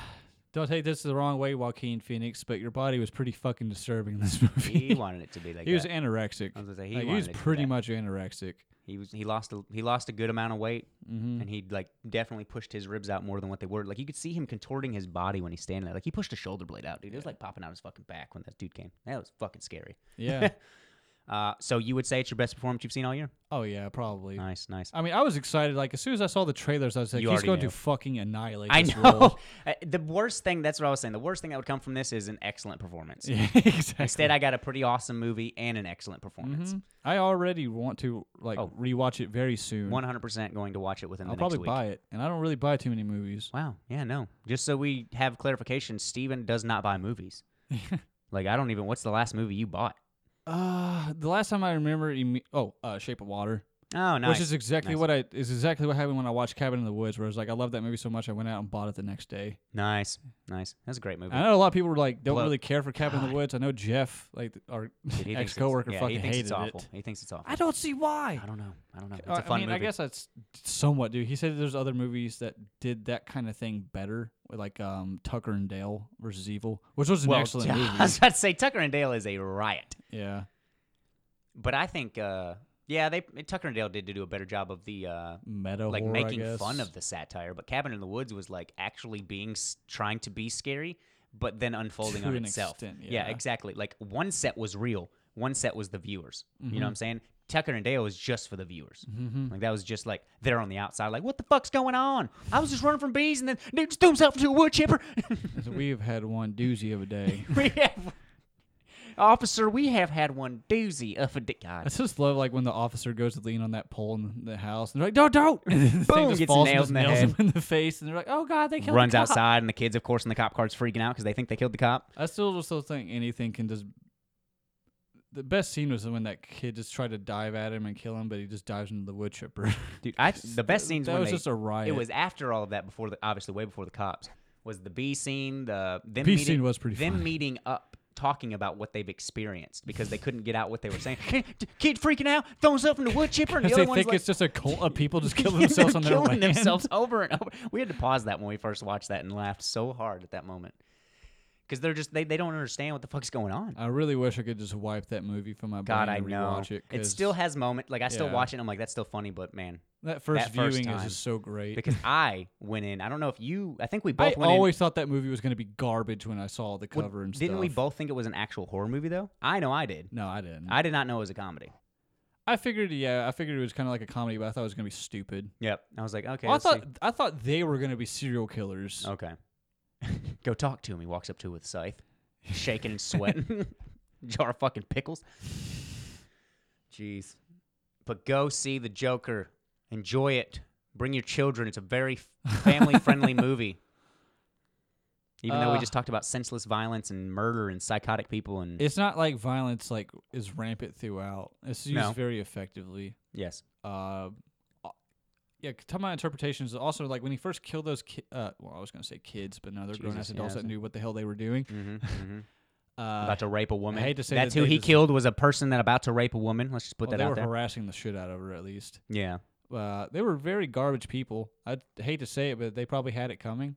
Speaker 2: Don't take this the wrong way, Joaquin Phoenix, but your body was pretty fucking disturbing in this movie.
Speaker 5: Uh, he wanted it to be like
Speaker 2: He was
Speaker 5: that.
Speaker 2: anorexic.
Speaker 5: I was gonna say, he
Speaker 2: Like,
Speaker 5: wanted
Speaker 2: was
Speaker 5: it to be
Speaker 2: pretty
Speaker 5: that.
Speaker 2: much anorexic.
Speaker 5: He was he lost a, he lost a good amount of weight,
Speaker 2: Mm-hmm.
Speaker 5: and he like definitely pushed his ribs out more than what they were. Like you could see him contorting his body when he's standing there. Like he pushed a shoulder blade out, dude. It was like popping out his fucking back when that dude came. That was fucking scary.
Speaker 2: Yeah.
Speaker 5: Uh, so you would say it's your best performance you've seen all year?
Speaker 2: oh yeah, probably.
Speaker 5: Nice, nice.
Speaker 2: I mean, I was excited. Like as soon as I saw the trailers, I was like,
Speaker 5: You
Speaker 2: he's
Speaker 5: already
Speaker 2: going
Speaker 5: knew.
Speaker 2: to fucking annihilate.
Speaker 5: I
Speaker 2: this
Speaker 5: know.
Speaker 2: role.
Speaker 5: Uh, the worst thing, that's what I was saying. The worst thing that would come from this is an excellent performance.
Speaker 2: yeah, exactly.
Speaker 5: Instead, I got a pretty awesome movie and an excellent performance.
Speaker 2: Mhm. I already want to like
Speaker 5: Oh.
Speaker 2: rewatch it very soon.
Speaker 5: 100% going to watch it within the
Speaker 2: I'll
Speaker 5: next
Speaker 2: probably
Speaker 5: week.
Speaker 2: buy it, and I don't really buy too many movies.
Speaker 5: Wow. Yeah, no. Just so we have clarification, Steven does not buy movies. like, I don't even, what's the last movie you bought?
Speaker 2: Uh, the last time I remember, imme- oh, uh, Shape of Water,
Speaker 5: Oh, nice.
Speaker 2: which is exactly
Speaker 5: Nice.
Speaker 2: what I is exactly what happened when I watched Cabin in the Woods, where I was like, I love that movie so much, I went out and bought it the next day.
Speaker 5: nice. Nice. That's a great movie.
Speaker 2: I know a lot of people were like, don't
Speaker 5: Blow-
Speaker 2: really care for Cabin in
Speaker 5: God.
Speaker 2: the Woods. I know Jeff, like th- our
Speaker 5: Dude, he thinks
Speaker 2: ex
Speaker 5: it's-
Speaker 2: coworker,
Speaker 5: yeah,
Speaker 2: fucking
Speaker 5: he thinks
Speaker 2: hated
Speaker 5: it's awful.
Speaker 2: it.
Speaker 5: He thinks it's awful.
Speaker 2: I don't see why.
Speaker 5: I don't know. I don't know. It's
Speaker 2: Uh,
Speaker 5: a fun
Speaker 2: I mean,
Speaker 5: movie.
Speaker 2: I guess that's somewhat due. He said there's other movies that did that kind of thing better, like um, Tucker and Dale versus Evil, which was an
Speaker 5: well,
Speaker 2: excellent
Speaker 5: I
Speaker 2: movie.
Speaker 5: was about to say Tucker and Dale is a riot.
Speaker 2: Yeah,
Speaker 5: But I think, uh, yeah, they Tucker and Dale did do a better job of the uh,
Speaker 2: meta
Speaker 5: like
Speaker 2: horror, I
Speaker 5: making fun
Speaker 2: guess.
Speaker 5: of the satire. But Cabin in the Woods was like actually being s- trying to be scary, but then unfolding
Speaker 2: To
Speaker 5: on
Speaker 2: an
Speaker 5: itself.
Speaker 2: extent, yeah.
Speaker 5: exactly. Like one set was real, one set was the viewers.
Speaker 2: Mm-hmm.
Speaker 5: You know what I'm saying? Tucker and Dale was just for the viewers. Like that was just like they're on the outside. Like what the fuck's going on? I was just running from bees, and then dude just threw himself into a wood chipper.
Speaker 2: So we have had one doozy of a day.
Speaker 5: we have, officer, we have had one doozy of a dick.
Speaker 2: I just love like when the officer goes to lean on that pole in the house, and they're like, "No, don't!" And then the
Speaker 5: Boom,
Speaker 2: thing just
Speaker 5: gets
Speaker 2: falls and
Speaker 5: nailed
Speaker 2: just
Speaker 5: in the
Speaker 2: nails
Speaker 5: head.
Speaker 2: him in the face, and they're like, "Oh God, they killed."
Speaker 5: runs
Speaker 2: the cop."
Speaker 5: outside, and the kids, of course, in the cop car's freaking out because they think they killed the cop.
Speaker 2: I still just still think anything can just. The best scene was when that kid just tried to dive at him and kill him, but he just dives into the wood chipper.
Speaker 5: Dude, I the best scenes
Speaker 2: that
Speaker 5: when
Speaker 2: was
Speaker 5: they-
Speaker 2: just a riot.
Speaker 5: It was after all of that, before the obviously way before the cops was the B scene. The them
Speaker 2: Bee
Speaker 5: meeting,
Speaker 2: scene was pretty
Speaker 5: Them
Speaker 2: funny.
Speaker 5: meeting up, talking about what they've experienced because they couldn't get out what they were saying. Kid freaking out, throwing himself in the wood chipper, and the
Speaker 2: Because they
Speaker 5: other one's
Speaker 2: think
Speaker 5: like
Speaker 2: it's just a cult of people just killing
Speaker 5: They're
Speaker 2: themselves on their
Speaker 5: killing
Speaker 2: land.
Speaker 5: themselves over and over. We had to pause that when we first watched that and laughed so hard at that moment because they're just they, they don't understand what the fuck's going on.
Speaker 2: I really wish I could just wipe that movie from my
Speaker 5: God, I
Speaker 2: brain and
Speaker 5: know.
Speaker 2: rewatch it.
Speaker 5: It
Speaker 2: 'cause
Speaker 5: still has moment. Like I still
Speaker 2: Yeah.
Speaker 5: watch it. and I'm like, that's still funny, but man,
Speaker 2: that first
Speaker 5: that
Speaker 2: viewing
Speaker 5: first
Speaker 2: is
Speaker 5: time.
Speaker 2: just so great.
Speaker 5: because I went in. I don't know if you. I think we both
Speaker 2: I
Speaker 5: went in.
Speaker 2: always thought that movie was going to be garbage when I saw the
Speaker 5: Well,
Speaker 2: cover and stuff. Mm.
Speaker 5: didn't we both think it was an actual horror movie though? I know I did.
Speaker 2: No, I didn't. I,
Speaker 5: I did not know it was a comedy.
Speaker 2: figured, yeah, I figured it was kind of like a comedy, but I thought it was going to be stupid.
Speaker 5: Yep. I was like, okay.
Speaker 2: I
Speaker 5: let's Oh.
Speaker 2: thought I thought they were going to be serial killers.
Speaker 5: see. Okay. Go talk to him. He walks up to her with a scythe, shaking and sweating, jar of fucking pickles. Jeez. But go see the Joker. Enjoy it. Bring your children. It's a very family-friendly movie. Even though we
Speaker 2: Uh,
Speaker 5: just talked about senseless violence and murder and psychotic people and
Speaker 2: It's not like violence like is rampant throughout. It's used
Speaker 5: No.
Speaker 2: very effectively.
Speaker 5: yes,
Speaker 2: Uh, uh, yeah, to my interpretations, also like when he first killed those ki- uh, well, I was going to say kids, but no, they're grown
Speaker 5: Jesus,
Speaker 2: ass
Speaker 5: yeah,
Speaker 2: adults that
Speaker 5: isn't-
Speaker 2: knew what the hell they were doing.
Speaker 5: mm-hmm, mm-hmm.
Speaker 2: Uh,
Speaker 5: about to rape a woman.
Speaker 2: hate to say
Speaker 5: that's
Speaker 2: that
Speaker 5: who
Speaker 2: they
Speaker 5: he
Speaker 2: just-
Speaker 5: killed was a person that about to rape a woman. Let's just put
Speaker 2: well,
Speaker 5: that
Speaker 2: they
Speaker 5: out
Speaker 2: were
Speaker 5: there.
Speaker 2: harassing the shit out of her at least.
Speaker 5: yeah,
Speaker 2: Uh, they were very garbage people. I hate to say it, but they probably had it coming.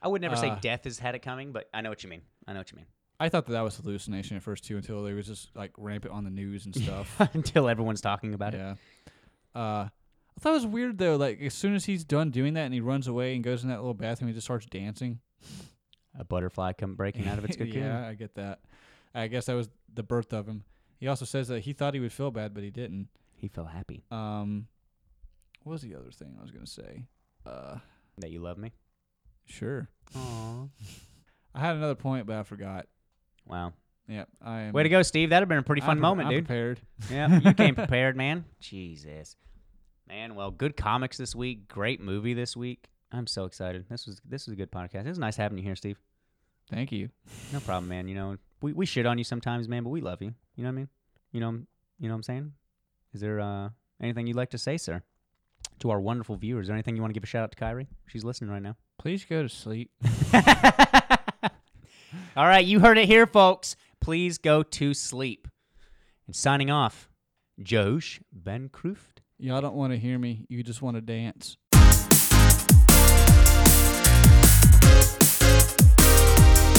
Speaker 5: I would never say
Speaker 2: Uh,
Speaker 5: death has had it coming, but I know what you mean. I know what you mean.
Speaker 2: I thought that that was hallucination at first too, until they was just like rampant on the news and stuff.
Speaker 5: Until everyone's talking about it.
Speaker 2: yeah. Uh, I thought it was weird though. Like as soon as he's done doing that and he runs away and goes in that little bathroom, he just starts dancing.
Speaker 5: A butterfly come breaking out of its cocoon.
Speaker 2: yeah, I get that. I guess that was the birth of him. He also says that he thought he would feel bad, but he didn't.
Speaker 5: He felt happy
Speaker 2: Um, what was the other thing I was gonna say? Uh,
Speaker 5: that you love me.
Speaker 2: sure.
Speaker 5: Aww.
Speaker 2: I had another point, but I forgot.
Speaker 5: Wow.
Speaker 2: Yeah, I am.
Speaker 5: Way to go, Steve. That'd have been a pretty
Speaker 2: I'm
Speaker 5: fun
Speaker 2: pre-
Speaker 5: moment,
Speaker 2: I'm
Speaker 5: dude.
Speaker 2: Prepared.
Speaker 5: yeah, you came prepared, man. Jesus. Man, well, good comics this week. Great movie this week. I'm so excited. This was this was a good podcast. It was nice having you here, Steve.
Speaker 2: Thank you.
Speaker 5: No problem, man. You know, we, we shit on you sometimes, man, but we love you. You know what I mean? You know, you know what I'm saying? Is there uh, anything you'd like to say, sir, to our wonderful viewers? Is there anything you want to give a shout out to Kyrie? She's listening right now.
Speaker 2: Please go to sleep.
Speaker 5: All right, you heard it here, folks. Please go to sleep. And signing off, Josh Ben Kruft.
Speaker 2: Y'all don't want to hear me. You just want to dance.